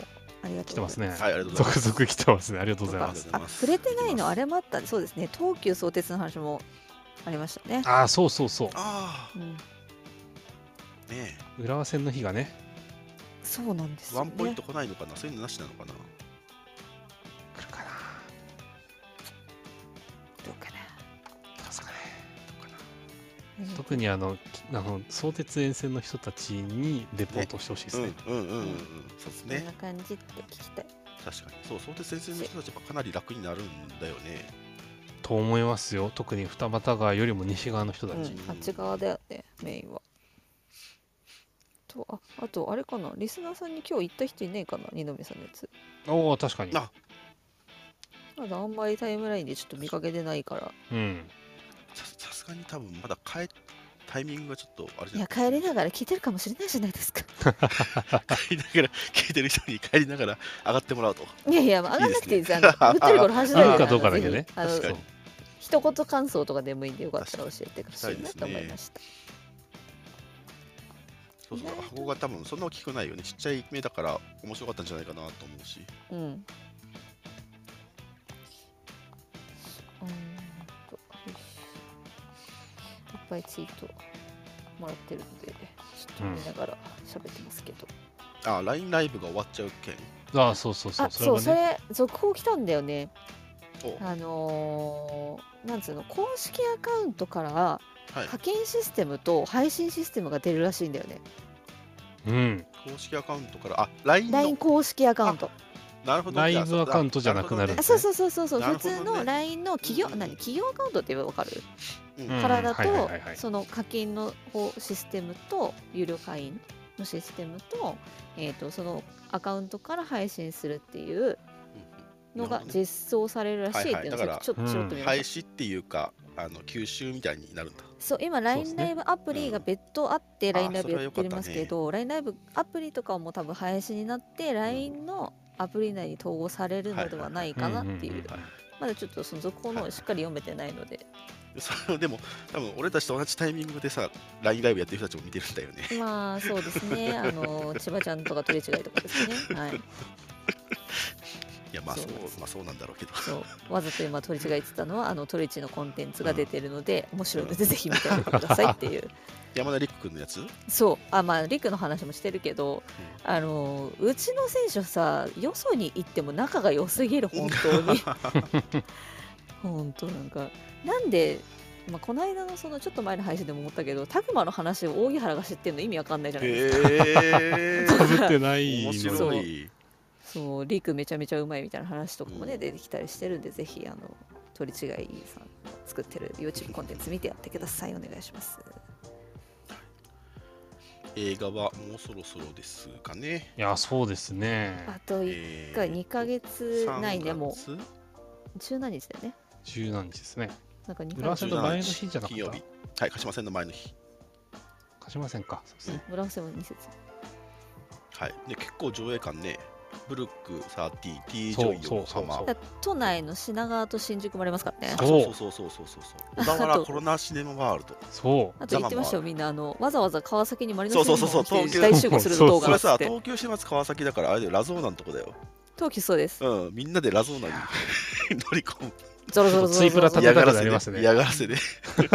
Speaker 3: ありが
Speaker 1: 来
Speaker 3: と
Speaker 1: て
Speaker 3: うござ
Speaker 1: ま
Speaker 3: います
Speaker 1: すね
Speaker 2: はい、ありがとうござい
Speaker 1: 続
Speaker 2: ま
Speaker 1: 々
Speaker 2: す。
Speaker 1: 来てますねありがとうござい
Speaker 2: あり
Speaker 1: ま
Speaker 2: がとう
Speaker 1: す
Speaker 2: ござい
Speaker 3: あ
Speaker 2: ます。
Speaker 3: 触れてないのあれもあったねそうですね東急相鉄の話もありましたね、
Speaker 1: ああそうそうそ
Speaker 2: あ
Speaker 3: うん、
Speaker 2: あ、ね
Speaker 1: う浦和戦の日がね
Speaker 3: そうなんです
Speaker 2: え。
Speaker 3: よ
Speaker 2: ワ
Speaker 3: ね
Speaker 2: ンポイント来ないのかなそういうのなしなのかな
Speaker 1: 来るかな
Speaker 3: どうかな
Speaker 1: どうですかね
Speaker 3: うん
Speaker 1: 特にあのきあの相鉄沿線の人たちにレポートしてほしいですね
Speaker 2: うんうんうんうんうん。そうです
Speaker 3: こん
Speaker 2: ね
Speaker 3: な。感じって聞きたい
Speaker 2: 確かに。そう、相鉄先生の人たちはかなり楽になるんだよね。
Speaker 1: と思いますよ特に二俣川よりも西側の人た
Speaker 3: うん
Speaker 1: ち、
Speaker 3: あっち側だよねメインはとああとあれかなリスナーさんに今日行った人いないかな二宮さんのやつ
Speaker 1: おお確かに
Speaker 2: あ
Speaker 3: まだあんまりタイムラインでちょっと見かけてないから
Speaker 1: うん
Speaker 2: ささすがに多分まだ帰タイミングがちょっとあれじ
Speaker 3: い
Speaker 2: ゃな
Speaker 3: や
Speaker 2: い
Speaker 3: 帰りながら聞いてるかもしれないじゃないですか
Speaker 2: 帰りながら聞いてる人に帰りながら上がってもらうと
Speaker 3: いやいや上がらなくていいですあ のぶっ
Speaker 2: いいですね
Speaker 3: とりこの話
Speaker 1: い
Speaker 3: し
Speaker 1: る
Speaker 3: ないで
Speaker 1: かどうかだけね
Speaker 3: あの
Speaker 2: 確
Speaker 3: ぜ
Speaker 2: か
Speaker 3: ひ
Speaker 1: そ
Speaker 3: あ
Speaker 1: う
Speaker 2: に
Speaker 3: の一言感想とかでもいいんでよかったら教えてほしいなと思いました、
Speaker 2: そうそう箱が多分そんな大きくないよねちっちゃい目だから面白かったんじゃないかなと思うし
Speaker 3: うんうーんとよしいっぱいツイートもらってるのでちょっと見ながら喋ってますけど、
Speaker 2: あ LINE ライブが終わっちゃう件
Speaker 1: ああそうそうそう
Speaker 3: あそうそ
Speaker 1: はね
Speaker 3: れ続報来たんだよね
Speaker 2: お
Speaker 3: あ
Speaker 2: は
Speaker 6: の
Speaker 3: なんつうの公式アカウントから
Speaker 2: い、
Speaker 3: 課金システムと配信システムが出るらしいんだよね
Speaker 1: うん。
Speaker 2: 公式アカウントから、あ、LINE の
Speaker 3: LINE 公式アカウント
Speaker 2: なるほど。
Speaker 1: ライ
Speaker 2: じ
Speaker 1: ブ
Speaker 2: ゃあそう
Speaker 1: アカウントじゃなくなる
Speaker 2: るほ
Speaker 3: あそうそうそうそうそう、
Speaker 2: なる
Speaker 3: 普
Speaker 2: ほどね
Speaker 3: 通の LINE の企業、
Speaker 2: うんうんうん
Speaker 3: 何企業アカウントって言えばわかる、
Speaker 2: どね。
Speaker 1: うん
Speaker 3: からだと、
Speaker 1: はいはいはいはい
Speaker 3: その課金の方システムと有料会員のシステムと,、えー、とそのアカウントから配信するっていうのが
Speaker 2: 実
Speaker 3: 実装されるらしいっていうのを
Speaker 2: はいはい
Speaker 3: ちょっと
Speaker 1: だから
Speaker 3: ちょっと
Speaker 1: う
Speaker 3: 見
Speaker 1: ん
Speaker 3: ま
Speaker 2: 廃
Speaker 3: した、
Speaker 2: 止っていうか、あの吸収みたいになるんだ。
Speaker 3: そう今
Speaker 7: そうです
Speaker 3: LINE ラ
Speaker 7: ね
Speaker 3: イブアプリが別途あって
Speaker 2: んあ
Speaker 3: LINE ライ
Speaker 2: そ
Speaker 3: ブ
Speaker 2: れは
Speaker 3: や
Speaker 2: 良
Speaker 3: っ
Speaker 2: か
Speaker 3: て
Speaker 2: ったね
Speaker 3: ますけど LINE ライブアプリとかはもう多分廃止になって LINE のアプリ内に統合されるのではないかなって
Speaker 1: ん
Speaker 3: い
Speaker 1: ん
Speaker 3: うんまだちょっとその続報の方しっかり読めてないので
Speaker 2: それでも、多分俺たちと同じタイミングでさ、LINE ライブやってる人たちも見てるんだよね。
Speaker 3: まあそうですねあの千葉ちゃんとか取り違いとかですねは
Speaker 2: い
Speaker 3: い
Speaker 2: や、まあそう
Speaker 3: そうです
Speaker 2: まあ、そうなんだろうけど。
Speaker 3: そうわざと今取り違えてたのはあのトレチのコンテンツが出てるので、面白いのでぜひ見てあげてくださいっていう
Speaker 2: 山田陸君のやつ
Speaker 3: そうあまあリクの話もしてるけど、あのうちの選手さよそに行っても仲が良すぎる本当に 本当なんかなんでまあ、この間のそのちょっと前の配信でも思ったけど、タクマの話を大木原が知ってるの意味わかんないじゃないですか。
Speaker 2: へ
Speaker 1: か
Speaker 2: ー
Speaker 1: ぶってない
Speaker 2: 面
Speaker 1: の
Speaker 2: 白い。
Speaker 3: そう、リクめちゃめちゃうまいみたいな話とかもね、
Speaker 2: うん
Speaker 3: 出てきたりしてるんで、ぜひ、あの、取り違いさん作ってる YouTube コンテンツ見てやってください。お願いします。
Speaker 2: 映画はもうそろそろですかね。
Speaker 1: いや、そうですね。
Speaker 3: あと1
Speaker 2: え
Speaker 3: 回、2ヶ月ないね、も
Speaker 2: う。
Speaker 3: う17日だよね。
Speaker 1: 十何日ですね。
Speaker 3: なんか2
Speaker 1: 村
Speaker 3: ヶ
Speaker 1: 尾さん
Speaker 3: 月
Speaker 1: と
Speaker 3: 前
Speaker 1: 前の日じゃなか
Speaker 2: 金
Speaker 1: っ
Speaker 2: 曜日。はい、鹿島戦の前の日。
Speaker 1: た。貸しませんか。そうですね
Speaker 3: 村尾専門2節。
Speaker 2: はい。で、結構上映感ね。ブルック30、T ジ
Speaker 1: そう
Speaker 2: ョイ
Speaker 1: そう
Speaker 2: 横
Speaker 1: そう
Speaker 2: 浜。
Speaker 1: そう
Speaker 3: だ都内の品川と新宿もありますからね
Speaker 2: あ。そうそうそうそうそうそう。小田
Speaker 3: あ
Speaker 2: 原
Speaker 3: と
Speaker 2: コロナシネマワールド。
Speaker 1: そ
Speaker 3: あと言ってましたよ、みんなあの、わざわざ川崎にマリノス
Speaker 2: そうそうそうそう
Speaker 3: ユニフォームを着て大集合する動
Speaker 2: そ
Speaker 3: 画
Speaker 2: れ
Speaker 3: が
Speaker 2: さ
Speaker 3: っ、て、
Speaker 2: 東京シネマズ川崎だから、あれでラゾーナのとこだよ。
Speaker 3: 東急そうです。
Speaker 2: うん、みんなでラゾーナに 乗り込む。
Speaker 3: ゾロゾロゾロゾロ
Speaker 1: ちょっとツイプラ食べ
Speaker 2: 嫌
Speaker 1: た
Speaker 2: が
Speaker 1: く
Speaker 2: ら
Speaker 1: な
Speaker 2: せ
Speaker 1: ります
Speaker 2: で。
Speaker 1: ね
Speaker 2: 嫌がらせで。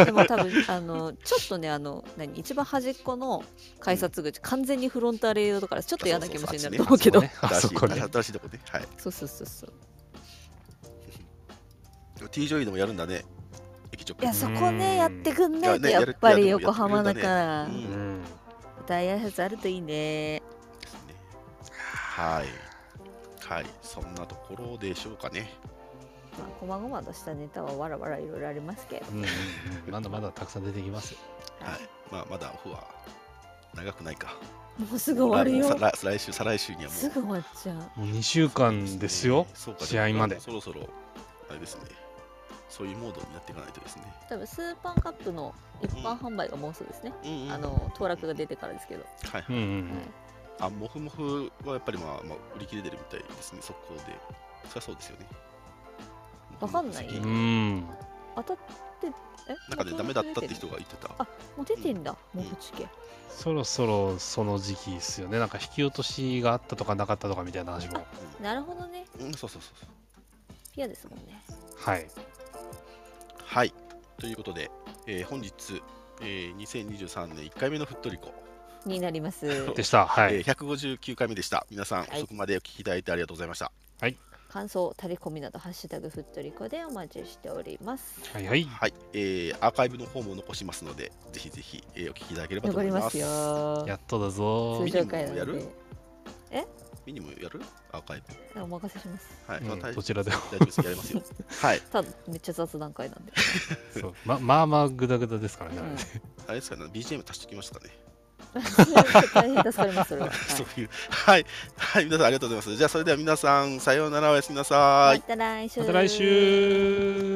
Speaker 3: でも多分あのちょっとねあの何一番端っこの改札口、完全にフロンターレールだからちょっと嫌な気持ちになると思うけど
Speaker 1: う。ねあそこね。
Speaker 2: 新しいとこね。はい。
Speaker 3: そうそうそうそう
Speaker 2: T ジョイでもやるんだね。駅直。
Speaker 3: いや
Speaker 1: う
Speaker 3: そこねやってくんないと
Speaker 2: いや
Speaker 3: や
Speaker 2: ね
Speaker 3: っぱ
Speaker 2: やる
Speaker 3: り
Speaker 2: やる
Speaker 3: 横浜だか
Speaker 2: や
Speaker 3: ら
Speaker 2: ってくれた
Speaker 1: う
Speaker 2: ねうん
Speaker 1: ん。
Speaker 3: 舞台挨拶あるといいね
Speaker 2: ですね。はい。はい、そんなところでしょうかね。
Speaker 3: まあ細々としたネタはわらわらいろいろありますけど
Speaker 1: うんうんうんまだまだたくさん出てきますよ。
Speaker 2: はい。まあ、まだオフは長くないか。
Speaker 3: もうすぐ終わる
Speaker 2: もう
Speaker 3: よ
Speaker 2: さ来来週、再来週にはもう。
Speaker 3: すぐ終わっちゃう
Speaker 1: もう二週間ですよ。
Speaker 2: そうか
Speaker 1: 試合まで
Speaker 2: そろそろ、あれですね。そういうモードになっていかないとですね。
Speaker 3: 多分スーパーカップの一般販売がもうすぐですね、
Speaker 2: うんうん
Speaker 3: あの当落が出てからですけど、
Speaker 2: はい
Speaker 1: うんう
Speaker 2: はい。
Speaker 1: ん
Speaker 2: あ、もふもふはやっぱりまあ、まあ、売り切れてるみたいですね、速攻で。そりゃそうですよね。
Speaker 3: わかんない
Speaker 1: うん。
Speaker 2: よ
Speaker 1: う。ん。
Speaker 3: 当たってえ
Speaker 2: なんかね、ダメだったって人が言ってた。
Speaker 3: あもう出てんだもうぶちけ
Speaker 1: そろそろその時期ですよね。なんか引き落としがあったとかなかったとかみたいな話も。
Speaker 3: なるほどね
Speaker 2: うん、うんそうそうそうそう。
Speaker 3: ピアですもんね
Speaker 1: はい。
Speaker 2: はい。ということで、えー本日、えー2023年1回目のふっとりこ、
Speaker 3: になります。
Speaker 1: でした。は
Speaker 2: えー
Speaker 1: い。
Speaker 2: 159回目でした。皆さん、
Speaker 3: はい
Speaker 2: 遅くまでお聞きいただいてありがとうございました。
Speaker 3: 感想、タレコミなど、ハッシュタグふっとりこでお待ちしております。
Speaker 1: はいはい。
Speaker 2: はい、えーアーカイブの方も残しますので、ぜひぜひ、えーお聞きいただければと
Speaker 3: 残
Speaker 2: 思い
Speaker 3: りま
Speaker 2: ますす。
Speaker 3: よ。
Speaker 1: やっとだぞ
Speaker 3: 通。常会な
Speaker 2: や
Speaker 3: の
Speaker 2: る
Speaker 3: で、
Speaker 2: ミニもやるアーカイブ。
Speaker 3: お任せします。
Speaker 2: はい、
Speaker 1: うん
Speaker 2: まあ大
Speaker 1: どちら でも。
Speaker 2: 大丈夫です。やりますよ。はい。
Speaker 3: ただ、めっちゃ雑談会なんで。
Speaker 1: そうままあまあグダグダですからね。
Speaker 3: うんち
Speaker 2: あれですかね、BGM 足してきましたかね。
Speaker 3: ょっと大変助かります、それ は。
Speaker 2: そ
Speaker 3: は
Speaker 2: ういう。はい。はい、皆さんありがとうございます。じゃあ、それでは皆さん、さようなら、おやすみなさーい
Speaker 3: いま。た来週。
Speaker 1: また来週